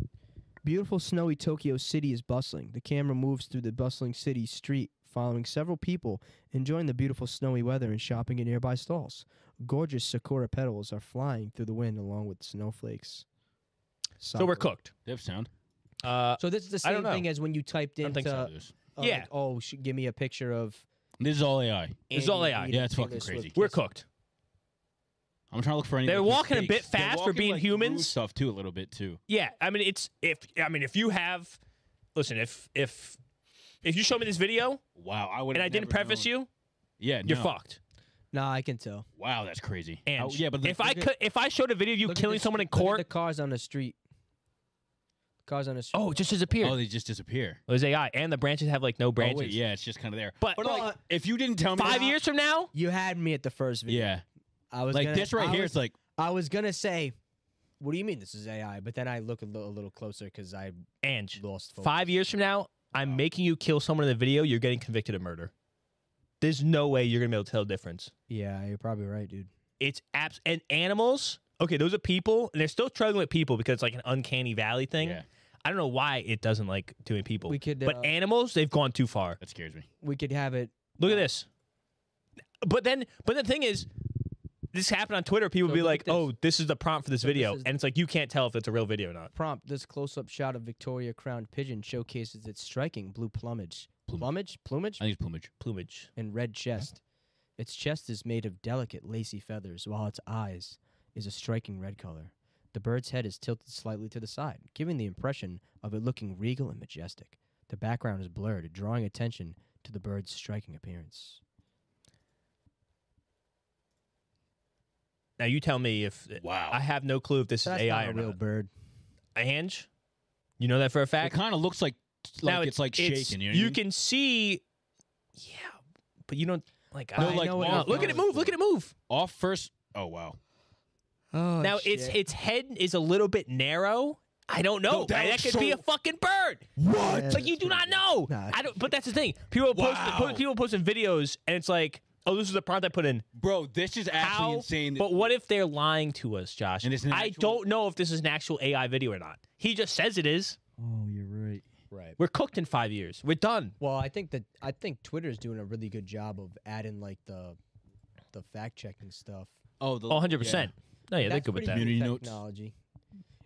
Beautiful, snowy Tokyo City is bustling. The camera moves through the bustling city street, following several people enjoying the beautiful snowy weather and shopping in nearby stalls. Gorgeous sakura petals are flying through the wind along with snowflakes.
So we're cooked.
They have sound.
Uh,
So this is the
I don't
same
know.
thing as when you typed
don't
into
think so.
uh,
This
like,
Yeah.
oh, sh- give me a picture of.
This is all AI.
It's all
Andy
AI.
Reid
Yeah,
and
it's fucking
Taylor Swift
crazy.
we're
kissing.
cooked.
I'm trying to look for any.
They're
like,
walking a bit
mistakes. They're
fast for
walking,
being
like, through
humans.
Stuff too, a little bit too.
Yeah, I mean it's if I mean if you have, listen if if if you show me this video
Wow, I would.
and I didn't preface you,
Yeah,
you're
no.
fucked.
Nah, I can tell.
Wow, that's crazy.
And
How- yeah, but the-
if I
Oh, look at-
could, if I showed a video of you
Look at
killing
this-
someone in
look at
court,
the cars on the street. Cars on the street.
oh, it just disappeared.
oh, they just disappear.
it was AI, and the branches have like no branches.
Oh, wait, yeah, it's just kind of there.
But-
like,
But-
if you didn't tell me,
Five years from now,
you had me at the first video.
yeah,
I was
like
gonna-
this right
I
here,
was-
it's like
I was gonna say, what do you mean this is AI? But then I look a little, a little closer because I
Ange,
lost focus.
five years from now, I'm making you kill someone in the video. You're getting convicted of murder. There's no way you're gonna be able to tell the difference.
Yeah, you're probably right, dude.
It's apps and animals. Okay, those are people, and they're still struggling with people because it's like an uncanny valley thing.
Yeah.
I don't know why it doesn't like doing people.
We could,
but
uh,
animals, they've gone too far.
that scares me.
We could have it.
Look at this. But then, but the thing is, this happened on Twitter. People
So
be
look
like,
at this.
"Oh, this is the prompt for this
So this
video,"
is-
and it's like you can't tell if it's a real video or not.
Prompt: This close-up shot of Victoria crowned pigeon showcases its striking blue plumage, plumage, plumage,
I think it's plumage.
Plumage.
and red chest. Its chest is made of delicate lacy feathers, while its eyes is a striking red color. The bird's head is tilted slightly to the side, giving the impression of it looking regal and majestic. The background is blurred, drawing attention to the bird's striking appearance.
Now you tell me if
wow.
I have no clue if this
That's
is AI
not a
or
real
not.
bird.
A hinge? You know that for a
It
fact?
kind of looks like like
now
it's, like
it's-
shaking. You, know
you
what I mean?
can see, yeah, but you don't like.
No,
I
like,
know
off-
it. Look at it move. Look at it move.
off first. Oh wow.
Oh,
now its its head is a little bit narrow. I don't know.
No, that
that
was
could be a
so-
fucking bird.
What?
like you do not know.
Nah.
I don't. But that's the thing. People are post,
Wow.
po- people posting videos, and it's like, oh, this is the prompt I put in.
Bro, this is actually
How?
insane.
But what if they're lying to us, Josh?
And it's an
I
actual-
don't know if this is an actual AI video or not. He just says it is.
Oh, you're right.
Right.
We're cooked in five years. We're done.
Well, I think that I think Twitter's doing a really good job of adding like the the fact checking stuff.
Oh, the,
Oh, 100 percent. No, yeah, they're
That's
good with
pretty
that.
Community
cool
notes.
technology.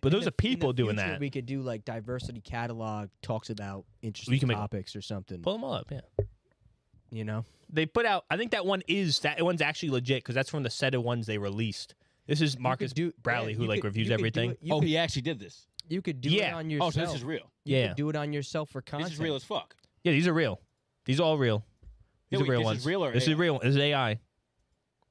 But
In
those
the-
are people
in the
doing
future,
that.
We could do like diversity catalog talks about interesting
can make-
topics or something.
Pull them all up. Yeah.
You know,
They put out. I think that one is that one's actually legit because that's from the set of ones they released. This is Marcus
do-
Browley
yeah,
who
you
like
could-
reviews
you could do
everything.
it- you
oh,
could-
he actually did this.
You could do it
Yeah.
on yourself.
Oh, so this is real.
You
Yeah.
could do it on yourself for content.
This is real as fuck.
Yeah, these are real. These are all real. These
Yeah,
are
wait,
real
this is
ones.
real or
this
AI?
is real. This is AI.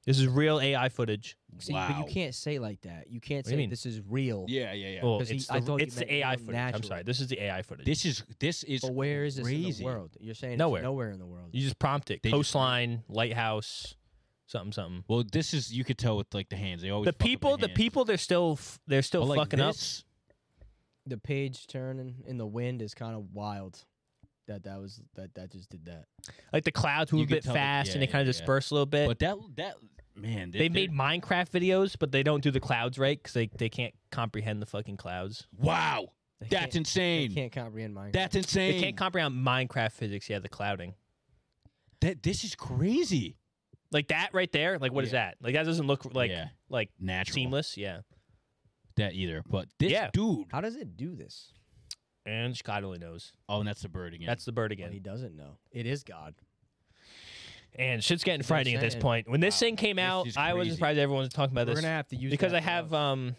This is real AI footage.
See, But
Wow.
you can't say like that. You can't
What do you
say
mean?
this is real.
Yeah, yeah, yeah.
Well,
'Cause
it's
he-
the,
I thought you
it's the
meant
AI
real
footage. I'm
natural.
sorry. This is the AI footage.
This is this is
But where is this in
crazy.
the world? You're saying
Nowhere.
It's nowhere in the world.
you just prompt it.
They just-
Coastline, lighthouse, something, something.
Well, this is you could tell with like the hands. They always
The
fuck with
people, the
hands.
people, they're still, f- they're still
But, like,
fucking up.
this-
the page turning in the wind is kind of wild. That that was that that just did that.
Like the clouds move
You
a
could
bit
tell that-
fast, and
yeah,
they kind of
yeah, yeah.
disperse a little bit.
But that that man,
they made Minecraft videos, but they don't do the clouds right because they, they can't comprehend the fucking clouds.
wow.
They
That's
can't- They
insane.
can't comprehend Minecraft.
That's insane.
They can't comprehend Minecraft physics. Yeah, the clouding.
that this is crazy.
Like that right there. Like what is that? Like that doesn't look like
Yeah.
like
Natural.
seamless. Yeah.
That either, but this
Yeah.
dude.
How does it do this?
And God only knows.
Oh, and that's the bird again.
That's the bird
Well, he
again.
doesn't know. It is God.
And shit's getting
That's what I'm
frightening at this
saying.
point. When this
Wow.
thing came
This
out,
is
I wasn't
crazy.
surprised everyone was talking about
We're
this
gonna have to use
because
that
I have
for us.
um.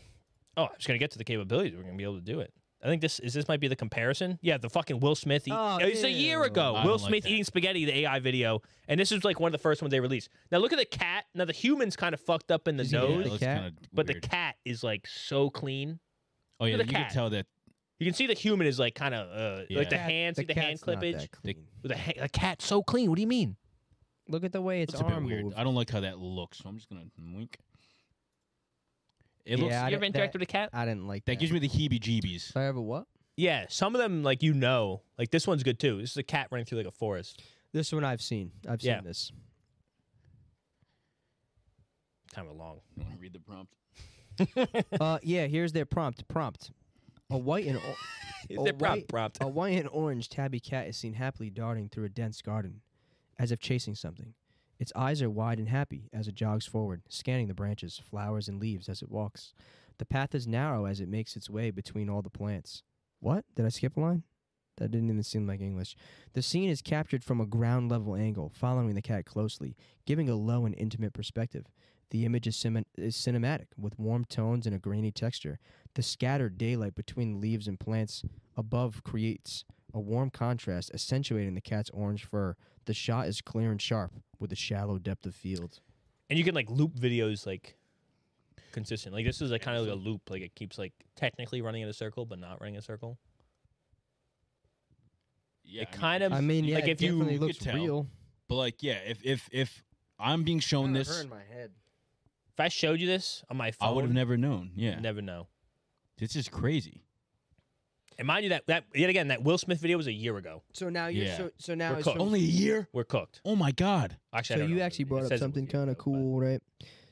Oh, I'm just gonna get to the capabilities. We're gonna be able to do it. I think this is this might be the comparison. Yeah, the fucking Will Smith. Eat,
Oh,
it's a year
ew.
ago.
I
Will
don't like
Smith
that.
eating spaghetti, the AI video, and this is like one of the first ones they released. Now look at the cat. Now the human's kind of fucked up in the
Is he
yeah,
nose,
the
looks
cat?
kinda
but the
weird.
cat is like so clean.
Oh yeah,
the
you
cat.
can tell that
You can see the human is like kind of uh,
Yeah.
like the
Cat-
hands, like the hand
cat's not
clippage.
that clean.
With a, ha- a cat so clean. What do you mean?
Look at the way its
it's a bit
arm
weird.
moved.
I don't like how that looks, so I'm just gonna wink. It
Yeah,
looks
I
you ever
don't-
interact
that-
with a cat?
I didn't like that.
that gives me the heebie-jeebies.
Sorry, but what?
Yeah, some of them like you know, like this one's good too. This is a cat running through like a forest.
This one I've seen. I've seen
Yeah.
this.
Kind of long.
You want to read the prompt?
Uh, yeah. Here's their prompt. Prompt. A white and o-
Is
Oh,
there prop
wait.
prompt?
A white and orange tabby cat is seen happily darting through a dense garden, as if chasing something. Its eyes are wide and happy as it jogs forward, scanning the branches, flowers, and leaves as it walks. The path is narrow as it makes its way between all the plants. What? Did I skip a line? That didn't even seem like English. The scene is captured from a ground level angle, following the cat closely, giving a low and intimate perspective. The image is, cinem- is cinematic, with warm tones and a grainy texture. The scattered daylight between leaves and plants above creates a warm contrast, accentuating the cat's orange fur. The shot is clear and sharp, with a shallow depth of field.
And you can like loop videos like consistent. Like this is like kind of like a loop. Like it keeps like technically running in a circle, but not running in a circle.
Yeah,
it kind of.
I mean, yeah,
like
it
if you,
definitely
could
looks
tell.
real.
But like, yeah, if if if I'm being shown this,
my head.
if I showed you this on my phone,
I would have never known. Yeah,
never know.
this is crazy.
And mind you, that that yet again that Will Smith video was a year ago.
So now you're
Yeah.
so, so now
We're
it's
cooked.
so,
Only a year?
We're cooked.
Oh my god!
Actually, I
so
don't know
you
if it
actually
was a year. It
brought up
says it was
something
a year
kind
ago,
of
but-
cool, right?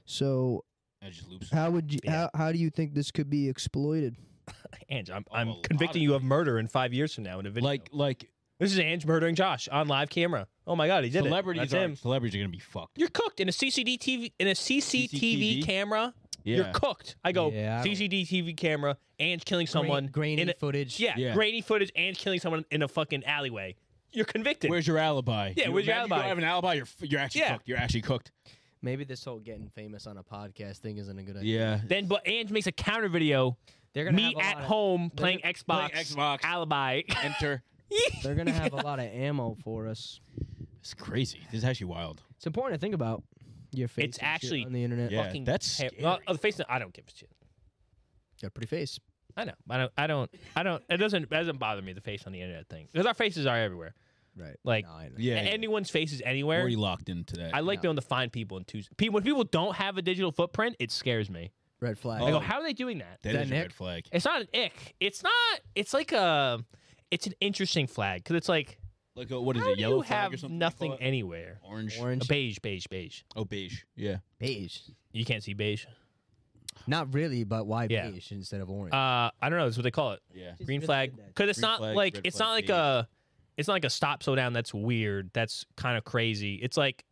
So
That just loops.
how would you
Yeah.
how, how do you think this could be exploited?
Ange, I'm,
Oh, a
I'm
lot
convicting
of
you of murder in five years from now in a video.
Like like
this is Ange murdering Josh on live camera. Oh my god, he did
celebrities
it. That's
are
him.
celebrities are gonna be fucked.
You're cooked in a CCD TV in a CCTV,
CCTV?
camera.
Yeah.
You're cooked. I go
Yeah, I don't-
CCD TV camera. Ange killing someone.
grainy
in a,
footage.
yeah,
Yeah.
grainy footage. Ange killing someone in a fucking alleyway. You're convicted.
Where's your alibi?
Yeah, where's your
imagine
alibi?
You don't have an alibi. You're f- you're actually
Yeah.
cooked. You're actually cooked.
Maybe this whole getting famous on a podcast thing isn't a good idea.
Yeah.
then, but Ange makes a counter video.
They're gonna
Me
have a
at
lot of-
home playing Xbox,
Playing Xbox.
alibi.
Enter.
They're gonna have a lot of ammo for us.
It's crazy. This is actually wild.
It's important to think about. Your face
It's
and shit
actually
on the internet.
Yeah,
Fucking
that's
ter-
well, the face. I don't give a shit.
Got a pretty face.
I know. I don't. I don't. I don't. It doesn't. It doesn't bother me the face on the internet thing because our faces are everywhere.
Right.
Like
Yeah,
yeah,
yeah.
anyone's faces anywhere.
Already locked into that.
I like being able to find people in two. People when people don't have a digital footprint, it scares me.
Red flag.
Oh.
I go, how are they doing that?
That is a red flag.
It's not an ick. It's not. It's like a. It's an interesting flag because it's like.
Like a, what is
how
it?
do
Yellow
you
flag
have
or something?
nothing anywhere.
Orange.
A beige, beige, beige.
Oh, beige. Yeah.
Beige.
You can't see beige.
Not really, but why
Yeah.
beige instead of orange?
Uh, I don't know. That's what they call it.
Yeah.
Green
Just
flag.
said that.
Because it's
Green
not
flag,
like
red
it's
flag,
not like
beige.
a. It's not like a stop slow down. That's weird. That's kind of crazy. It's like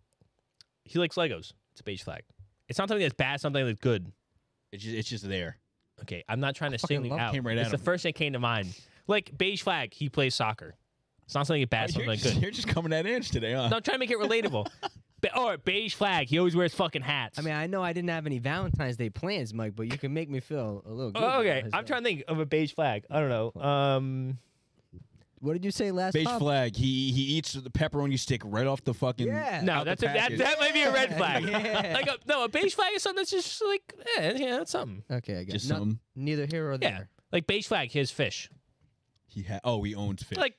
he likes Legos. It's a beige flag. It's not something that's bad. Something that's good.
It's just, it's just there.
Okay, I'm not trying to
fucking
single
love-
you out.
Came right
it's
at
the
him.
first thing that came to mind. Like beige flag. He plays soccer. It's not something bad.
you're,
Something
just,
good.
you're just coming at Ange today, huh?
No, I'm trying to make it relatable. Be- or beige flag. He always wears fucking hats.
I mean, I know I didn't have any Valentine's Day plans, Mike, but you can make me feel a little good.
Oh, okay, I'm
about myself.
trying to think of a beige flag. I don't know. Um,
What did you say last?
Beige
pop?
flag. He he eats the pepperoni stick right off the fucking.
Yeah.
no,
out the
that's a, that.
package.
That might be a red
Yeah.
flag.
Yeah.
Like a, no, a beige flag is something that's just like eh, yeah, that's something.
Okay, I got
Just
no-
something
Neither here or
Yeah,
there.
like beige flag. Here's fish.
he had. Oh, he owns fish.
Like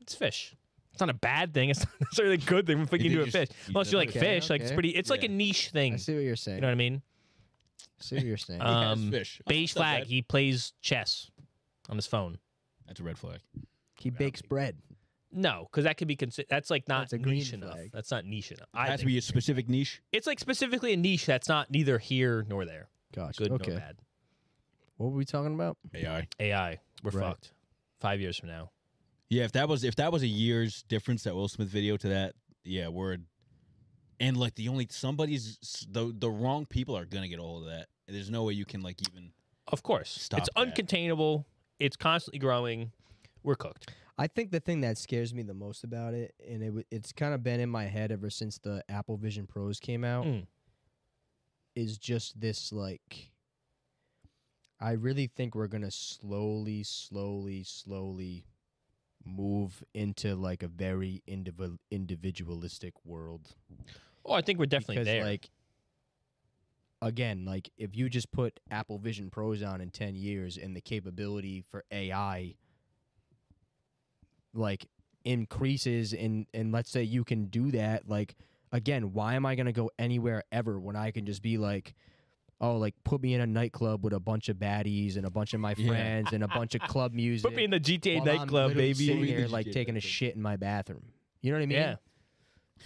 it's fish. It's not a bad thing. It's not necessarily a good thing. We're fucking
think
into a
you
fish.
should- you
Unless
should-
you like
Okay,
fish, like it's
okay.
pretty. It's like a
Yeah.
niche thing.
I
You
see what you're saying.
know what I mean?
I see what you're saying.
He has
um,
fish. Oh,
Beige
that's not
flag.
bad.
He plays chess on his phone.
That's a red flag.
he bakes bread.
No, because that could be considered. That's like not
That's a green
niche enough.
flag.
That's not niche enough. I
Has to
think.
be a specific niche.
it's like specifically a niche that's not neither here nor there.
Gosh.
Good
okay.
nor bad.
What were we talking about?
AI.
AI, we're
Right.
fucked. Five years from now,
Yeah. If that was if that was a year's difference, that Will Smith video to that. Yeah. Word. And like the only somebody's s- the the wrong people are gonna get a hold of that. There's no way you can like even.
of course,
Stop
it's
that.
uncontainable. It's constantly growing. We're cooked.
I think the thing that scares me the most about it, and it w- it's kind of been in my head ever since the Apple Vision Pros came out,
Mm.
is just this like. I really think we're gonna slowly, slowly, slowly move into like a very indiv- individualistic world.
Oh, I think we're definitely
because
there.
like again like if you just put apple vision pros on in 10 years and the capability for ai like increases and and let's say you can do that like again why am i going to go anywhere ever when i can just be like oh like put me in a nightclub with a bunch of baddies and a bunch of my
Yeah.
friends and a bunch of club music
Put me in the GTA
while I'm
nightclub,
literally
baby.
Sitting
Put me in
there,
the
like
GTA
taking a
nightclub.
shit in my bathroom. You know what I mean?
Yeah.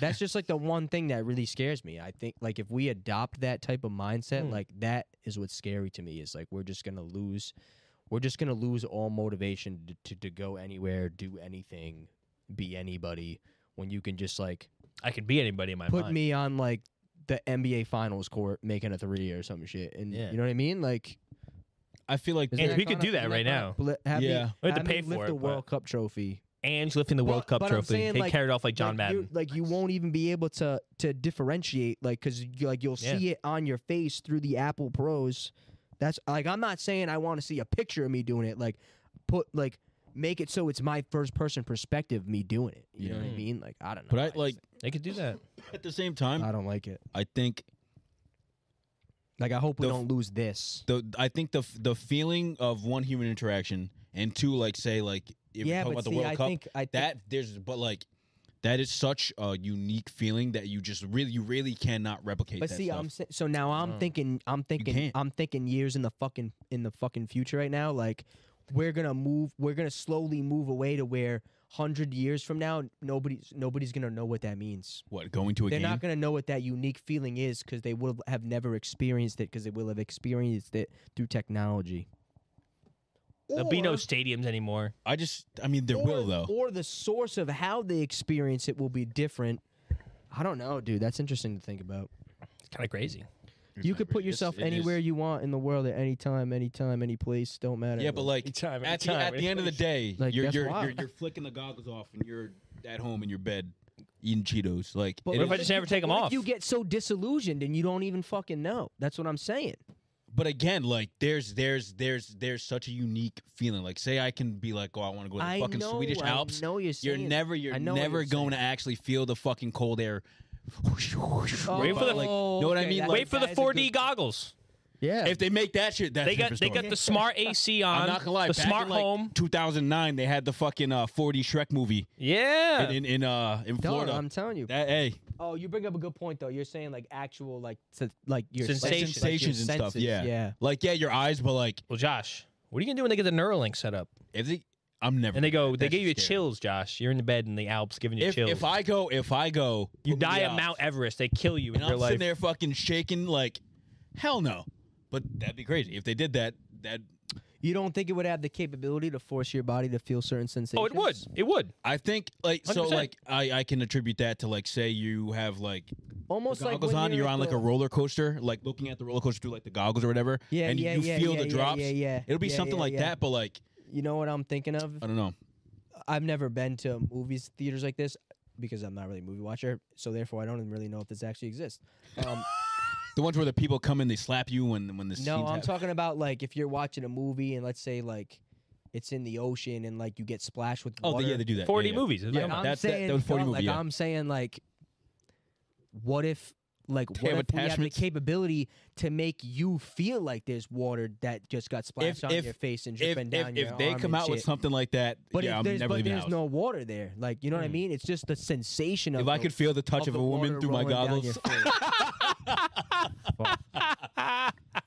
That's just like the one thing that really scares me. I think like if we adopt that type of mindset,
Hmm.
like that is what's scary to me. Is like we're just gonna lose, we're just gonna lose all motivation to to, to go anywhere, do anything, be anybody. When you can just like
I could be anybody in my
put
mind.
me on like the NBA Finals court, making a three or some shit, and
Yeah.
you know what I mean? Like,
I feel like
isn't
And
that
we could
kinda-
do that
isn't
right
kinda
now.
bl- have
Yeah.
me,
We have to
have me
pay
lift
for
the
it, but-
World Cup trophy.
Ange lifting the World
But-
Cup
but I'm
trophy.
saying,
he
like-
carried off like John
like, you-
Madden.
like you won't even be able to to differentiate, like because you, like you'll
Yeah.
see it on your face through the Apple Pros. That's like I'm not saying I want to see a picture of me doing it. Like put like make it so it's my first person perspective, me doing it. You know what I
Yeah.
mean? Like I don't know.
But I,
just
like-
They could do that.
at the same
think-
time.
I don't like it.
I think
Like I hope we
The f-
don't lose this.
the I think the f- the feeling of one human interaction and two like say like if you're
yeah, but
talking about
see,
the World
I
Cup
think I think
that there's but like that is such a unique feeling that you just really you really cannot replicate.
But
that
see,
stuff. Uh,
I'm sa- so now I'm
Oh.
thinking, I'm thinking,
can't.
I'm thinking years in the fucking in the fucking future right now. Like we're gonna move, we're gonna slowly move away to where hundred years from now, nobody's nobody's gonna know what that means.
what going to a
They're
game?
not gonna know what that unique feeling is because they will have never experienced it because they will have experienced it through technology.
There'll be no stadiums anymore.
I just I mean there
or,
will though.
or the source of how they experience it will be different. I don't know, dude. That's interesting to think about.
It's kind of crazy.
You could put
It's-
yourself
it is-
anywhere you want in the world at any time, any time, any place. Don't matter.
Yeah, but like
Anytime,
at the,
anytime,
at the end of the day,
Like,
you're
that's
you're,
wild.
you're you're flicking the goggles off and you're at home in your bed eating Cheetos. Like
But
it
What if
is-
I just never take them
What if
off?
you get so disillusioned and you don't even fucking know. That's what I'm saying.
but again, like there's there's there's there's such a unique feeling. Like say I can be like, oh, I want to go to the
I
fucking
know,
Swedish
I
Alps.
know you're
You're
saying.
never you're
I know what
never
you're
going to
saying. Oh,
actually feel the fucking cold air
Wait for the
like, know what I mean? Like,
wait for the 4D goggles.
Yeah.
If they make that shit, that's
they got
different
they
story.
got the smart AC on.
I'm not gonna lie.
The
back
smart
in, like,
home.
2009, they had the fucking uh, 40 Shrek movie.
Yeah.
In in, in, uh in
Dog,
Florida.
I'm telling you.
That- hey,
Oh, you bring up a good point though. You're saying like actual like to, like your
like,
sensations, like, your
sensations and stuff.
senses,
Yeah.
yeah.
Like yeah, your eyes, but like
Well, Josh, what are you gonna do when they get the Neuralink set up?
if they, I'm never.
And they go,
that
they
shit's
gave you
scary.
chills, Josh. You're in the bed in the Alps giving you
If,
chills.
if I go, if I go,
you
put me
die at
out,
Mount Everest, they kill you in
and
your
I'm
life.
sitting there fucking shaking, like, hell no. But that'd be crazy if they did that. That
You don't think it would have the capability to force your body to feel certain sensations?
oh, it would. It would.
I think, like, so,
100%.
like, I I can attribute that to like, say you have like
Almost
the
like
goggles
when
on,
you're,
you're
at
on like
the-
a roller coaster, like looking at the roller coaster through like the goggles or whatever.
Yeah,
and
yeah,
you
yeah,
feel
yeah,
the
yeah,
drops.
yeah, yeah.
It'll be
Yeah,
something
yeah,
like
yeah.
that, but like,
You know what I'm thinking of?
I don't know.
I've never been to movies theaters like this because I'm not really a movie watcher, so therefore I don't really know if this actually exists. Um,
The ones where the people come in, they slap you when when this.
no, I'm talking about like if you're watching a movie and let's say like it's in the ocean and like you get splashed with
Oh,
water.
they, yeah, they do that.
40
yeah, yeah.
movies.
Yeah,
Come on.
I'm
that's that,
saying,
that was 40
dog,
movie.
like
yeah.
I'm saying like, what if like
They
what
have
if we have the
attachments.
capability to make you feel like there's water that just got splashed
If-
on
if-
your face and
if
dripping
if,
down your
if they
arm
come
and
out with
shit.
something like that,
But
yeah,
if
I'm
there's,
never
but
leaving the
there's
house. Mm.
no water there. Like, you know what I mean? It's just the sensation of
If I
the-
could feel the touch of
the
a woman
water
through my
rolling down
goggles.
your face. Fuck.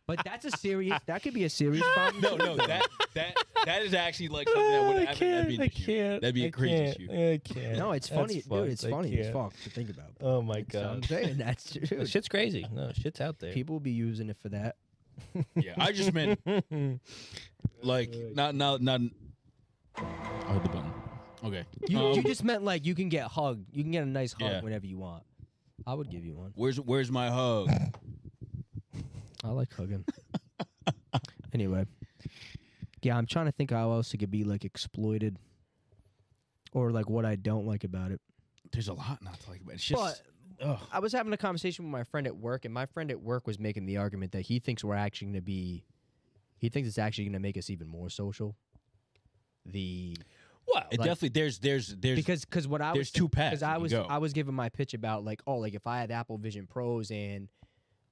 but that's a serious. That could be a serious problem.
No,
too,
no,
though.
that that that is actually like something that would happen. That'd be an
I
issue.
can't.
That'd be
a
a crazy issue.
I can't.
no, it's
That's
funny,
fucked.
dude. It's
I
funny as
can't.
fuck to think about.
Oh my
So I'm
god.
saying that's true.
Shit's crazy. No, shit's out there.
People will be using it for that.
Yeah, I just meant like not not not. I hit the button. Okay.
You, you
Um,
just meant like you can get hugged. You can get a nice hug
Yeah.
whenever you want. I would give you one.
where's where's my hug?
I like hugging. anyway, yeah, I'm trying to think how else it could be like exploited, or like what I don't like about it.
There's a lot not to like about. It's just
but I was having a conversation with my friend at work, and my friend at work was making the argument that he thinks we're actually going to be, he thinks it's actually going to make us even more social. The
Well,
it
like-
definitely there's there's there's
because because what I was
there's two paths
because I
you
was
go.
I was giving my pitch about like oh like if I had Apple Vision Pros and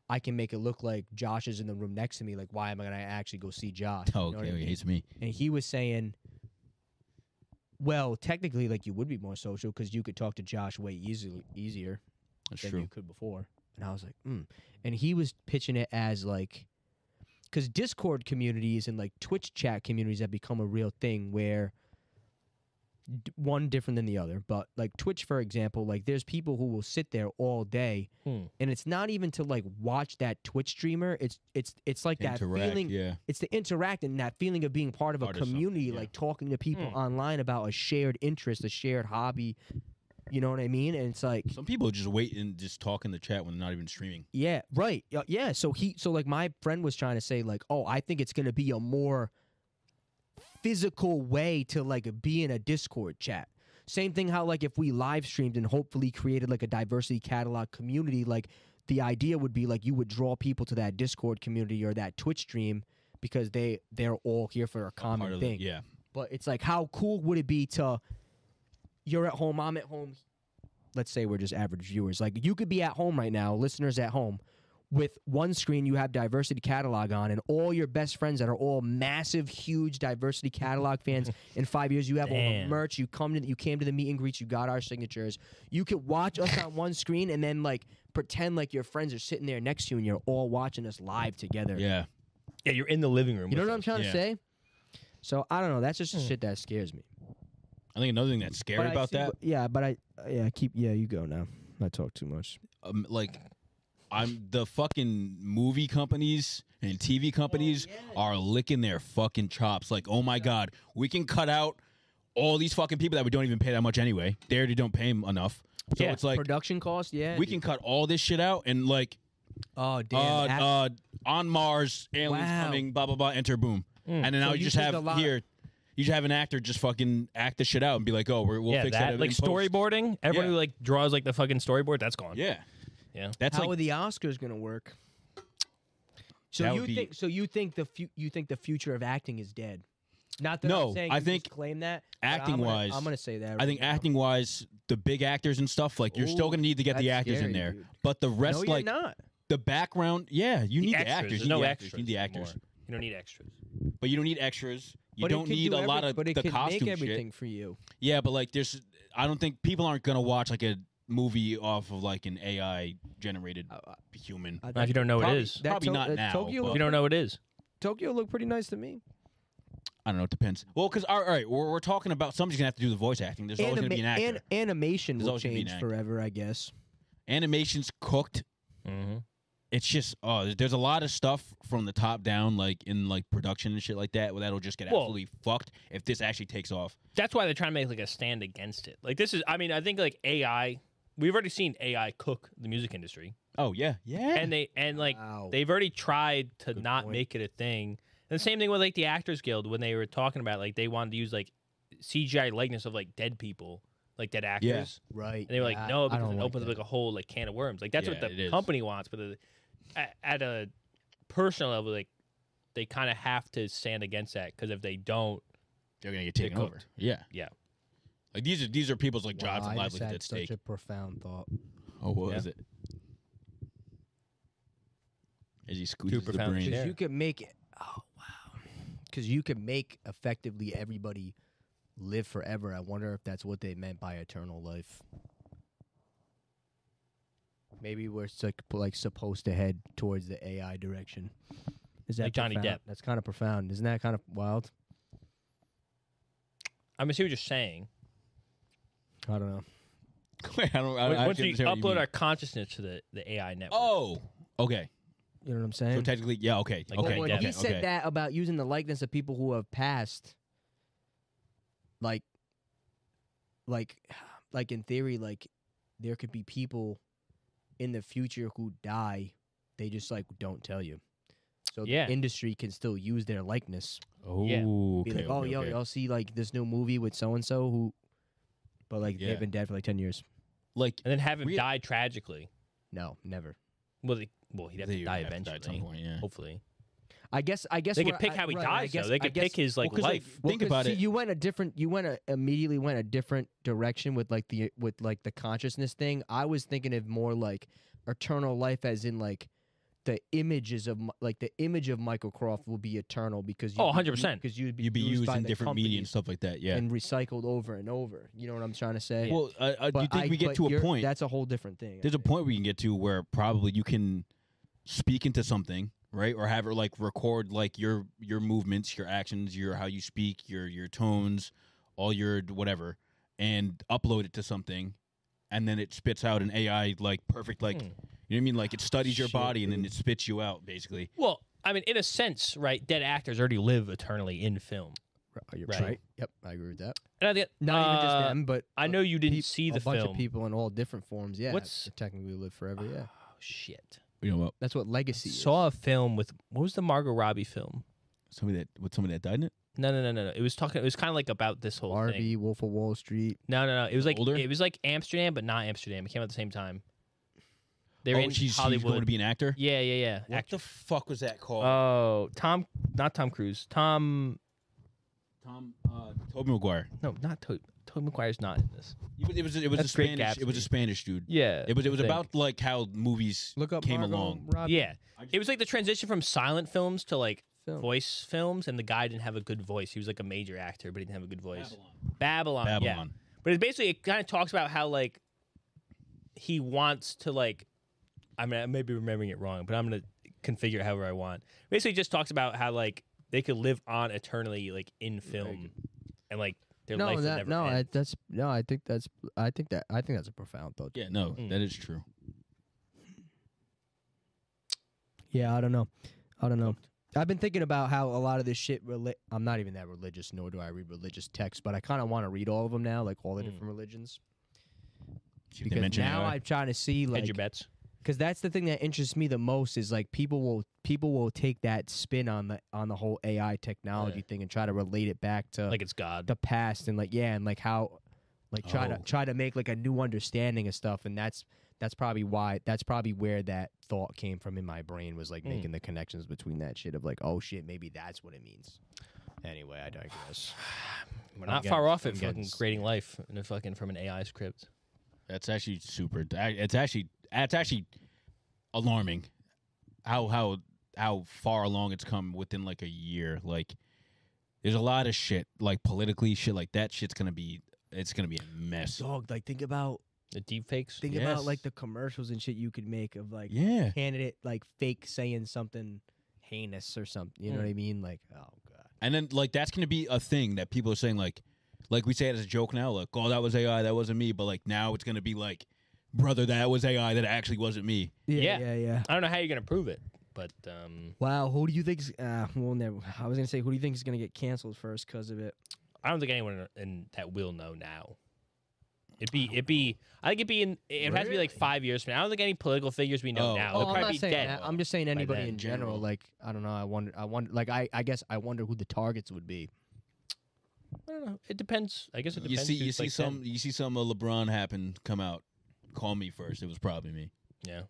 I can make it look like Josh is in the room next to me like why am I gonna actually go see Josh? You know
oh,
what I
okay, okay,
mean?
hates me.
and he was saying, well, technically, like you would be more social because you could talk to Josh way easily, easier
That's
than
true.
you could before. And I was like, hmm. And he was pitching it as like, because Discord communities and like Twitch chat communities have become a real thing where d- one different than the other. But like Twitch, for example, like there's people who will sit there all day,
Hmm.
and it's not even to like watch that Twitch streamer. It's it's it's like that
Interact,
feeling
yeah.
it's the interact and that feeling of being part of a
Part of something,
community,
yeah. Hmm.
like talking to people online about a shared interest, a shared hobby. You know what I mean? And it's like,
Some people just wait and just talk in the chat when they're not even streaming.
yeah, right, yeah, yeah. So he, so like my friend was trying to say, like, oh, I think it's gonna be a more physical way to like be in a Discord chat. Same thing how like if we live streamed and hopefully created like a diversity catalog community, like the idea would be like you would draw people to that Discord community or that Twitch stream because they they're all here for a
Part
common
of the-
thing.
yeah.
But it's like, how cool would it be to you're at home, I'm at home. Let's say we're just average viewers. Like you could be at home right now, listeners at home, with one screen you have diversity catalog on, and all your best friends that are all massive, huge diversity catalog fans. In five years, you have all the
Damn.
merch. You come to you came to the meet and greets. You got our signatures. You could watch us on one screen and then like pretend like your friends are sitting there next to you and you're all watching us live together.
Yeah.
yeah, you're in the living room.
You know
with
what
us.
I'm trying
Yeah. Hmm.
to say? So I don't know. That's just the shit that scares me.
I think another thing that's
But
scary
I
about
see
that
what- yeah, but I uh, yeah I keep yeah you go now. I talk too much.
um, like I'm the fucking movie companies and TV companies are licking their fucking chops. Like, oh my god, we can cut out all these fucking people that we don't even pay that much anyway. They already don't pay 'em enough. So
Yeah,
it's like
Production cost, yeah.
we can cut all this shit out and like
Oh damn.
uh,
App-
uh, on Mars, aliens
Wow. Mm.
coming, blah blah blah, enter boom, and then now
So
you,
you
just
think
have
a lot-
here. You just have an actor just fucking act the shit out and be like, oh, we're, we'll
yeah,
fix
that
in
like
post.
storyboarding. Everyone
Yeah.
who like draws like the fucking storyboard, that's gone.
Yeah,
Yeah.
That's
how
like
are the Oscars gonna work? So
That
you
would be-
think so you think the fu- you think the future of acting is dead? Not that
no,
I'm saying
I
you
think
just claim that. but I'm
acting
gonna-
wise,
I'm gonna say that.
I
right
think
now.
acting wise, the big actors and stuff like you're
Ooh,
still gonna need to get the
that's
actors
scary,
in there,
dude.
but the rest
no, you're
like
not.
the background, yeah, you
The
need
extras.
the actors.
There's
You need
no
the actors. You need the
extras
actors,
anymore. You don't need extras.
but you don't need extras. You
But it
don't
could
need
do
a lot
every-
of
But it
the
could
costume
make
shit.
everything for you.
Yeah, but like there's, I don't think people aren't gonna watch like a movie off of like an AI generated
Uh,
human.
I-
Now, if you don't know what it
Probably-
is.
That
probably
to-
not
uh,
now,
Tokyo
but-
If you don't know what it is.
Tokyo looked pretty nice to me.
I don't know. It depends. Well, because all all right, we're, we're talking about somebody's gonna have to do the voice acting. There's always gonna be an
Anima-
actor.
an- animation
There's
will
always gonna be an
change
actor.
forever, I guess.
Animation's cooked.
Mm-hmm.
It's just oh, there- there's a lot of stuff from the top down, like in like production and shit like that, where that'll just get
Well-
absolutely fucked if this actually takes off.
That's why they're trying to make like a stand against it. Like this is, I mean, I think like AI. We've already seen AI cook the music industry,
Oh yeah, yeah.
and they and like
Wow.
they've already tried to not
point.
make it a thing. And the same thing with like the Actors Guild when they were talking about like they wanted to use like CGI likeness of like dead people, like dead actors.
Right.
And they were like,
yeah, I
no, because
don't
it
like
opens up
that.
like a whole like can of worms. Like that's
Yeah,
what
it
the
is.
company wants, but the- at, at a personal level, like they kind of have to stand against that because if they don't,
They're gonna get taken
cooked.
over. Yeah,
Yeah.
Like these are these are people's like jobs
Wow,
and
I just
livelihoods
had
at
such
stake.
a profound thought.
oh, what
Yeah.
is it? As he squeezes the
profound
brain.
shit.
Because
Yeah.
you could make it. Oh wow. Because you could make effectively everybody live forever. I wonder if that's what they meant by eternal life. Maybe we're sup- like supposed to head towards the AI direction. Is that
Like Johnny Depp.
profound? That's kind of profound. Isn't that kind of wild?
I mean, see what you're saying.
I don't know.
Wait, I don't. I,
Once-
I
Once
actually
we
understand what you
upload
mean.
our consciousness to the, the AI network.
Oh, okay.
You know what I'm
So
saying?
technically, yeah. Okay.
Like,
okay.
Johnny
Well,
okay.
Depp.
he said
okay.
that about using the likeness of people who have passed. Like, like, like in theory, like there could be people in the future who die. They just like don't tell you. So
Yeah.
the industry can still use their likeness.
Oh.
Yeah.
Okay,
Be like, oh
okay,
yo,
okay.
y'all see like this new movie with so and so who, but like
Yeah.
they've been dead for like ten years.
Like
And then have him
We-
die tragically.
No, never.
Well, they, well he'd have
they
to
would
die
have to die Oh,
eventually.
at some point. Yeah.
Hopefully.
I guess. I guess
They could
what
pick
I-
how he
right, I
dies,
guess-
though. They
I
could
guess-
pick his, like,
'cause,
life.
Well,
think
'cause,
about
see,
it.
You went a different. You went a, immediately went a different direction with like the with like the consciousness thing. I was thinking of more like eternal life, as in like the images of Mi- like the image of Michael Croft will be eternal because
Oh, 100%.
because you'd be
You'd be
used
used
by
in
the
different media and
companies
stuff like that. Yeah.
and recycled over and over. You know what I'm trying to say?
Well, uh, uh, do you
But
think
I-
we get
but
to a
you're-
point?
That's a whole different thing. I
There's a
think.
point we can get to where probably you can speak into something, right? Or have it like record like your your movements, your actions, your how you speak, your your tones, all your d- whatever, and upload it to something, and then it spits out an AI like perfect like.
Hmm.
You know what I mean? Like it studies your
Shit,
body and then
dude.
it spits you out, basically.
Well, I mean, in a sense, right? Dead actors already live eternally in film.
Right, You're
Right.
right. Yep, I agree with that.
And I think
Not even
uh,
just them, but
I
uh,
know you didn't
peop-
see
a
the
bunch
film.
of people in all different forms. Yeah,
What's-
technically live forever. Yeah,
Oh shit!
You know what?
that's what legacy. is.
Saw a film with what was the Margot Robbie film?
Somebody that with somebody that died in it.
No, no, no, no, no. It was talking. It was kind of like about this whole
Barbie,
thing.
Wolf of Wall Street.
No, no, no. It was like
Older?
it was like Amsterdam, but not Amsterdam. It came out at the same time. They were
oh,
in
she's, she's
Hollywood.
going to be an actor.
yeah, yeah, yeah.
What
Act-
the fuck was that called?
Uh,
oh, Tom, not Tom Cruise. Tom,
Tom uh, Toby McGuire.
no, not Toby. Toby McGuire's not in this.
It was it was a
That's Great
Spanish. It was a
Gatsby.
Spanish dude.
Yeah,
It was it was
I think.
about like how movies
Look up
came
Margot
along.
Robbie
Yeah, it was like the transition from silent films to like
film.
voice films, and the guy didn't have a good voice. He was like a major actor, but he didn't have a good voice. Babylon. Babylon. Yeah.
Babylon.
But it's basically it kind of talks about how like he wants to like I mean I may be remembering it wrong, but I'm gonna configure it however I want. Basically, it just talks about how like they could live on eternally like in film, and like their life
No,
would
that
never
no,
end.
I, that's no. I think that's I think that I think that's a profound thought.
Yeah, no,
Mm.
that is true.
Yeah, I don't know. I don't know. I've been thinking about how a lot of this shit. Reli- I'm not even that religious, nor do I read religious texts, but I kind of want to read all of them now, like all the
Mm.
different religions.
See if they
Because
mention
now
AI.
I'm trying to see
Hedge
like
your bets.
because that's the thing that interests me the most is like people will people will take that spin on the on the whole AI technology thing and try to relate it back to
Like it's God.
the past and like yeah and like how like try to
Oh.
try to make like a new understanding of stuff and that's that's probably why that's probably where that thought came from in my brain was like
Mm.
making the connections between that shit of like oh shit maybe that's what it means Anyway, I digress.
We're not far off at fucking creating life in a fucking from an AI script.
That's actually super. that- It's actually it's actually alarming how how how far along it's come within like a year. Like there's a lot of shit like politically shit like that. Shit's gonna be it's gonna be a mess.
Dog, like think about
The deep fakes.
think
Yes.
about like the commercials and shit you could make of like
Yeah.
candidate like fake saying something heinous or something.
Hmm.
You know what I mean? Like oh god.
And then like that's gonna be a thing that people are saying like like we say it as a joke now, like, oh that was AI, that wasn't me, but like now it's gonna be like, brother, that was AI, that actually wasn't me.
Yeah.
yeah, yeah.
I don't know how you're gonna prove it, but um,
Wow, who do you think's? Uh, well, never. I was gonna say, who do you think is gonna get canceled first because of it?
I don't think anyone in that will know now. It'd be it'd be I think it'd be in it would has to be like five years from now. I don't think any political figures we know
Oh.
now.
Oh,
They'll
I'm
probably
not
be
saying
dead.
that. I'm just saying
by
anybody
then.
in general. Like I don't know. I wonder. I wonder. Like I, I guess I wonder who the targets would be.
I don't know. It depends. I guess it
You
depends.
see you
who's,
see
like,
some
then.
you see some of LeBron happen come out, call me first. It was probably me.
Yeah.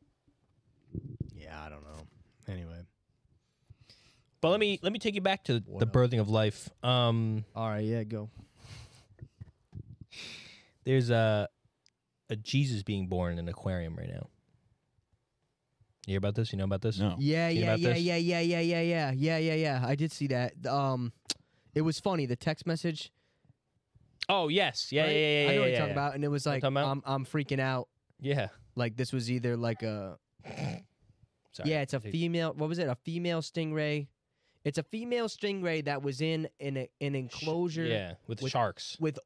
Yeah, I don't know. Anyway,
But let me let me take you back to the birthing of life. Um,
all right. Yeah, go.
there's a a Jesus being born in an aquarium right now. You hear about this? You know about this?
No.
Yeah,
You
yeah,
about
yeah,
this?
yeah, yeah, yeah, yeah, yeah, yeah, yeah, yeah. I did see that. The, Um, it was funny. The text message.
Oh yes. Yeah.
right?
Yeah. Yeah. yeah
I know
yeah,
what you're
yeah,
talking
yeah.
about, and it was like,
talking about?
I'm, I'm freaking out.
Yeah.
Like this was either like a
Sorry.
Yeah, it's a
Dude.
female. What was it? A female stingray. It's a female stingray that was in in a, an enclosure
Yeah, with,
with-
sharks.
with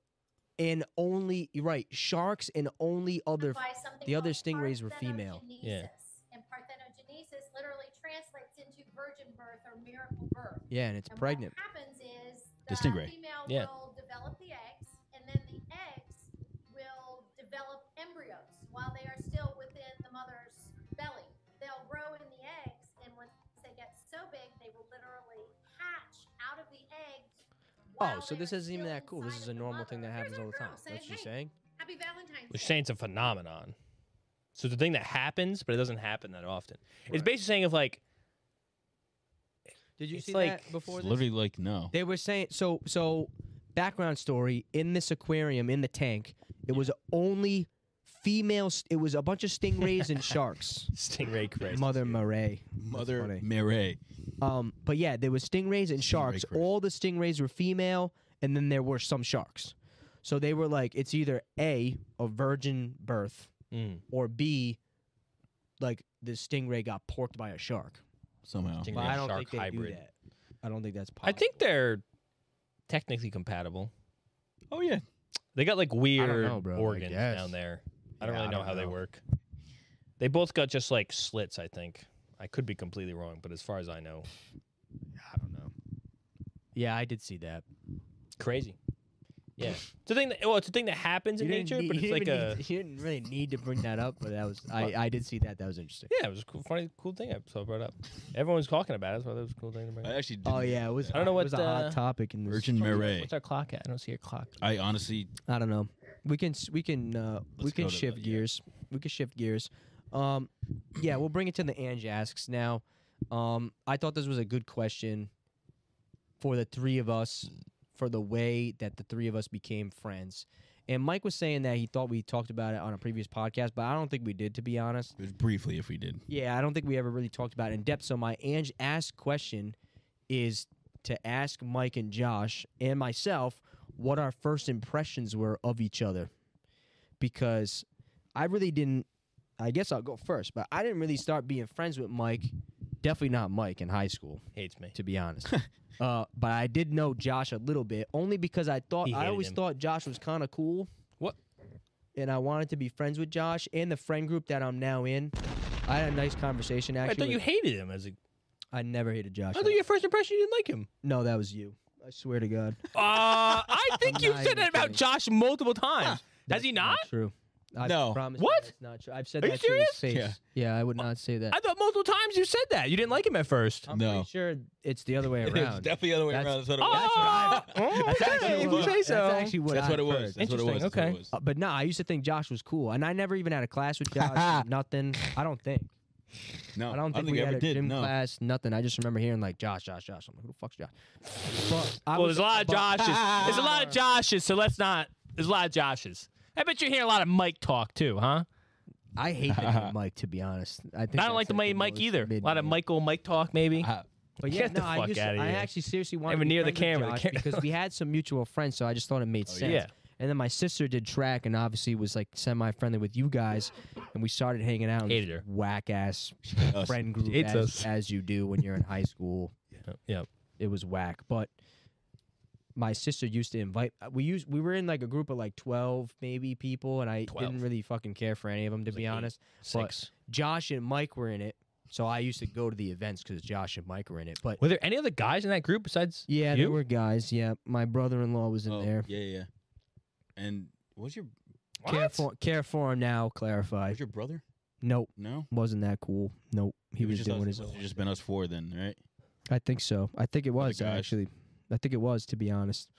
and only you're right sharks and only other f- the other stingrays were female.
Yeah.
And parthenogenesis literally translates into virgin birth or miracle birth.
Yeah, and it's
And
pregnant.
What happens is
The stingray.
female
Yeah.
will develop the eggs, and then the eggs will develop embryos while they are still within the mother's belly. They'll grow in the eggs, and once they get so big, they will literally hatch out of the eggs.
Oh,
while
so
they
this
are
isn't even
still
that cool. This
inside
is a
of the
normal thing
mother.
that
Here's
happens
our
all the
girl
time. That's what you're saying.
hey, Happy Valentine's
Which saying it's a phenomenon. So it's a thing that happens, but it doesn't happen that often. It's basically saying if like
Did you
It's
see
like-
that before?
It's
This?
literally like no.
They were saying so. So background story in this aquarium in the tank, it was only female. st- It was a bunch of stingrays and sharks.
stingray craze.
Mother Marae. That's
Mother
funny.
Mary.
Um, but yeah, there was stingrays and sharks.
craze.
All the stingrays were female, and then there were some sharks. So they were like, it's either a a virgin birth
Mm.
or b like the stingray got porked by a shark.
Somehow.
Stingray
But I don't
shark
think they
hybrid.
do that. I don't think that's
I
possible.
think they're technically compatible.
Oh yeah.
They got like weird
know, bro, I
organs
guess.
down there. I don't
Yeah,
really
I
know
don't
how they
know.
work. They both got just like slits, I think. I could be completely wrong, but as far as I know,
I don't know. Yeah, I did see that.
crazy. Yeah, it's a thing. That, well, it's a thing that happens in nature, but it's like a
you didn't really need to bring that up, but that was I, I did see that. That was interesting.
yeah. It was a cool, funny, cool thing I so I brought up. Everyone's talking about it, so that was a cool thing to bring.
I
up.
actually did
Oh yeah, it was.
I don't know
it was
what,
a
uh,
hot topic in this.
Virgin Mary.
What's our clock at? I don't see a clock.
I honestly
I don't know. We can s- we can uh, we
Let's
can
go to
shift
the- yeah.
gears. We can shift gears. Um, yeah, we'll bring it to the Ange asks now. Um, I thought this was a good question for the three of us for the way that the three of us became friends. And Mike was saying that he thought we talked about it on a previous podcast, but I don't think we did, to be honest.
it was briefly if we did.
Yeah, I don't think we ever really talked about it in depth. So my Ange ask question is to ask Mike and Josh and myself what our first impressions were of each other. Because I really didn't I guess I'll go first, but I didn't really start being friends with Mike. Definitely not Mike in high school,
Hates me.
to be honest. uh, but I did know Josh a little bit, only because I thought
He
I
hated
always
him.
thought Josh was kind of cool.
What?
And I wanted to be friends with Josh and the friend group that I'm now in. I had a nice conversation actually.
I thought you
with-
hated him as a.
I never hated Josh.
I thought your first impression you didn't like him.
no, that was you. I swear to God.
Uh, I think
I'm
you've
not
said
even
that about
kidding.
Josh multiple times. Has
That's
he not?
true. I
No.
promise
What?
You that's not true. I've said
Are you
that to his face.
serious?
Yeah. I would not say that.
I thought multiple times you said that. You didn't like him at first.
I'm
No.
pretty sure it's the other way
It was
around.
definitely the other way
That's-
around. That's what it was.
Oh, okay. If you
what-
say
That's
so.
actually what
That's what
I
it
heard.
was. That's what
Interesting,
it was. That's what it
okay.
was.
Uh, but nah, I used to think Josh was cool, and I never even had a class with Josh. nothing. I don't think.
No,
I don't think we
we
had
ever
a
did.
gym
No,
class, nothing. I just remember hearing like Josh, Josh, Josh. I'm like, who the fuck's Josh? But I
well,
was-
there's a lot of
but-
Joshes. There's a lot of Joshes, so let's not. There's a lot of Joshes. I bet you hear a lot of Mike talk too, huh?
I hate the name Mike, to be honest. I think
I don't like the Uh, name Mike either. A lot of Michael Mike talk, maybe.
But yeah,
Get
no,
the
I,
fuck
used to-
outta
I
here.
actually seriously wanted
Even
to be
near the
friends with
camera, the
Josh
camera- Oh,
because we had some mutual friends, so I just thought it made sense.
yeah.
And then my sister did track and obviously was like semi friendly with you guys, and we started hanging out.
Hated her.
Whack ass
us.
friend group
Hates
as,
us.
as you do when you're in high school.
Yeah. Yep.
It was whack, but my sister used to invite. We used we were in like a group of like twelve maybe people, and I
12.
didn't really fucking care for any of them to be honest.
six.
But Josh and Mike were in it, so I used to go to the events because Josh and Mike were in it. But
Were there any other guys in that group besides?
yeah,
you?
there were guys. Yeah, my brother-in-law was in there.
Oh, yeah, yeah. And what's your
Care for, care for him now. Clarify.
was your brother?
Nope.
No?
Wasn't that cool. Nope. He,
It
was,
just
doing
us,
his
it
own.
must've just been us four then, right?
I think so. I think it was
guys.
actually. I think it was to be honest.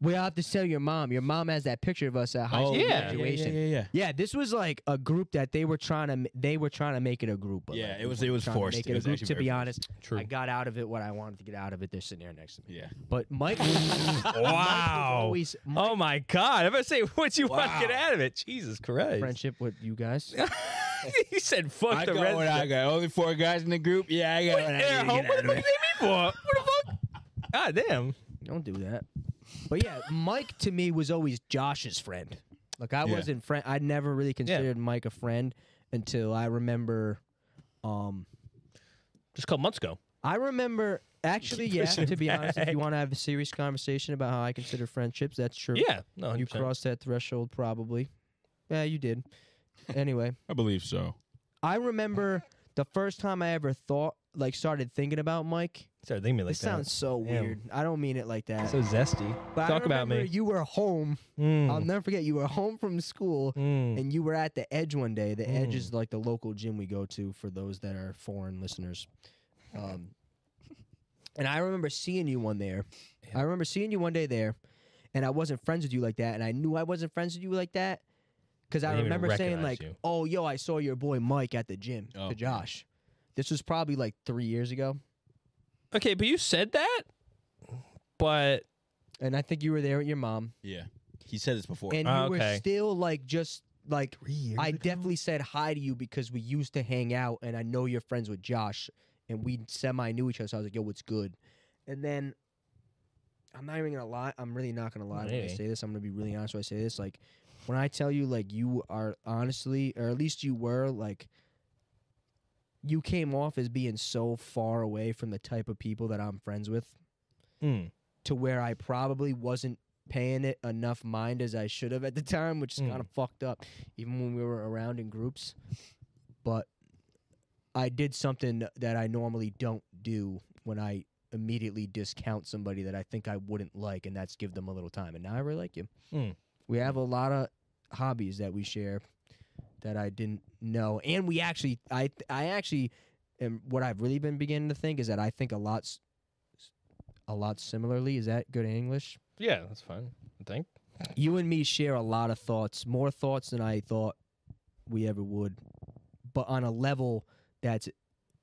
We have to tell your mom. Your mom has that picture of us at high
Oh,
school
yeah. Yeah, yeah,
graduation.
yeah, yeah, yeah.
this was like a group that they were trying to. m- They were trying to make it a group. But
Yeah,
like,
it
we
was-
weren't
it was
trying to
forced.
Make
It
it,
was
a group.
actually
To
very
be
forced.
honest,
True.
I got out of it what I wanted to get out of it. They're sitting there next to me.
Yeah.
But Mike. Mike was
Wow.
always-
oh my God! I'm gonna say what you want to get out of it. Jesus
Oh.
Christ!
Friendship with you guys.
he said, "Fuck
I
the
got
rest."
what I got. Only four guys in the group. Yeah, I got what I need
Air home.
to get
What
out
the
of
fuck
it.
you mean me for? What the fuck? God damn.
Don't do that. But yeah, Mike to me was always Josh's friend. Like I
Yeah.
wasn't friend. I never really considered Mike a friend until I remember. Um,
Just a couple months ago.
I remember actually,
Keep
yeah.
pushing
To be honest, if
back.
you want to have a serious conversation about how I consider friendships, that's true.
Yeah, no,
you
100%.
crossed that threshold probably. Yeah, you did. Anyway,
I believe so.
I remember the first time I ever thought, like, started thinking about Mike.
Started thinking of me like
This
that.
sounds so
Damn.
weird. I don't mean it like that.
So zesty.
But I
Talk about
remember
me.
You were home.
Mm.
I'll never forget. You were home from school,
Mm.
and you were at the Edge one day. The Edge
Mm.
is like the local gym we go to for those that are foreign listeners. Um, and I remember seeing you one there. I remember seeing you one day there, and I wasn't friends with you like that, and I knew I wasn't friends with you like that because
I
I
didn't even
remember saying
recognize
like,
you.
"Oh, yo, I saw your boy Mike at the gym
Oh, yeah.
to Josh." This was probably like three years ago,
Okay, but you said that, but
and I think you were there with your mom,
Yeah. He said this before.
and you
Ah,
were
okay.
still like just like
three years.
I definitely said hi to you because we used to hang out, and I know you're friends with Josh, and we semi knew each other. So I was like, "Yo, what's good?" And then I'm not even gonna lie. I'm really not gonna lie when I
Maybe.
say this. I'm gonna be really honest when I say this. Like when I tell you, like you are honestly, or at least you were, like you came off as being so far away from the type of people that I'm friends with,
Mm.
to where I probably wasn't paying it enough mind as I should have at the time, which is
Mm.
kind of fucked up even when we were around in groups. But I did something that I normally don't do when I immediately discount somebody that I think I wouldn't like, and that's give them a little time. And now I really like you.
Mm.
We have a lot of hobbies that we share that I didn't know, and we actually, I, I actually, and what I've really been beginning to think is that I think a lot, s- a lot similarly. Is that good English?
Yeah, that's fine. I think.
you and me share a lot of thoughts, more thoughts than I thought we ever would, but on a level that's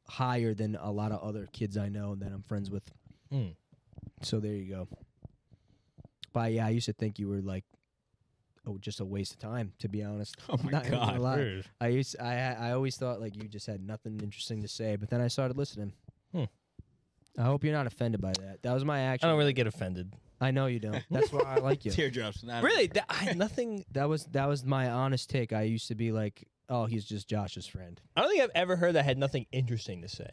higher than a lot of other kids I know that I'm friends with.
Mm.
So there you go. But yeah, I used to think you were like, oh, just a waste of time. To be honest,
Oh my
Not even gonna
God.
lie.
Weird.
I used I I always thought like you just had nothing interesting to say, but then I started listening.
Hmm.
I hope you're not offended by that. That was my
I
action.
don't really get offended.
I know you don't. That's why I like you.
Teardrops. Not
Really, that, I, nothing.
That was that was my honest take. I used to be like, "Oh, he's just Josh's friend."
I don't think I've ever heard that had nothing interesting to say.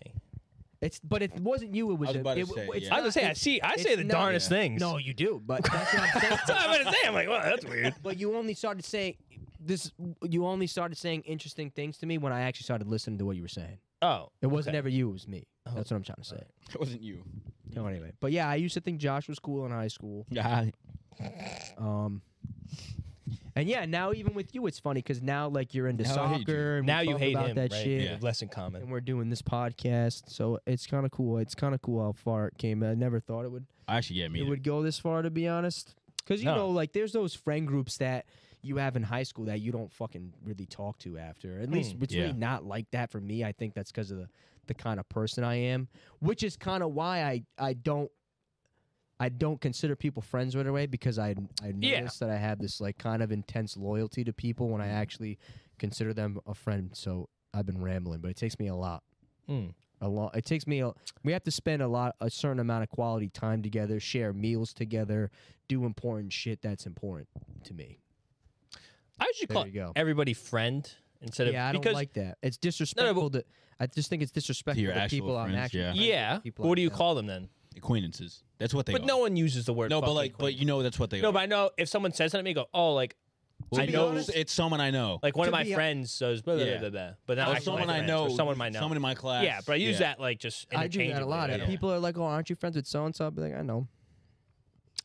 It's but it wasn't you. It was.
was
a-
about to
it w-
say,
it's
yeah.
I was gonna say I
it's-
see. I
it's
say the
not-
darndest things.
No, you do, but that's what I'm saying.
that's what I'm gonna say. I'm like, well, that's weird.
but you only started saying this. You only started saying interesting things to me when I actually started listening to what you were saying.
Oh,
It wasn't
okay.
ever you. It was me. That's what I'm trying to say.
That wasn't you.
No, anyway. But yeah, I used to think Josh was cool in high school.
Yeah.
Um. And yeah, now even with you, it's funny because now like you're into
Now I hate you.
soccer. And we
Now you
talk
hate
about
him.
that
right?
shit.
We have Less in common.
and we're doing this podcast. So it's kind of cool. It's kind of cool how far it came. I never thought it would
Actually, yeah, me.
it
either.
would go this far, to be honest. Because you
No.
know, like there's those friend groups that you have in high school that you don't fucking really talk to after. At least
Mm.
it's really
Yeah.
not like that for me. I think that's because of the, the kind of person I am, which is kind of why I, I don't I don't consider people friends right away because I I
Yeah. Mm.
noticed that I have this like kind of intense loyalty to people when I actually consider them a friend. So I've been rambling, but it takes me a lot.
Mm.
A lot. It takes me. A, we have to spend a lot, a certain amount of quality time together, share meals together, do important shit that's important to me.
I should
There
call
you go.
everybody friend instead of
yeah, I
because
don't like that. It's disrespectful to. I just think it's disrespectful to,
actual
people I'm
friends,
actually.
yeah.
friends with,
yeah.
people
But
I
what do you
know.
call them then?
acquaintances. That's what they
But
are.
no one uses the word.
No, but
fucking
like, but
acquaintance.
you know that's what they
no,
are.
but I know if someone says something, you go, oh, like
Well,
I
to be
know,
honest, it's someone I know.
like one
To
of my
be-
friends says, blah, blah,
Yeah.
blah, blah, blah, but not
Or
actually
someone
my
I
friends,
know,
or someone I know,
someone in my class.
Yeah, but I use
Yeah.
that like just.
I do that a
interchangeably,
lot.
I
If
don't-
people are like, "Oh, aren't you friends with so and so?" I'll be like, "I know."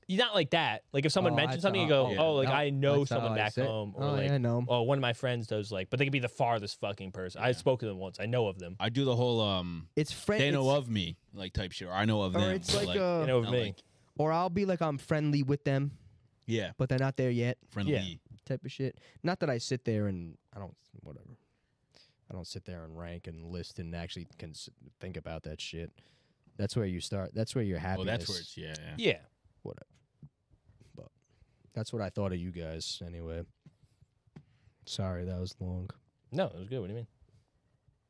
You're not like that. Like if someone
Oh,
mentions
that's
something, you
how-
go,
yeah.
"Oh, like
No,
I know
that's how
someone
I
back
sit.
home," or
Oh,
like,
yeah, I know 'em.
"Oh, one of my friends does." Like, but they could be the farthest fucking person. I spoke to them once. I know of them.
I do the whole um.
It's friend.
They know
it's-
of me, like type shit. Or I know of
Or
them.
it's
but,
like a- They know of
not
me.
like-
or I'll be like I'm friendly with them,
yeah,
but they're not there yet.
friendly.
type of shit. Not that I sit there and I don't whatever. I don't sit there and rank and list and actually cons- think about that shit. That's where you start. That's where you're happy.
Oh, that's where it's yeah. yeah.
Yeah.
Whatever. But that's what I thought of you guys anyway. Sorry, that was long.
No, it was good. What do you mean?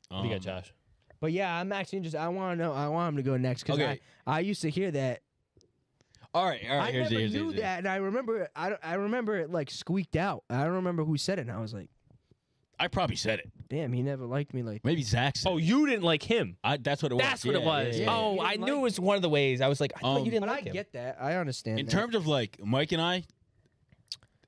What do you got,
Um,
Josh?
But yeah, I'm actually just I want to know. I want him to go next because
Okay.
I, I used to hear that.
All right, all right.
I
here's
never
it, here's it,
knew
here's it.
that, and I remember it- I don't- I remember it like squeaked out. I don't remember who said it, and I was like,
I probably said it.
damn, he never liked me like.
Maybe Zach. Said
Oh,
it.
you didn't like him.
I, that's what it was.
That's what it
Yeah, yeah,
was.
yeah, yeah.
Oh,
You
I
didn't
knew
like
it was one of the ways. I was like, I thought
Um,
you didn't
But I
like him.
get that. I understand.
In
that.
terms of like Mike and I,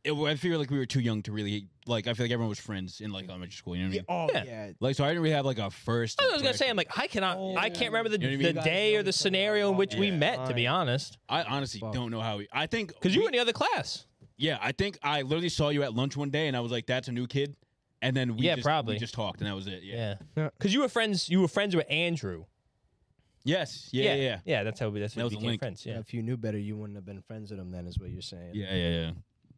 it, I feel like we were too young to really like. I feel like everyone was friends in like elementary school. You know what I mean?
oh
Yeah.
yeah,
Like, so I didn't really have like a first.
I was gonna say,
impression.
I'm like, I cannot, I can't remember the,
You know what I mean?
the
You guys
day or the scenario in which we
Yeah.
met. To be honest,
I honestly
Fuck.
don't know how. We, I think
because you
we-
were in the other class.
Yeah, I think I literally saw you at lunch one day, and I was like, "That's a new kid." And then we
Yeah,
just,
probably.
we just talked, and that was it. Yeah.
Yeah,
Yeah.
because you were friends. You were friends with Andrew.
Yes. Yeah. Yeah.
yeah. that's how we. That's how
That
we
was a
became
link.
friends. Yeah.
If you knew better, you wouldn't have been friends with him. Then is what you're saying.
Yeah. Yeah. Yeah. yeah.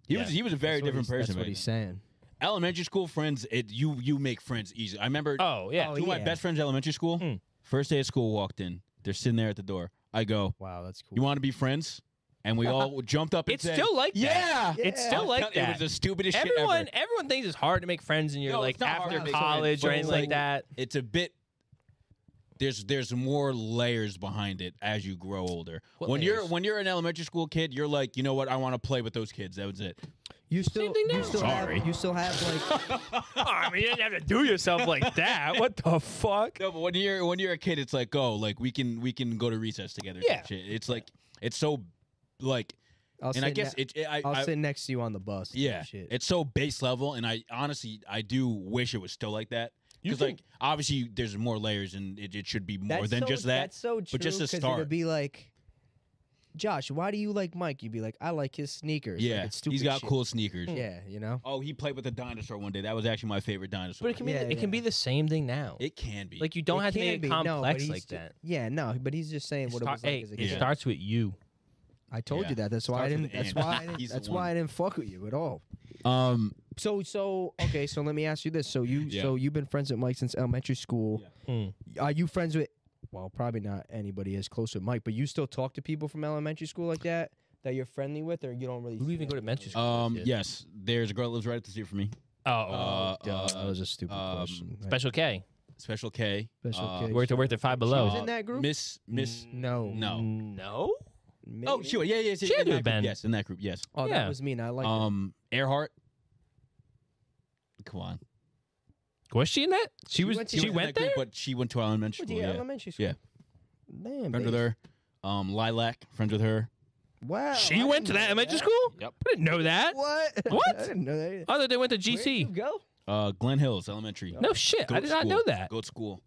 He
Yeah.
was he was a very
That's what
different
he's-
person.
That's
back
what he's
then.
saying.
Elementary school friends, it you you make friends easy. I remember two
Oh yeah.
Oh,
of my
yeah.
best friends at elementary school.
Mm.
First day of school, walked in. They're sitting there at the door. I go,
Wow, that's cool.
"You want to be friends?" And we all jumped up. And
It's
said,
still like that.
yeah.
It's
Yeah.
still
I'm
like
tell- It
that.
was the stupidest
everyone,
shit ever.
everyone thinks it's hard to make friends, and you're
No,
like
it's not hard
after
to make friends,
college
but
or
it's
anything
like-
like that.
It's a bit. There's there's more layers behind it as you grow older.
What
when you're
layers?
when you're an elementary school kid, you're like, you know what? I want to play with those kids. That was it.
You still,
thing now.
you still
Sorry.
have, you still have like,
Oh, I mean, you didn't have to do yourself like that. What the fuck?
No, but when you're when you're a kid, it's like, oh, like we can we can go to recess together. type
Yeah.
shit. It's like it's so like,
I'll
and
sit
I guess
ne-
it. it I,
I'll
I-
sit next to you on the bus. type
yeah,
shit.
it's so base level, and I honestly I do wish it was still like that.
You
Because
can-
like obviously there's more layers, and it, it should be more
That's
than
so-
just that.
That's so true.
but just a
'cause
start.
It'd be like, Josh, why do you like Mike? You'd be like, I like his sneakers. Like,
yeah,
it's stupid
he's got
shit. Hmm.
cool sneakers.
Yeah, you know.
Oh, he played with a dinosaur one day. That was actually my favorite dinosaur.
But it can be,
Yeah,
it can
yeah.
be the same thing now.
It can be.
like you don't
It
have to
can
make
be,
it
no, but
complex
he's
like
ju-
that.
Yeah, no, but he's just saying
It
what it
start-
was like
hey,
as a
it
kid.
Yeah.
starts with you.
I told
Yeah.
you that. That's why I
Starts with
didn't.
an
That's
and.
why. I didn't,
He's the
that's
one.
why I didn't fuck with you at all.
um
So so okay. So let me ask you this. So you
Yeah. Hmm.
so you've been friends with Mike since elementary school.
Yeah. Mm.
Are you friends with? Well, probably not anybody as close with Mike, but you still talk to people from elementary school like that that you're friendly with, or you don't really.
Who
see
even
them?
go to elementary school?
um
Shit.
yes, there's a girl that lives right up the street from me.
Oh,
Uh,
Duh,
uh,
that was a stupid
um,
question. Right.
Special K.
Special K.
Special
uh,
K.
Worth it, worth it. Five below.
was in that group? Mm.
Miss Miss.
No.
No.
No.
Maybe.
Oh, she was. Yeah, yeah, yeah.
She had to
in that
have
group,
been.
Yes, in that group. Yes.
Oh,
yeah.
that was me, and I like.
Um, Earhart. Come on.
Was she in that? She, was.
went to-
she
in
went
that
there.
group, but she went to our elementary
What,
school.
the
Yeah.
elementary school.
Yeah.
Damn.
Friends with
babe.
her. Um, Lilac. Friends with her.
Wow. I
she
didn't
went to
know
that elementary school.
Yep.
I didn't know that.
What?
What?
I didn't know that. either.
I thought they went to
Where'd you
GC.
go?
Uh, Glen Hills Elementary.
No shit. I
Goat
did not
school.
know that.
Goat school.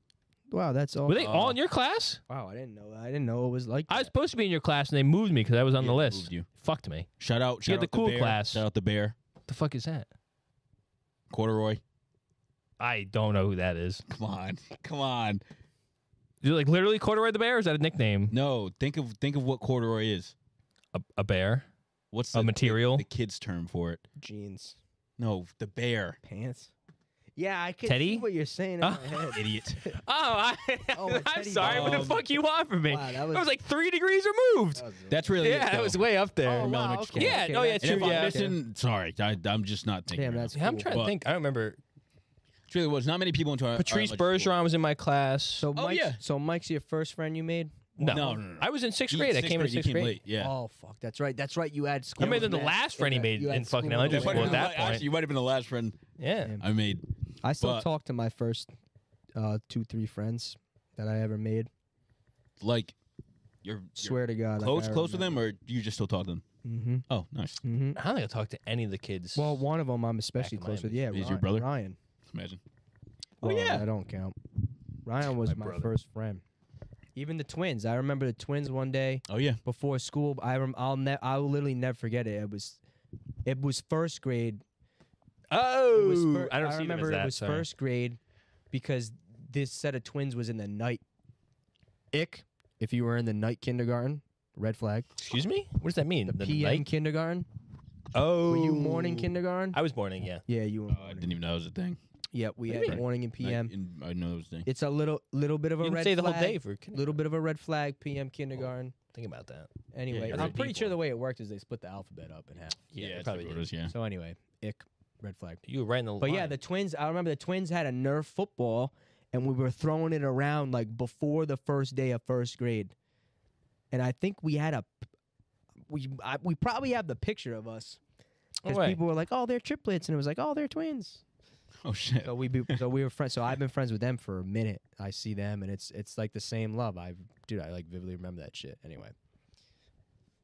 Wow, that's all.
Were they
Uh,
all in your class?
wow, I didn't know. I didn't know it was like.
I was
that.
supposed to be in your class, and they moved me because I was on
Yeah,
the
they
list.
moved you.
Fucked me.
Shout out. Shout
had the
out
cool
bear.
class.
Shout out the bear.
The fuck is that?
Corduroy.
I don't know who that is.
Come on. Come on.
Is it like literally corduroy the bear? Or is that a nickname?
No, think of think of what corduroy is.
A, a bear?
What's
A
the,
material?
the kids' term for it?
jeans.
No, the bear.
Pants. Yeah, I can
Teddy?
see what you're saying in my head.
Idiot.
Oh, I,
Oh, a
I'm
teddy
sorry. What
bear.
the fuck you want from me?
Wow, that
that was,
was-
like three degrees removed.
That's really
yeah,
it,
that
though.
was way up there.
Oh, wow, okay,
Yeah,
okay,
no, yeah,
that's
it's
And
true.
if I'm
Yeah,
missing, sorry, I, I'm just not thinking.
Damn,
right
that's
now.
Yeah, I'm
cool.
trying
But-
to think. I don't remember.
It really was. Not many people uh, into our
Patrice
our electrical.
Bergeron was in my class.
So
Oh,
Mike's,
yeah.
so Mike's your first friend you made?
no.
No, no, no, no.
I was in sixth
You-
grade. I came in
you
sixth grade.
late, Yeah.
Oh fuck, that's right. That's right. You
I
had school.
made them
with
the
Matt.
last friend he
Yeah,
made
you had
in
school
fucking
with
elementary
Matt.
school at
Well,
that
actually,
point.
you might have been the last friend
Yeah.
I made.
I still
But-
talk to my first uh, two, three friends that I ever made.
Like, you're, you're
Swear to God,
close, close with them, or you just still talk to them?
Mm-hmm.
Oh, nice.
Mm-hmm.
I don't think I talked to any of the kids.
Well, one of them I'm especially
in
close with.
Miami.
Yeah,
Is your
Ryan-
brother?
Ryan?
Imagine.
Well,
yeah.
I don't count. Ryan was my,
brother.
first friend. Even the twins. I remember the twins one day
Oh yeah.
before school. I rem- I'll ne- I'll literally never forget it. It was, it was first grade. It
oh,
was fir-
I don't see
remember
them as that.
it was
sorry.
first grade because this set of twins was in the night. Ick, if you were in the night kindergarten, red flag.
Excuse me. What does that mean? The
PM
night-
kindergarten.
Oh,
Were you morning kindergarten?
I was morning. Yeah.
yeah, you were.
Oh, I didn't even know that was a thing.
Yeah, we
What do
had
you mean?
morning and PM.
I, didn't- I didn't know that was a thing.
It's a little little bit of a
You didn't
red
say the
flag.
whole day for kinder-
Little bit of a red flag. PM kindergarten.
Think about that.
Anyway,
yeah,
I'm
they-
pretty sure
people.
the way it worked is they split the alphabet up in half.
Yeah,
that's
probably
what
did.
it is, yeah.
So anyway, ick, red flag.
You were right in the
But
line.
yeah, the twins. I remember the twins had a Nerf football, and we were throwing it around like before the first day of first grade. And I think we had a, we I, we probably have the picture of us
No
because
way.
people were like, "Oh, they're triplets," and it was like, "Oh, they're twins."
Oh shit.
So we be, so we were friends. So I've been friends with them for a minute. I see them, and it's it's like the same love. I dude, I like vividly remember that shit. Anyway,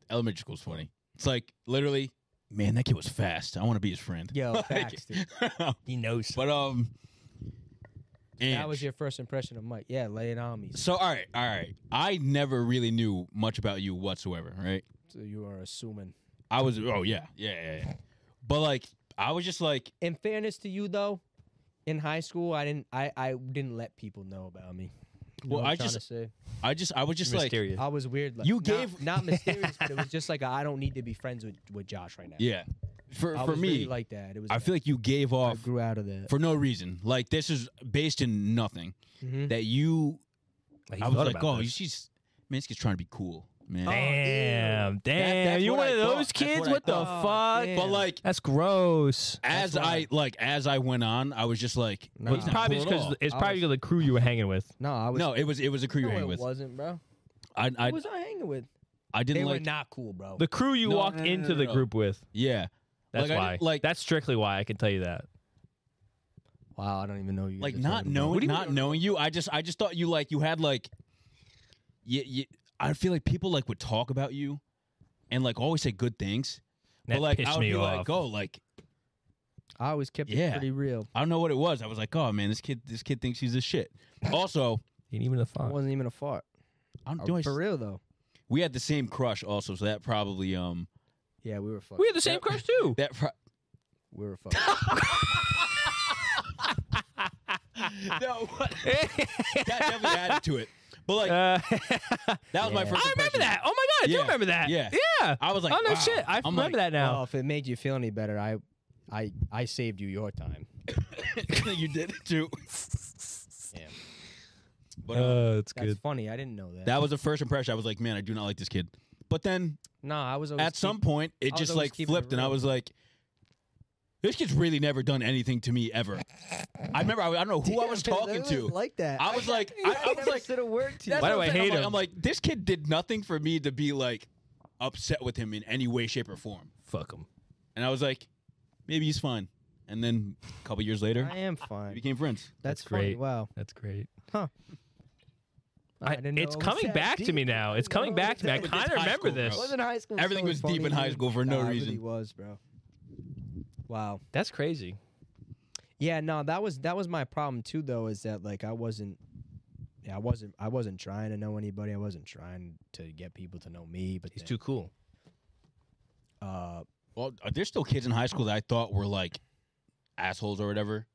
Elementary school's funny. It's like literally, man, that kid was fast. I want to be his friend.
Yo,
Like-
facts, dude.
he knows.
but um,
that was your first impression of Mike. Yeah, lay it on me.
So all right, all right. I never really knew much about you whatsoever, right?
So you are assuming.
I was oh yeah, yeah, yeah. yeah. But like I was just like
in fairness to you though, in high school I didn't I, I didn't let people know about me. You know
Well,
what I'm
I
trying
just-
to say?
I just I was just like
mysterious.
I was weird like
You
not-
gave-
not, mysterious, but it was just like I I don't need to be friends with, with Josh right now.
yeah. For
I
for
was
me,
really like that. It was
I feel like you gave
I
off
grew out of that.
for no reason. Like this is based in nothing.
Mhm.
That you
Like, he
I was
thought
like,
about
"Oh,
this.
she's man, this kid's trying to be cool."
Oh,
Man.
Damn, damn.
that's
you
what
one
I
of
thought.
those
That's
kids?
what I
What, the
thought.
fuck?
damn.
But like
That's gross.
as
why.
I like as I went on, I was just like
Nah.
he's
It's
not
probably
cool at
because
all.
it's
I
probably
was-
the crew you were hanging with.
No, I was
No, it was it was a crew you
no,
were
it
hanging with.
wasn't, bro.
I I,
Who was I hanging with?
I
They
didn't
were
like
not cool, bro.
The crew you
No,
walked
no, no,
into
no,
the
no.
group with.
yeah.
That's
like, I
why.
didn't- like
that's strictly why. I can tell you that.
wow, I don't even know you.
like
guys are
not
talking about.
knowing not knowing you i just i just thought you like you had like you, you, i feel like people like would talk about you and like always say good things
That
but like
pissed
i would
me
be
off.
like oh like
I always kept it
Yeah.
pretty real.
i don't know what it was i was like oh man this kid this kid thinks he's the shit also
Ain't even a
It
font.
wasn't even a fart. Uh,
i'm doing
Oh, For real though.
we had the same crush also so that probably um
Yeah, we were fucking.
We had the same crush too.
that pro-
we were fucking.
no what- that definitely added to it but like
Uh,
that was my
Yeah.
first
I remember
impression.
that. Oh my god, I
Yeah.
do remember that.
Yeah.
Yeah.
i was like
oh no
wow.
shit. I
I'm
remember that
like,
now.
Well, if it made you feel any better, I, I, I saved you your time.
you did it too
Yeah.
but uh,
Oh, it's
That's
good.
funny. I didn't know that.
That was the first impression. I was like, man, I do not like this kid. But then
no, I was always
at
keep-
some point,
I
it
was
just
always
like
keeping it
flipped, and I
real.
was like, this kid's really never done anything to me ever. I remember, I, I don't know who I was
Damn,
talking
that
to.
was Like that.
I was like, I, I was like,
said a word to you.
that's
Why
what
do
I'm
I
saying. I'm
hate
like-
him?
I'm like, this kid did nothing for me to be like upset with him in any way, shape, or form.
Fuck him.
And I was like, maybe he's fine. And then a couple years later,
I am
we
fine.
became friends.
That's,
That's
funny.
great.
Wow.
That's great.
I
I-
didn't know
it's
it was
coming
that
back to
deep.
me now. It's coming
know it
back
was
to me. I
that-
kind
It's
of
high
remember
school, bro.
this.
wasn't high school.
Everything
so
was deep
funny,
in high
dude.
school for no
Nah, It really
reason.
was, bro. Wow.
That's crazy.
Yeah. No, that was that was my problem too, though, is that like I wasn't. Yeah, I wasn't. I wasn't trying to know anybody. I wasn't trying to get people to know me. But
He's
then,
too cool.
Uh,
Well, uh, there's still kids in high school that I thought were like assholes or whatever,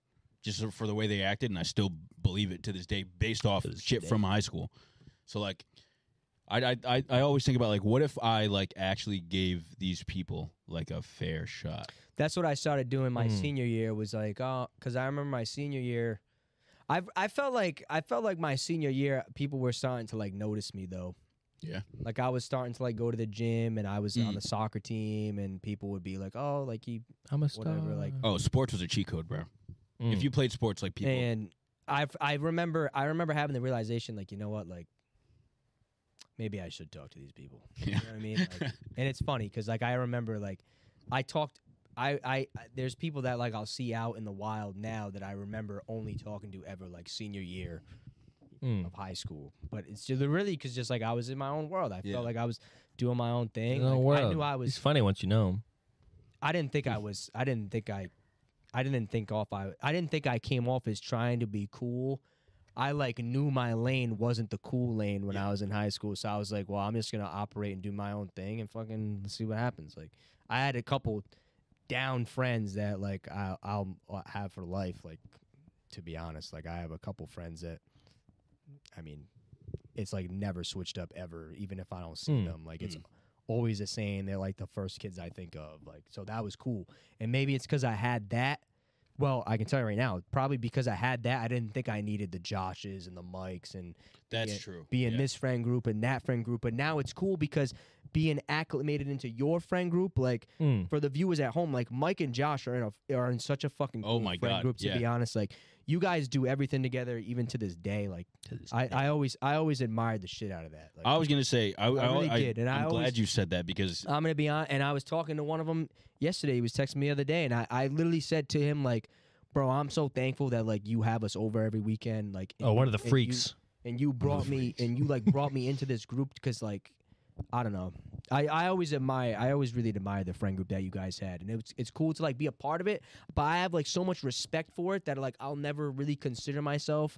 just for the way they acted, and I still believe it to this day, based off
To this
shit
day.
from high school. So like, I, I- I I always think about like what if I like actually gave these people like a fair shot.
That's what I started doing my
Mm.
senior year was like, oh, because I remember my senior year, I I felt like I felt like my senior year people were starting to like notice me though.
Yeah.
Like I was starting to like go to the gym and I was on
Mm.
the soccer team and people would be like, oh, like he,
I'm a
whatever, like
Oh, sports was a cheat code, bro. If you played sports like people,
And I I remember I remember having the realization like you know what like maybe I should talk to these people. You know what I mean? Like, and it's funny because like I remember like I talked I, I I- there's people that like I'll see out in the wild now that I remember only talking to ever like senior year
Hmm.
Mm.
of high school. But it's just really because just like I was in my own world. I felt like I was doing my own thing.
No
Like, I
world.
knew I was
It's funny once you know him.
I didn't think I was. I didn't think I. I didn't think off. I. I didn't think I came off as trying to be cool. I like knew my lane wasn't the cool lane when I was in high school, so I was like, well, I'm just gonna operate and do my own thing and fucking see what happens. Like, I had a couple down friends that like I, I'll uh, have for life. Like, to be honest, like I have a couple friends that, I mean, it's like never switched up ever, even if I don't see
Mm.
them. Like it's always the same. They're like the first kids I think of. Like so that was cool. And maybe it's because I had that. Well, I can tell you right now, probably because I had that, I didn't think I needed the Joshes and the Mikes and
That's
being-
true.
Being this friend group and that friend group, but now it's cool because being acclimated into your friend group, like
Mm.
for the viewers at home, like Mike and Josh are in a are in such a fucking
Oh
cool
my
friend
God,
group. To be
yeah.
honest, like you guys do everything together, even to this day. Like I, I always I always admired the shit out of that. Like,
I was gonna say I, I,
I really
I-
did, and I
I'm
always-
glad you said that because
I'm gonna be on, and I was talking to one of them yesterday. He was texting me the other day, and I, I literally said to him like, "Bro, I'm so thankful that like you have us over every weekend. Like, and
Oh, one of
you-
the
and you-
freaks.
and you brought me, and you like brought me into this group because like, I don't know. I, I always admire. I always really admire the friend group that you guys had, and it's it's cool to like be a part of it. But I have like so much respect for it that like I'll never really consider myself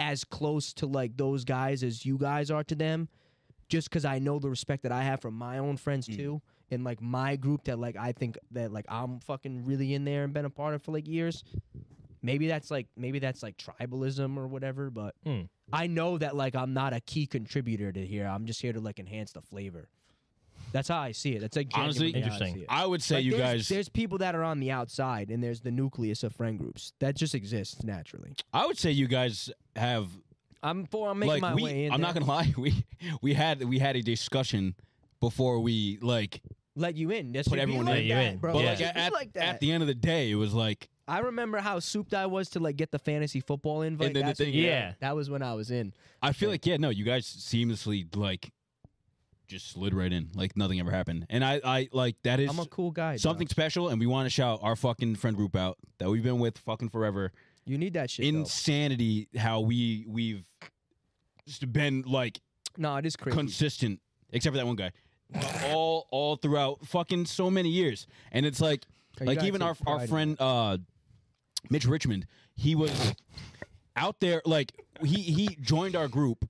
as close to like those guys as you guys are to them just because I know the respect that I have from my own friends
Mm.
too, and like my group that like I think that like I'm fucking really in there and been a part of for like years. Maybe that's like maybe that's like tribalism or whatever, but
Hmm.
Mm.
I know that like I'm not a key contributor to here. I'm just here to like enhance the flavor. That's how I see it. That's like
Honestly,
genuinely how
Interesting.
I, see it.
I would say
Like,
you
there's-
guys-
There's people that are on the outside, and there's the nucleus of friend groups that just exists naturally.
I would say you guys have.
I'm for. I'm making
like,
my
we,
way in
I'm
there.
not gonna lie. We we had we had a discussion before we like
Let you in. That's
put everyone
like
in.
that, bro.
But
Like,
like,
you
at,
be like that.
at the end of the day, it was like
I remember how souped I was to like get the fantasy football invite.
And then the
That's
thing-
when-
yeah.
that was when I was in.
I feel like yeah, no, you guys seamlessly like just slid right in, like nothing ever happened. And I, I like that is
I'm a cool guy,
something special, and we want to shout our fucking friend group out that we've been with fucking forever.
You need that shit. though.
Insanity, how we we've just been like
no, it is crazy.
consistent, except for that one guy. all all throughout fucking so many years, and it's like
Oh, you
like
gotta
even
take
our our
pride in
friend uh Mitch Richmond, he was out there like he he joined our group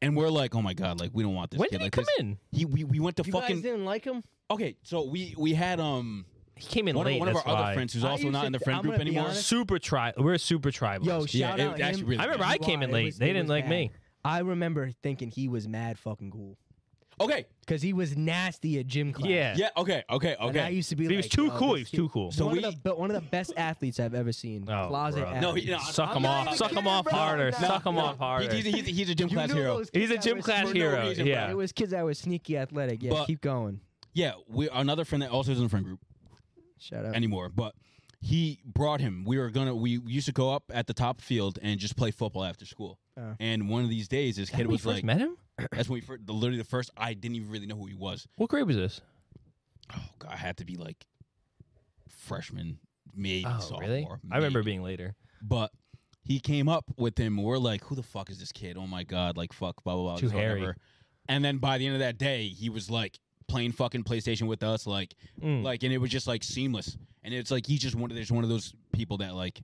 and we're like, oh my god, like we don't want this.
When
kid.
did he
like,
come
this-
in?
He we, we went to
You
fucking
guys didn't like him.
okay. So we we had um
He came in
one, of-
late.
one of our
that's
other
why.
friends who's
I
also not
used
in the
to-
friend
I'm
group
gonna be
anymore.
honest.
super tri. We're super tribal.
Yo, shout
yeah,
out
it actually
him.
really.
I remember I came in
It
late.
was-
they
it
didn't
was
like
bad.
me.
I remember thinking he was mad fucking cool
Okay,
because he was nasty at gym class.
Yeah.
yeah, okay, okay,
And I
okay.
used to be.
He was
like,
too
"Yo,
cool.
this
He was
kid-
too cool."
So
one
we-
of the, but one of the best athletes I've ever seen.
Oh,
Closet.
bro.
No, he-
athlete.
no,
Suck
I'm
him
not
off.
even
Suck him
kidding,
off
bro.
harder.
No,
Suck him
no.
off harder.
He- he's, he's, he's a gym
You
class
knew
hero.
those
He's
kids
a
that
gym
were
class
for
sneaky-
no
hero.
reason,
yeah.
It was kids that were sneaky athletic. Yeah,
But-
keep going.
Yeah, we another friend that also is in the friend group.
Shout out.
anymore, but he brought him. We were gonna we used to go up at the top field and just play football after school.
Oh.
And one of these days, this
When
kid
we
was
first
like,
met him.
"That's when we first, the, literally the first. I didn't even really know who he was.
What grade was this?
Oh God, I had to be like freshman, maybe
Oh,
sophomore.
really? I remember being later.
but he came up with him. and We're like, "Who the fuck is this kid? Oh my God! Like fuck, blah blah blah."
Too
this,
hairy.
whatever. And then by the end of that day, he was like playing fucking PlayStation with us, like
Mm.
like and it was just like seamless and it's like he's just one of there's one of those people that like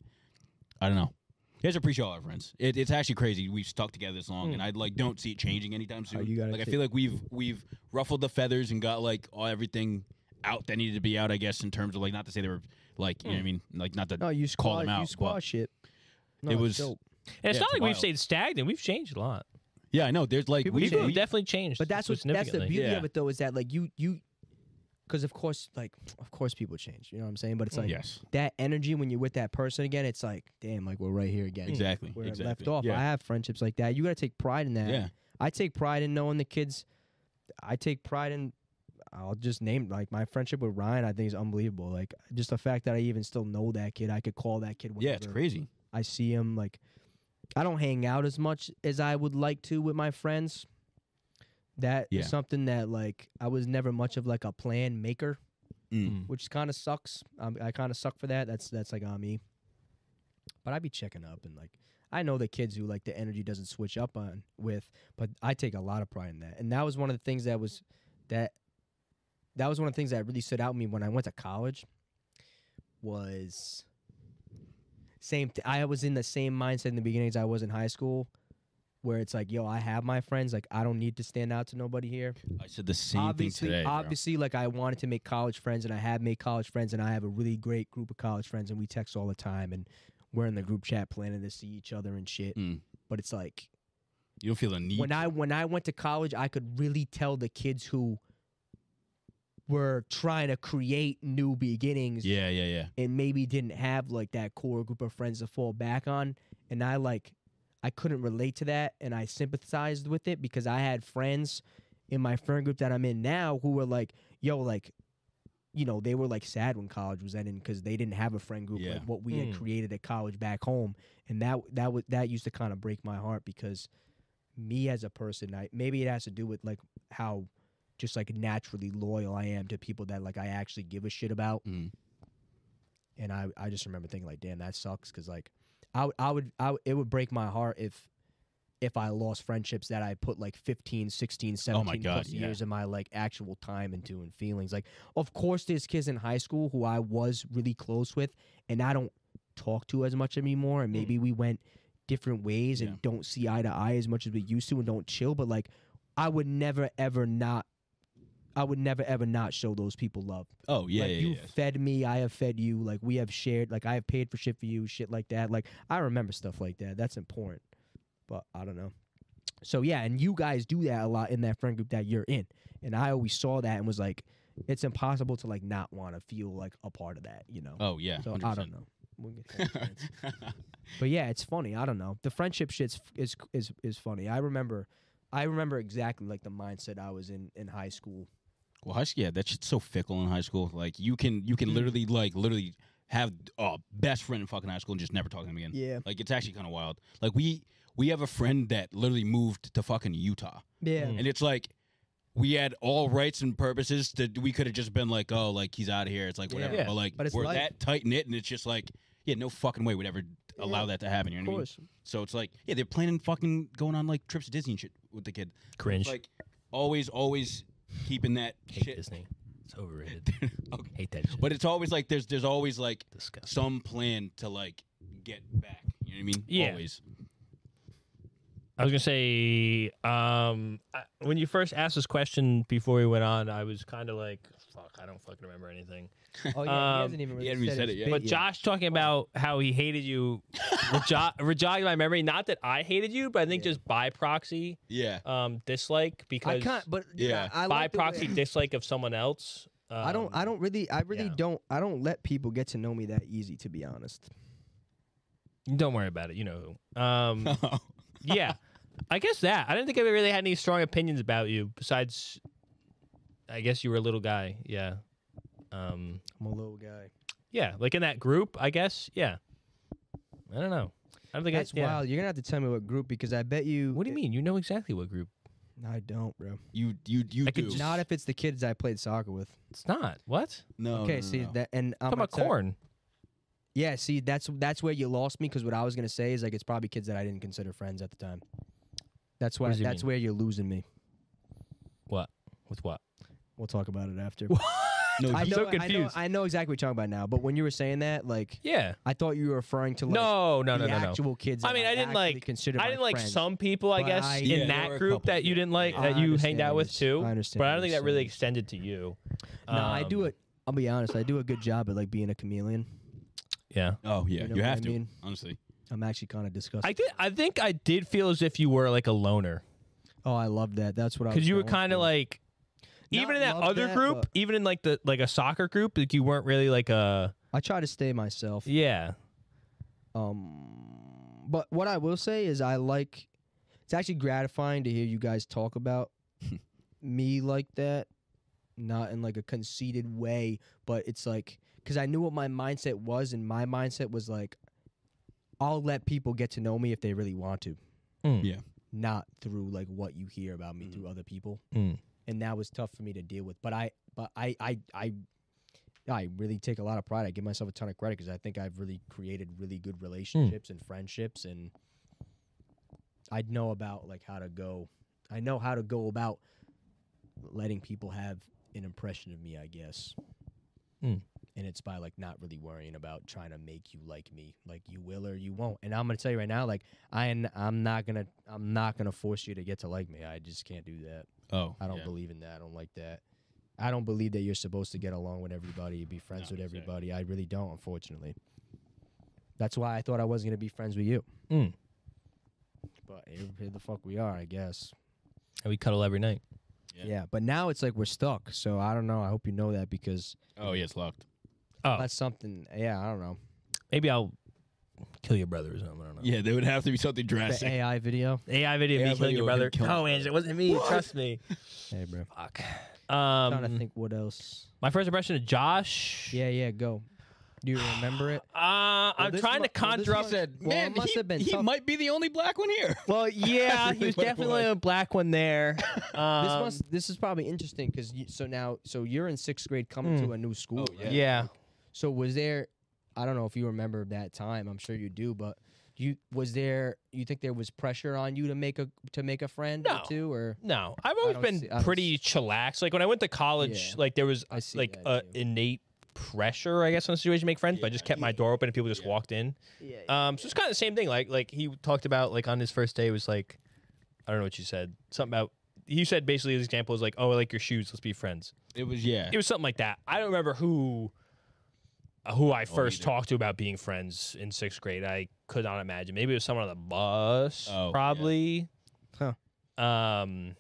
i don't know you guys appreciate all our friends it, it's actually crazy we've stuck together this long and i like don't see it changing anytime soon
you gotta
like i
take-
feel like we've we've ruffled the feathers and got like all everything out that needed to be out i guess in terms of like not to say they were like you know what i mean like not to
No, you
call
squash.
them out
You
but
squash it. No,
it
it's
was
dope.
And it's
Yeah,
not
it's
like
wild.
we've stayed stagnant. We've changed a lot.
Yeah, I know. There's like
People
we,
change.
we
definitely changed.
But that's what that's the
significantly.
beauty
Yeah.
of it though is that like you you because of course like of course people change. You know what I'm saying? But it's like
Yes.
that energy when you're with that person again. It's like damn, like we're right here again.
Exactly,
Where it left
exactly,
off.
yeah.
I have friendships like that. You got to take pride in that.
Yeah.
I take pride in knowing the kids. I take pride in. I'll just name like my friendship with Ryan. I think is unbelievable. Like just the fact that I even still know that kid. I could call that kid. Whenever
Yeah, it's crazy.
I see him like. I don't hang out as much as I would like to with my friends. That is
Yeah.
something that like I was never much of like a plan maker,
Mm.
which kind of sucks. Um, I kind of suck for that. That's that's like on me. But I be checking up and like I know the kids who like the energy doesn't switch up on with, but I take a lot of pride in that. And that was one of the things that was that that was one of the things that really stood out to me when I went to college was same t- I was in the same mindset in the beginning as I was in high school where it's like, yo, I have my friends, like I don't need to stand out to nobody here.
Mm. I said the same
obviously,
thing today. bro.
obviously, like I wanted to make college friends, and I have made college friends, and I have a really great group of college friends, and we text all the time, and we're in the group chat planning to see each other and shit.
Mm.
But it's like
you don't feel the need.
when I when I went to college, I could really tell the kids who were trying to create new beginnings
yeah, yeah, yeah.
and maybe didn't have like that core group of friends to fall back on and i like i couldn't relate to that and i sympathized with it because i had friends in my friend group that i'm in now who were like yo like you know they were like sad when college was ending because they didn't have a friend group
Yeah.
like what we
Mm.
had created at college back home and that that was that used to kind of break my heart because me as a person i maybe it has to do with like how just like naturally loyal i am to people that like i actually give a shit about
Mm.
and I, I just remember thinking like, damn, that sucks because like, I would- I would I would- it would break my heart if if I lost friendships that I put like 15, 16, 17
Oh God,
plus
yeah.
years of my like actual time into and feelings. Like, of course, there's kids in high school who I was really close with, and I don't talk to as much anymore, and maybe we went different ways and
Hmm. Yeah.
don't see eye to eye as much as we used to, and don't chill. But like, I would never ever not. I would never ever not show those people love
Oh yeah,
like
yeah,
you
yeah.
fed me, I have fed you. Like we have shared. Like I have paid for shit for you, shit like that. Like I remember stuff like that. That's important. But I don't know. So yeah, and you guys do that a lot in that friend group that you're in, and I always saw that and was like, it's impossible to like not want to feel like a part of that, you know.
Oh yeah.
so
100%.
I don't know. We'll get to that. But yeah, it's funny. I don't know. The friendship shit's f- is is is funny. I remember, I remember exactly like the mindset I was in in high school.
Well, high school, yeah, that shit's so fickle in high school. Like you can you can
Mm.
literally like literally have a best friend in fucking high school and just never talk to him again.
Yeah.
Like it's actually kind of wild. Like we we have a friend that literally moved to fucking Utah,
Yeah.
and it's like we had all rights and purposes that we could have just been like, oh, like he's out of here. It's like whatever.
Yeah.
But like
But it's
we're
life.
that tight knit, and it's just like yeah, no fucking way would ever allow that to happen. You know what I mean? So it's like yeah, they're planning fucking going on like trips to Disney and shit with the kid.
Cringe.
Like always, always keeping that
Hate
shit
Disney. It's overrated.
Okay.
Hate that shit.
But it's always like there's there's always like
Disgusting.
some plan to like get back. You know what I mean?
Yeah.
Always.
I was gonna say, um, I, when you first asked this question before we went on, I was kind of like, "Fuck, I don't fucking remember anything."
Oh yeah,
Um,
he hasn't even really
he hasn't even
said,
said
his
it yet.
bit
But Josh talking about how he hated you, rejo- rejogged my memory. Not that I hated you, but I think just by proxy,
Yeah.
um, dislike
I
because
can't. But yeah,
Yeah.
I, I
by
like the way-
proxy dislike of someone else. Um,
I don't. I don't really. I really
yeah.
don't. I don't let people get to know me that easy, to be honest.
Don't worry about it. You know who. Um, yeah, I guess that. I didn't think I really had any strong opinions about you besides, I guess you were a little guy. Yeah. Um,
I'm a little guy.
yeah, like in that group, I guess. Yeah. I don't know. I don't think
That's
I, yeah.
wild. You're gonna have to tell me what group because I bet you.
What do you mean? You know exactly what group?
I don't, bro.
you you you
I could
do.
just-
Not if it's the kids I played soccer with.
It's not. What?
no.
okay,
Oh, no, no,
see
no.
that, and I'm
Talking about
gonna tell-
corn.
Yeah, see, that's that's where you lost me because what I was gonna say is like it's probably kids that I didn't consider friends at the time. That's why.
does he
That's
mean?
where you're losing me.
What? With what?
We'll talk about it after.
No,
I
you-
know,
so
I know.
confused.
I know exactly what you're talking about now. But when you were saying that, like,
Yeah.
I thought you were referring to like
No, no, no,
the
no, no.
actual kids.
I
that
mean, I didn't
actually
like.
Consider
I
my
didn't like
friends.
some people, I
but
guess,
I-
Yeah,
in
there were
that
a
group
couple,
that you
yeah.
didn't like,
I
that you hanged
understand
out
what
with
you're s-
too.
I understand
But I
what
don't think
you're
that really
saying.
extended to you.
No, I do
Um,
it. I'll be honest. I do a good job at like being a chameleon.
Yeah.
Oh yeah, you,
You know what
have
I
to.
mean?
Honestly.
I'm actually kind of disgusted.
I did. I think I did feel as if you were like a loner.
Oh, I loved that. That's what I.
because
was
you were
going
kind of
for.
like even in that
love
other
that,
group
but-
even in like the like a soccer group like you weren't really like a
I try to stay myself.
yeah
Um, but what I will say is I like. It's actually gratifying to hear you guys talk about me like that, not in like a conceited way, but it's like because I knew what my mindset was, and my mindset was like, I'll let people get to know me if they really want to,
Mm. Yeah.
not through like what you hear about me through other people,
Mm.
and that was tough for me to deal with. But I, but I, I, I I really take a lot of pride. I give myself a ton of credit because I think I've really created really good relationships and friendships, and I know about like how to go. I know how to go about letting people have an impression of me, I guess.
Mm.
And it's by like not really worrying about trying to make you like me, like you will or you won't. And I'm gonna tell you right now, like I am, I'm not gonna, I'm not gonna force you to get to like me. I just can't do that.
Oh,
I don't
yeah.
believe in that. I don't like that. I don't believe that you're supposed to get along with everybody, and be friends with everybody. I really don't, unfortunately. That's why I thought I wasn't gonna be friends with you.
Mm.
But here, here the fuck we are, I guess.
And we cuddle every night.
Yeah. but now it's like we're stuck. So I don't know. I hope you know that because
Oh yeah, it's locked.
Oh.
that's something. Yeah, I don't know.
Maybe I'll kill your brother or something. I don't know.
Yeah, there would have to be something
The
drastic.
AI video.
AI video of
AI
me killing
video
your
of
brother.
him killing
oh, Angela, it wasn't me. Trust me.
Hey, bro.
Fuck.
I'm trying to
Um,
think what else.
my first impression of Josh.
Yeah, yeah. Go. Do you remember it?
Uh,
Well,
I'm
this
trying
mu-
to
well, this
conjure up.
must- well, it must
he,
have been
he
tough.
might be the only black one here.
Well, yeah,
That's
he was
what it
definitely
was.
a black one there. Um,
This must. This is probably interesting because so now so you're in sixth grade coming to a new school.
yeah.
right?
yeah.
So was there? I don't know if you remember that time. I'm sure you do, but you was there. You think there was pressure on you to make a to make a friend
No.
or two or
No, I've always
don't
been
see- I don't
pretty chillax. Like when I went to college,
Yeah.
like there was
I see
like
that
a
in
innate pressure, I guess, on the situation to make friends. But I just kept my door open and people just walked in.
Yeah,
Um, so it's kind of the same thing. Like like he talked about like on his first day it was like, I don't know what you said. Something about he said basically his example is like, oh, I like your shoes. Let's be friends.
It was yeah.
It was something like that. I don't remember who uh, who
Oh,
I first
either.
talked to about being friends in sixth grade. I could not imagine. Maybe it was someone on the bus,
Oh, yeah.
probably.
Huh.
Um.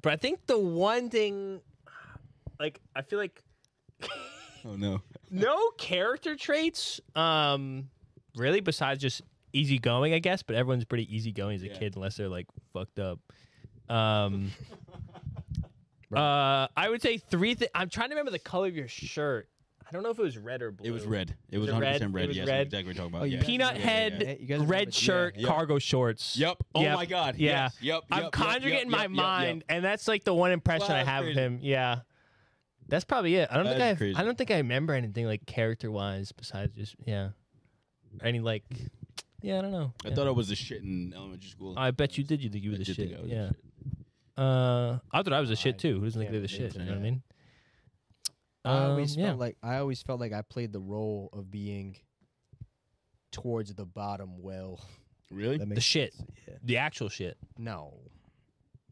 But I think the one thing, like, I feel like
Oh no.
no character traits, um, really, besides just easygoing, I guess. But everyone's pretty easygoing as a
Yeah.
kid, unless they're like fucked up. Um, uh, I would say three. Th- I'm trying to remember the color of your shirt. I don't know if it was red or blue.
It was red. It was
it
100%
red?
red.
It was
yes, I know
red.
exactly what you're talking about.
Oh, you
yeah.
guys
Peanut
Yeah, yeah,
head,
yeah.
yeah. You guys remember-
red shirt,
yeah.
cargo shorts.
Yep. Oh
Yep.
my god.
Yeah.
Yes. Yep.
I'm
yep,
conjuring
yep,
it in my
yep, yep, yep.
mind, and that's like the one impression
Wow,
I
that's
have
crazy.
of him. Yeah, that's probably it. I don't
That
think
is
I. have-
crazy.
I don't think I remember anything like character wise besides just yeah, any like yeah. I don't know.
I
Yeah.
thought I was the shit in elementary school.
I bet you did. You think you were
I
the
did think
shit?
I was the
Yeah. Uh, I thought I was a shit
I
too. Who doesn't think
can't
they're the
relate
shit?
to
You know what I
that.
mean?
I always
Um, yeah.
felt Uh, like I always felt like I played the role of being towards the bottom well.
Really?
That
the
makes
shit,
sense. Yeah.
the actual shit.
No.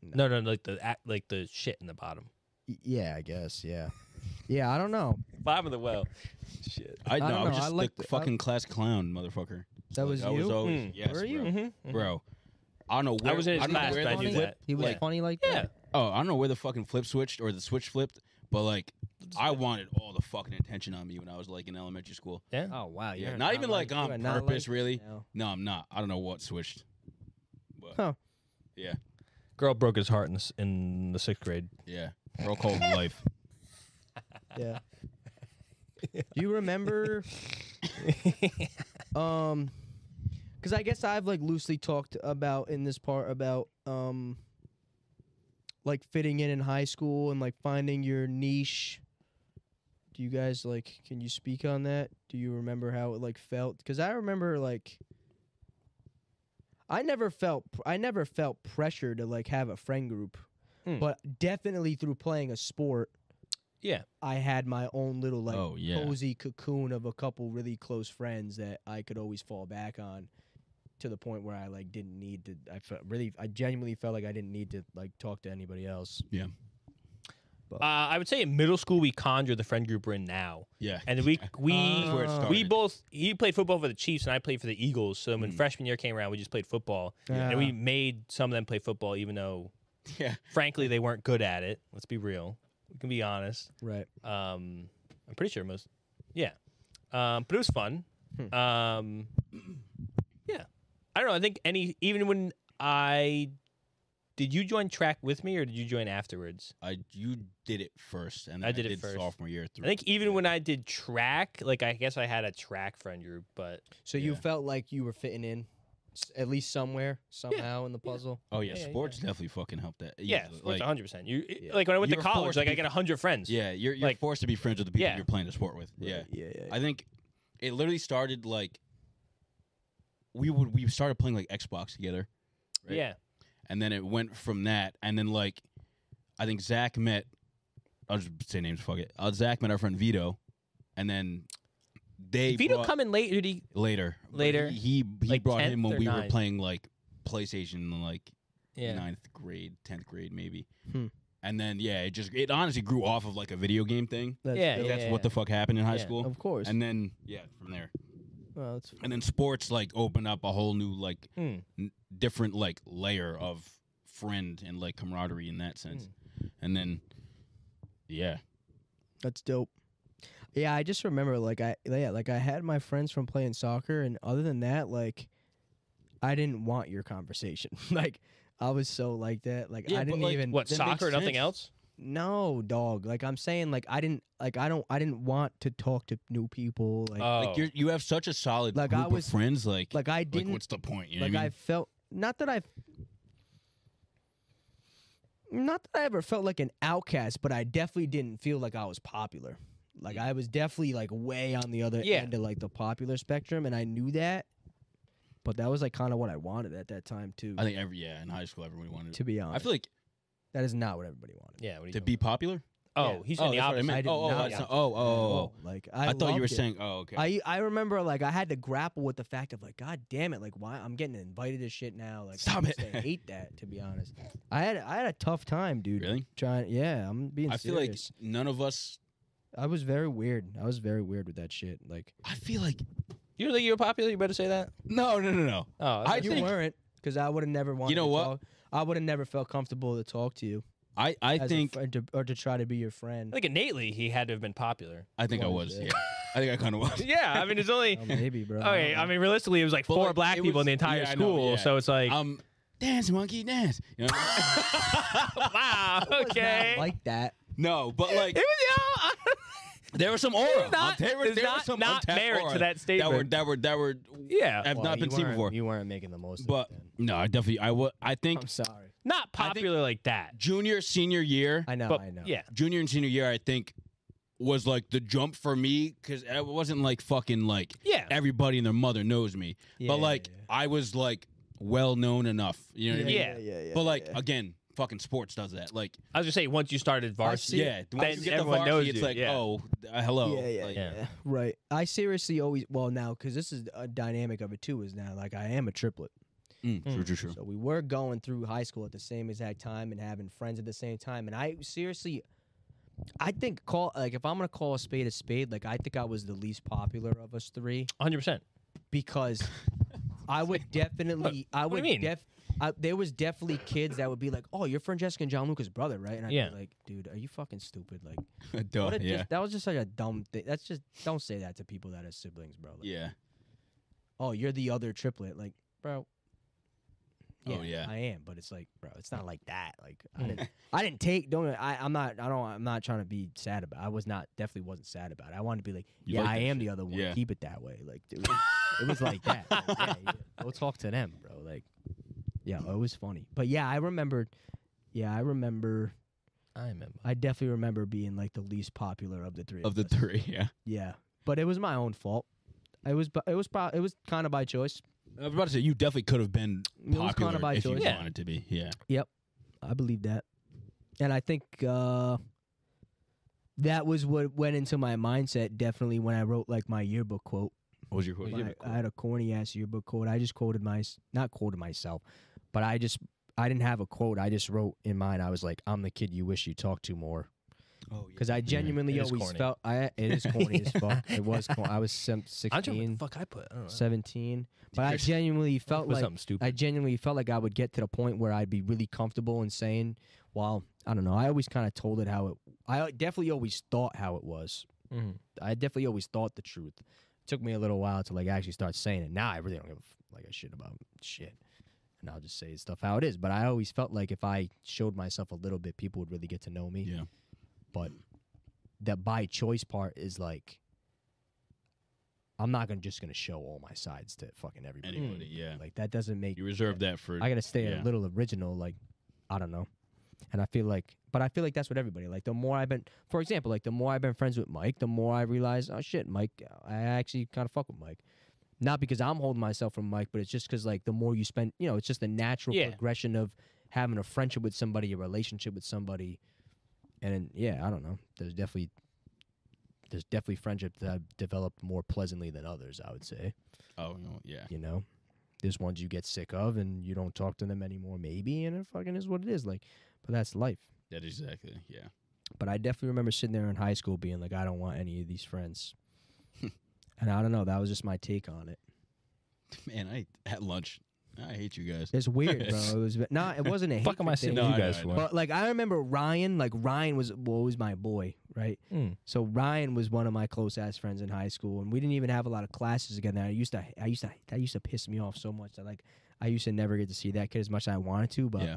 No, no, like the act- like the shit in the bottom,
Y- Yeah, I guess. Yeah. Yeah, I don't know.
bottom of the well. Shit.
I know.
don't
I was
know, I
just
like
the
the- I-
fucking class clown, motherfucker.
That was
I was
you?
always
Mm.
yes,
Were
bro.
you?
bro. I don't know where
was in his
I don't know
class,
where
but Hmm. I
the
knew
flip-
that.
He was
like-
funny like
Yeah.
that.
Oh, I don't know where the fucking flip switched or the switch flipped, but like I wanted all the fucking attention on me when I was like in elementary school.
Oh wow,
Yeah,
you're
not even, like,
you
on
are not
purpose,
like-
really.
No.
No, I'm not. I don't know what switched. But
Huh.
Yeah.
Girl broke his heart in the, s- in the sixth grade.
Yeah. Real cold life.
Yeah. Do you remember? um, because I guess I've like loosely talked about in this part about um, like fitting in in high school and like finding your niche. Do you guys like? Can you speak on that? Do you remember how it like felt? Because I remember like. I never felt I never felt pressure to like have a friend group,
Hmm.
but definitely through playing a sport,
Yeah.
I had my own little like
oh yeah.
cozy cocoon of a couple really close friends that I could always fall back on to the point where I like didn't need to I felt really I genuinely felt like I didn't need to like talk to anybody else.
Uh, I would say in middle school we conjure the friend group we're in now.
Yeah.
and we we
That's where it
we
started.
both he played football for the Chiefs and I played for the Eagles. So when freshman year came around, we just played football,
Yeah.
and
Ah.
we made some of them play football, even though,
Yeah.
frankly, they weren't good at it. Let's be real. We can be honest.
Right.
Um, I'm pretty sure most. Yeah, um, but it was fun. Um, yeah, I don't know. I think any even when I did you join track with me or did you join afterwards?
I you did it first, and then
I did, it first.
sophomore year. Through.
I think even when I did track, like I guess I had a track friend group, but
So you felt like you were fitting in, s- at least somewhere, somehow in the puzzle.
Oh yeah,
Yeah, yeah,
sports definitely fucking helped that.
Yeah,
Usually,
sports 100%. You- it- like, when I went to
you're
college,
forced
like, I
be-
got 100 friends.
Yeah, you're, you're
Like-
forced to be friends with the people
Yeah.
you're playing the sport with. Yeah.
yeah, yeah,
I think it literally started like we would we started playing like Xbox together. right?
Yeah.
and then it went from that, and then like I think Zach met. I'll just say names. Fuck it. Uh, Zach met our friend Vito, and then they
Vito
brought-
come in late, or did he?
later. but
Later?
he he, he
Like
brought him
10th
when
or
we were
9th?
playing like PlayStation, in, like
Yeah.
ninth grade, tenth grade, maybe.
Hmm.
And then yeah, it just it honestly grew off of like a video game thing.
That's
Yeah,
Like,
yeah,
that's
yeah,
what the
yeah.
fuck happened in high
Yeah.
school.
Of course.
And then yeah, from there.
Well, that's
And then sports like opened up a whole new like
Hmm.
n- different like layer of friend and like camaraderie in that sense.
Hmm.
And then yeah,
That's dope. Yeah, I just remember like I yeah, like I had my friends from playing soccer and other than that, like I didn't want your conversation. like I was so like that. Like I didn't even
what soccer, or nothing else.
No, dog. Like I'm saying like I didn't like I don't I didn't want to talk to new people. Like
like you're, you have such a solid
Oh. Like,
group
I was-
of friends. Like
like I didn't
what's the point? You know
like
what I
I
mean?
felt not that I not that I ever felt like an outcast, but I definitely didn't feel like I was popular. Like I was definitely like way on the other
Yeah.
end of like the popular spectrum, and I knew that. But that was like kind of what I wanted at that time too.
I think every yeah in high school everybody wanted
to be honest,
I feel like
that is not what everybody wanted.
Yeah. What do
to be popular.
Oh, he's in
oh,
the
that's what I
opposite.
meant.
I did
oh, oh,
not
that's not-
want
oh,
at
oh,
all.
oh.
like I,
I, thought you were
loved it.
saying. Oh, okay.
I I remember like I had to grapple with the fact of like, God damn it, like why I'm getting invited to shit now. Like
Stop
I
it.
just hate that to be honest. I had I had a tough time, dude.
Really?
Trying, yeah. I'm being.
I feel like
serious.
none of us.
I was very weird. I was very weird with that shit. Like
I feel like
You don't think you were popular? You better say that.
no, no, no, no.
Oh,
I
you
think
weren't, because I would have never wanted.
know
to
what?
Talk. I would have never felt comfortable to talk to you.
I, I
as a
think
friend to, or to try to be your friend.
I think innately he had to have been popular.
I think I
Well,
was.
yeah.
Yeah, I think I kind of was.
Yeah, I mean, it's only
Oh, maybe, bro.
okay. I mean, realistically, it was like
But,
four
like,
black
it
people in the
was-
entire
yeah, I know,
school,
yeah.
so it's like,
Um, dance monkey dance. You know what I mean?
wow, okay.
Not like that.
no, but like
it was
there was some aura.
not-
there was
there's
there
not-
was some
not
untapped
merit to
aura
that
That were
statement.
that were that were
y'all, yeah,
have not been seen before.
You weren't making the most.
But
of it then.
no, I definitely I would. I think
I'm sorry.
not
I think-
popular like that.
junior senior year.
I know.
But
I know.
yeah,
junior and senior year, I think, was like the jump for me because it wasn't like fucking like
Yeah.
everybody and their mother knows me,
Yeah,
but like
yeah,
I was like well known enough, you know what I mean?
Yeah.
yeah, yeah.
but like again, fucking sports does that. Like
I was gonna say once you started varsity,
See,
yeah, once
then
you get the
everyone
varsity,
knows
it's
you,
like
yeah.
oh uh, hello,
Yeah, yeah,
like,
yeah.
yeah. Right. I seriously always well now because this is a dynamic of it too. Is now like I am a triplet,
mm, true, true, true.
so we were going through high school at the same exact time and having friends at the same time. And I seriously, I think call like if I'm gonna call a spade a spade, like I think I was the least popular of us three
hundred percent.
because I would definitely, I
what do
would
you mean?
def. I, there was definitely kids that would be like, "Oh, you're Francesca and John Lucas' brother, right?" And I'd
Yeah.
be like, "Dude, are you fucking stupid? Like,
Duh,
what
Oh,
a,
yeah,
just, that was just such a dumb thing. That's just don't say that to people that are siblings, bro. Like,
yeah.
oh, you're the other triplet, like, bro.
Oh, yeah. Mm.
I am, but it's like, bro, it's not like that. Like, I didn't, I didn't take. Don't I? I'm not. I don't. I'm not trying to be sad about. I was not. Definitely wasn't sad about. it. I wanted to be like,
You
yeah,
like
I
that
am
shit.
the other one.
Yeah.
Keep it that way, like, dude. it was like that. Like, yeah, yeah, go talk to them, bro. Like, yeah, it was funny. But yeah, I remember. Yeah, I remember.
I remember.
I definitely remember being like the least popular of the three.
Of the
us.
three, yeah.
Yeah, but it was my own fault. It was bu- it was pro- it was kind of by choice.
I was about to say you definitely could have been
It was
popular
kinda by
if
choice.
you
Yeah.
wanted to be. Yeah,
I believe that, and I think uh, that was what went into my mindset. Definitely when I wrote like my yearbook quote.
what was your question?
My- I had a corny ass yearbook quote. I just quoted my not quoted myself, but I just I didn't have a quote. I just wrote in mine. I was like, "I'm the kid you wish you talked to more."
Oh, yeah.
Because I genuinely
Mm-hmm. It is
always
corny.
felt I it is corny as fuck. It was corny. I was sem-
I'm trying to
sixteen.
remember what the fuck I put. I don't know.
17 but i genuinely felt
put
like
something stupid.
i genuinely felt like i would get to the point where i'd be really comfortable and saying well i don't know i always kind of told it how it i definitely always thought how it was
Mm-hmm.
Mhm.
i definitely always thought the truth took me a little while to like actually start saying it now i really don't give a f- like a shit about shit and i'll just say stuff how it is but i always felt like if i showed myself a little bit people would really get to know me
yeah
but that by choice part is like I'm not gonna just gonna show all my sides to fucking everybody.
Anybody, yeah.
Like that doesn't make
You reserve that for.
I gotta stay
yeah.
a little original, like I don't know. And I feel like but I feel like that's what everybody like the more I've been for example, like the more I've been friends with Mike, the more I realize, oh shit, Mike I actually kinda fuck with Mike. Not because I'm holding myself from Mike, but it's just because like the more you spend you know, it's just the natural
Yeah.
progression of having a friendship with somebody, a relationship with somebody. And then, yeah, I don't know. There's definitely there's definitely friendships that I've developed more pleasantly than others, I would say.
Oh no, yeah.
You know? There's ones you get sick of and you don't talk to them anymore, maybe, and it fucking is what it is. Like, but that's life.
That is exactly. Yeah.
But I definitely remember sitting there in high school being like, I don't want any of these friends. and I don't know, that was just my take on it.
Man, I at lunch. I hate you guys.
It's weird, bro. It was nah, it wasn't a
Fuck
hatred
am I
thing.
sitting No, with you I know, guys I know. for?
But like I remember Ryan, like Ryan was well, he was my boy, right?
Mm.
So Ryan was one of my close ass friends in high school, and we didn't even have a lot of classes together. I used to, I used to, that used to piss me off so much that like I used to never get to see that kid as much as I wanted to, but.
Yeah.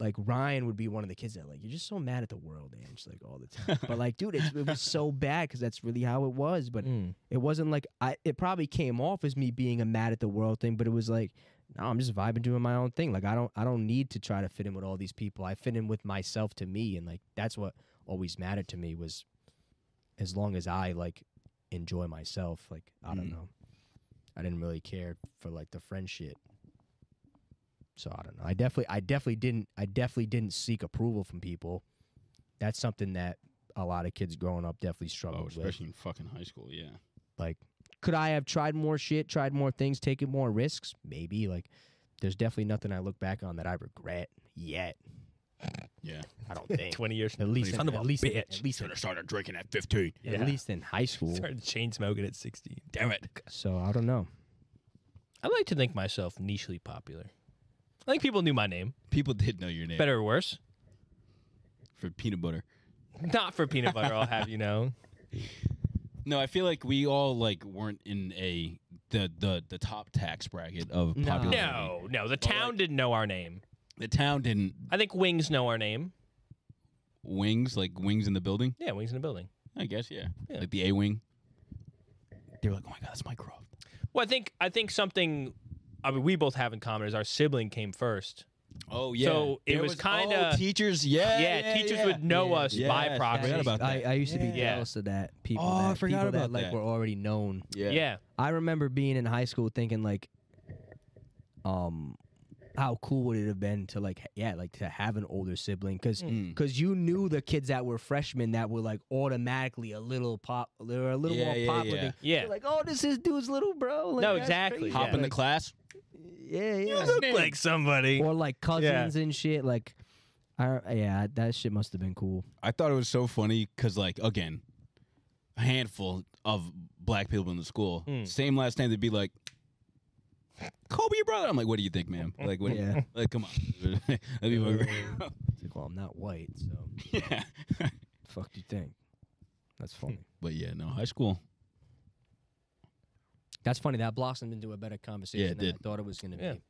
Like Ryan would be one of the kids that like you're just so mad at the world, man. Just like all the time. but like, dude, it's, it was so bad because that's really how it was. But it wasn't like I. It probably came off as me being a mad at the world thing, but it was like, no, I'm just vibing, doing my own thing. Like I don't, I don't need to try to fit in with all these people. I fit in with myself to me, and like that's what always mattered to me was, as long as I like enjoy myself. Like I
Mm.
don't know, I didn't really care for like the friend shit. So I don't know. I definitely, I definitely didn't, I definitely didn't seek approval from people. That's something that a lot of kids growing up definitely struggled
Oh,
with.
especially in fucking high school. Yeah.
Like, could I have tried more shit, tried more things, taken more risks? Maybe. Like, there's definitely nothing I look back on that I regret yet.
Yeah.
I don't think.
20 years
At least,
Son
in,
of a
at least, in-
bitch.
at least, in,
Should have started drinking at 15.
Yeah.
at least in high school.
Started chain smoking at 16.
Damn it.
So I don't know.
I like to think myself nichely popular. I think people knew my name,
People did know your name.
better or worse.
For peanut butter.
Not for peanut butter, I'll have you know.
No, I feel like we all like weren't in a the the the top tax bracket of popularity.
No, no, the town didn't know our name.
The town didn't
I think Wings know our name.
wings like wings in the building.
Yeah, Wings in the building.
I guess yeah.
Yeah.
Like the A wing. They were like, oh my god, that's Mycroft.
Well, I think I think something. I mean, we both have in common is our sibling came first.
Oh yeah.
So it
There
was kinda-
oh, teachers. Yeah.
Yeah, teachers would know
yeah.
us by
Yes,
proxy.
I forgot
I-
about
I,
that.
I used to be
Yeah.
jealous of that. People
Oh, I
that,
forgot
people
about
that, like
that.
were already known.
Yeah.
I remember being in high school thinking like, um, how cool would it have been to like, yeah, like to have an older sibling because
Mm.
you knew the kids that were freshmen that were like automatically a little pop, they were a little
Yeah,
more
yeah,
popular.
yeah.
than-
Yeah.
you're like oh, this is dude's little bro. Like,
No,
that's
exactly.
crazy.
Hop in the
Like,
class.
yeah, yeah.
Look like somebody.
or like cousins and shit. Like, I yeah, that shit must have been cool.
I thought it was so funny because, like, again, a handful of black people in the school,
Mm.
same last name, they'd be like, Kobe, your brother. I'm like, what do you think, ma'am? Like, what?
Yeah.
Like, come on. That'd be my-
It's like, well, I'm not white, so
yeah.
fuck you think? That's funny.
But yeah, no, high school.
That's funny. That blossomed into a better conversation
Yeah, it
than
did.
I thought it was going to
Yeah.
be.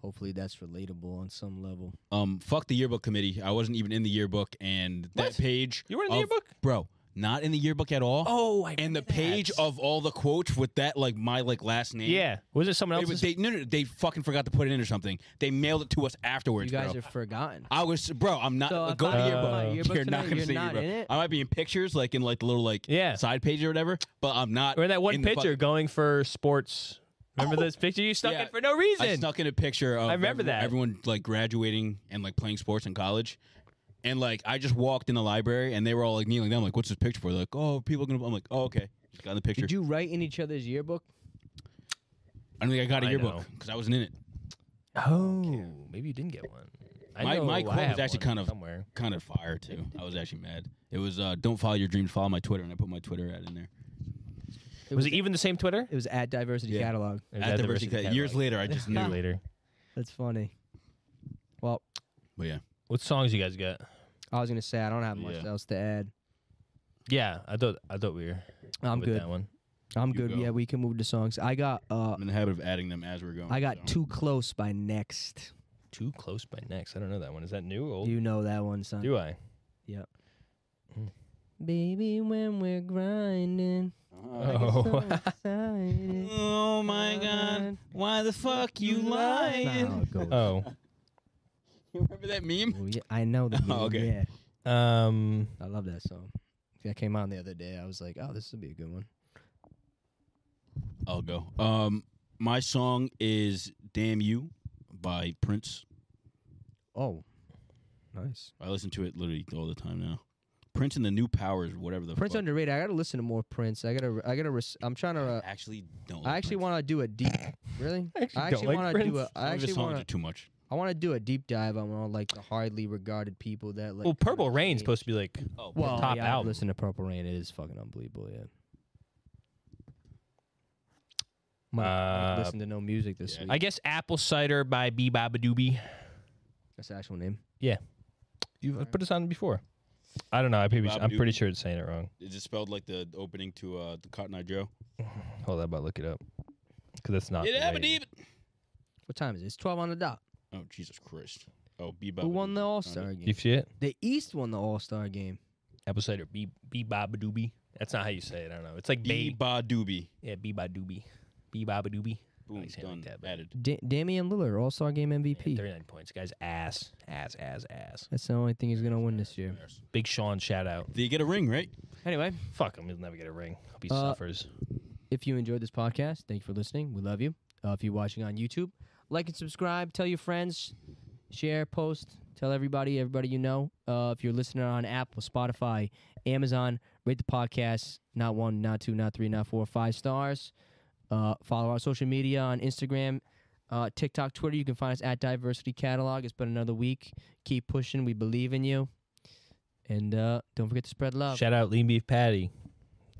Hopefully, that's relatable on some level.
Um, fuck the yearbook committee. I wasn't even in the yearbook, and that page.
You weren't in the
of-
yearbook?
bro. Not in the yearbook at all.
Oh, I
and the
remember
page
that.
of all the quotes with that, like my like last name.
Yeah. Was it someone
It was,
else's?
they, no, no, they fucking forgot to put it in or something. They mailed it to us
You
afterwards,
guys
bro.
are forgotten.
I was, bro. I'm not
So if
go to
I'm
yearbook.
on my yearbook
you're not
tonight,
gonna
you're
see
not
yearbook.
in it?
I might be in pictures, like in like the little like
Yeah.
side page or whatever, but I'm not.
Or that one
in the
picture
fuck-
going for sports. Remember this picture you stuck
Yeah.
in for no
I
reason?
snuck in a picture of
I remember
everyone,
that.
everyone like graduating and like playing sports in college. And like I just walked in the library and they were all like kneeling down. I'm like, what's this picture for? They're like, oh, people are gonna. I'm like, oh, okay. Just got in the picture.
Did you write in each other's yearbook?
I don't think I got a
I
yearbook
know.
because I wasn't in it.
Oh, maybe you didn't get one. I
I
my
know
my
I
quote
have
was actually
one
kind of
somewhere.
kind of fire too. I was actually mad. It was uh, "Don't follow your dreams, follow my Twitter," and I put my Twitter ad in there.
was, it even the same Twitter?
It was at Diversity
Yeah.
Catalog.
At At Diversity Diversity Cat- Catalog. years later, I just knew.
later.
That's funny. Well,
But yeah,
What songs you guys got?
I was gonna say I don't have much
Yeah.
else to add.
Yeah, I thought I thought we were.
I'm
with
good.
That one.
I'm
You
good.
go.
Yeah, we can move to songs. I got uh,
I'm in the habit of adding them as we're going.
I
so.
got too close by next.
Too close by next. I don't know that one. Is that new or
Oh.
old?
You know that one, son.
Do I?
Yep. Baby, when we're grinding.
Oh.
Oh my god! Why the fuck you lying? Uh,
Oh.
You remember that meme?
I know the
Oh,
okay.
okay.
Yeah,
Um.
I love that song. That came on the other day. I was like, oh, this would be a good one.
I'll go. Um, my song is "Damn You" by Prince.
Oh, nice.
I listen to it literally all the time now. Prince and the New Powers, whatever the
Prince
fuck.
underrated. I gotta listen to more Prince. I gotta. I gotta. Res- I'm trying to. Uh,
actually don't.
I actually want to do a deep. really?
actually
I
don't
actually
like
want to
Prince.
do a.
Some
I
of his
actually
songs
want
are too much.
I want to do a deep dive on all like the hardly regarded people that like.
Well, Purple Rain's
changed.
supposed to be like
Oh,
the top
yeah, I've
album.
listened to Purple Rain. It is fucking unbelievable. Yeah. Might not
Uh,
listen to no music this week.
I guess Apple Cider by B Babadoobie.
That's the actual name.
You've put this on before. I don't know. I maybe, I'm pretty
Babadoobie.
sure it's saying it wrong.
Is it spelled like the opening to uh, the Cotton Eye Joe?
Hold on, but look it up because it's not.
It
the
happened
right-
even.
What time is it? It's twelve on the dot.
Oh Jesus Christ! Oh, Bebop.
Who won the All Star
You
game?
see it?
The East won the All Star game.
Apple Cider B B Babadoobie. That's not how you say it. I don't know. It's like B.
Bebop Doobie.
Yeah, B Babadoobie. B Babadoobie.
Boom,
like saying
done.
like that, but-
added.
Da- Damian Lillard All Star game MVP.
39 points. Guys, ass, ass, ass, ass.
That's the only thing he's gonna win this year.
Big Sean shout out.
Did you get a ring, right?
Anyway,
Fuck him. He'll never get a ring. Hope he
Uh,
suffers.
if you enjoyed this podcast, thank you for listening. We love you. Uh, if you're watching on YouTube, like and subscribe. Tell your friends, share, post, tell everybody, everybody you know. Uh, if you're listening on Apple, Spotify, Amazon, rate the podcast. Not one, not two, not three, not four, five stars. Uh, follow our social media on Instagram, uh, TikTok, Twitter. You can find us at Diversity Catalog. It's been another week. Keep pushing. We believe in you. And uh, don't forget to spread love.
Shout out Lean Beef Patty.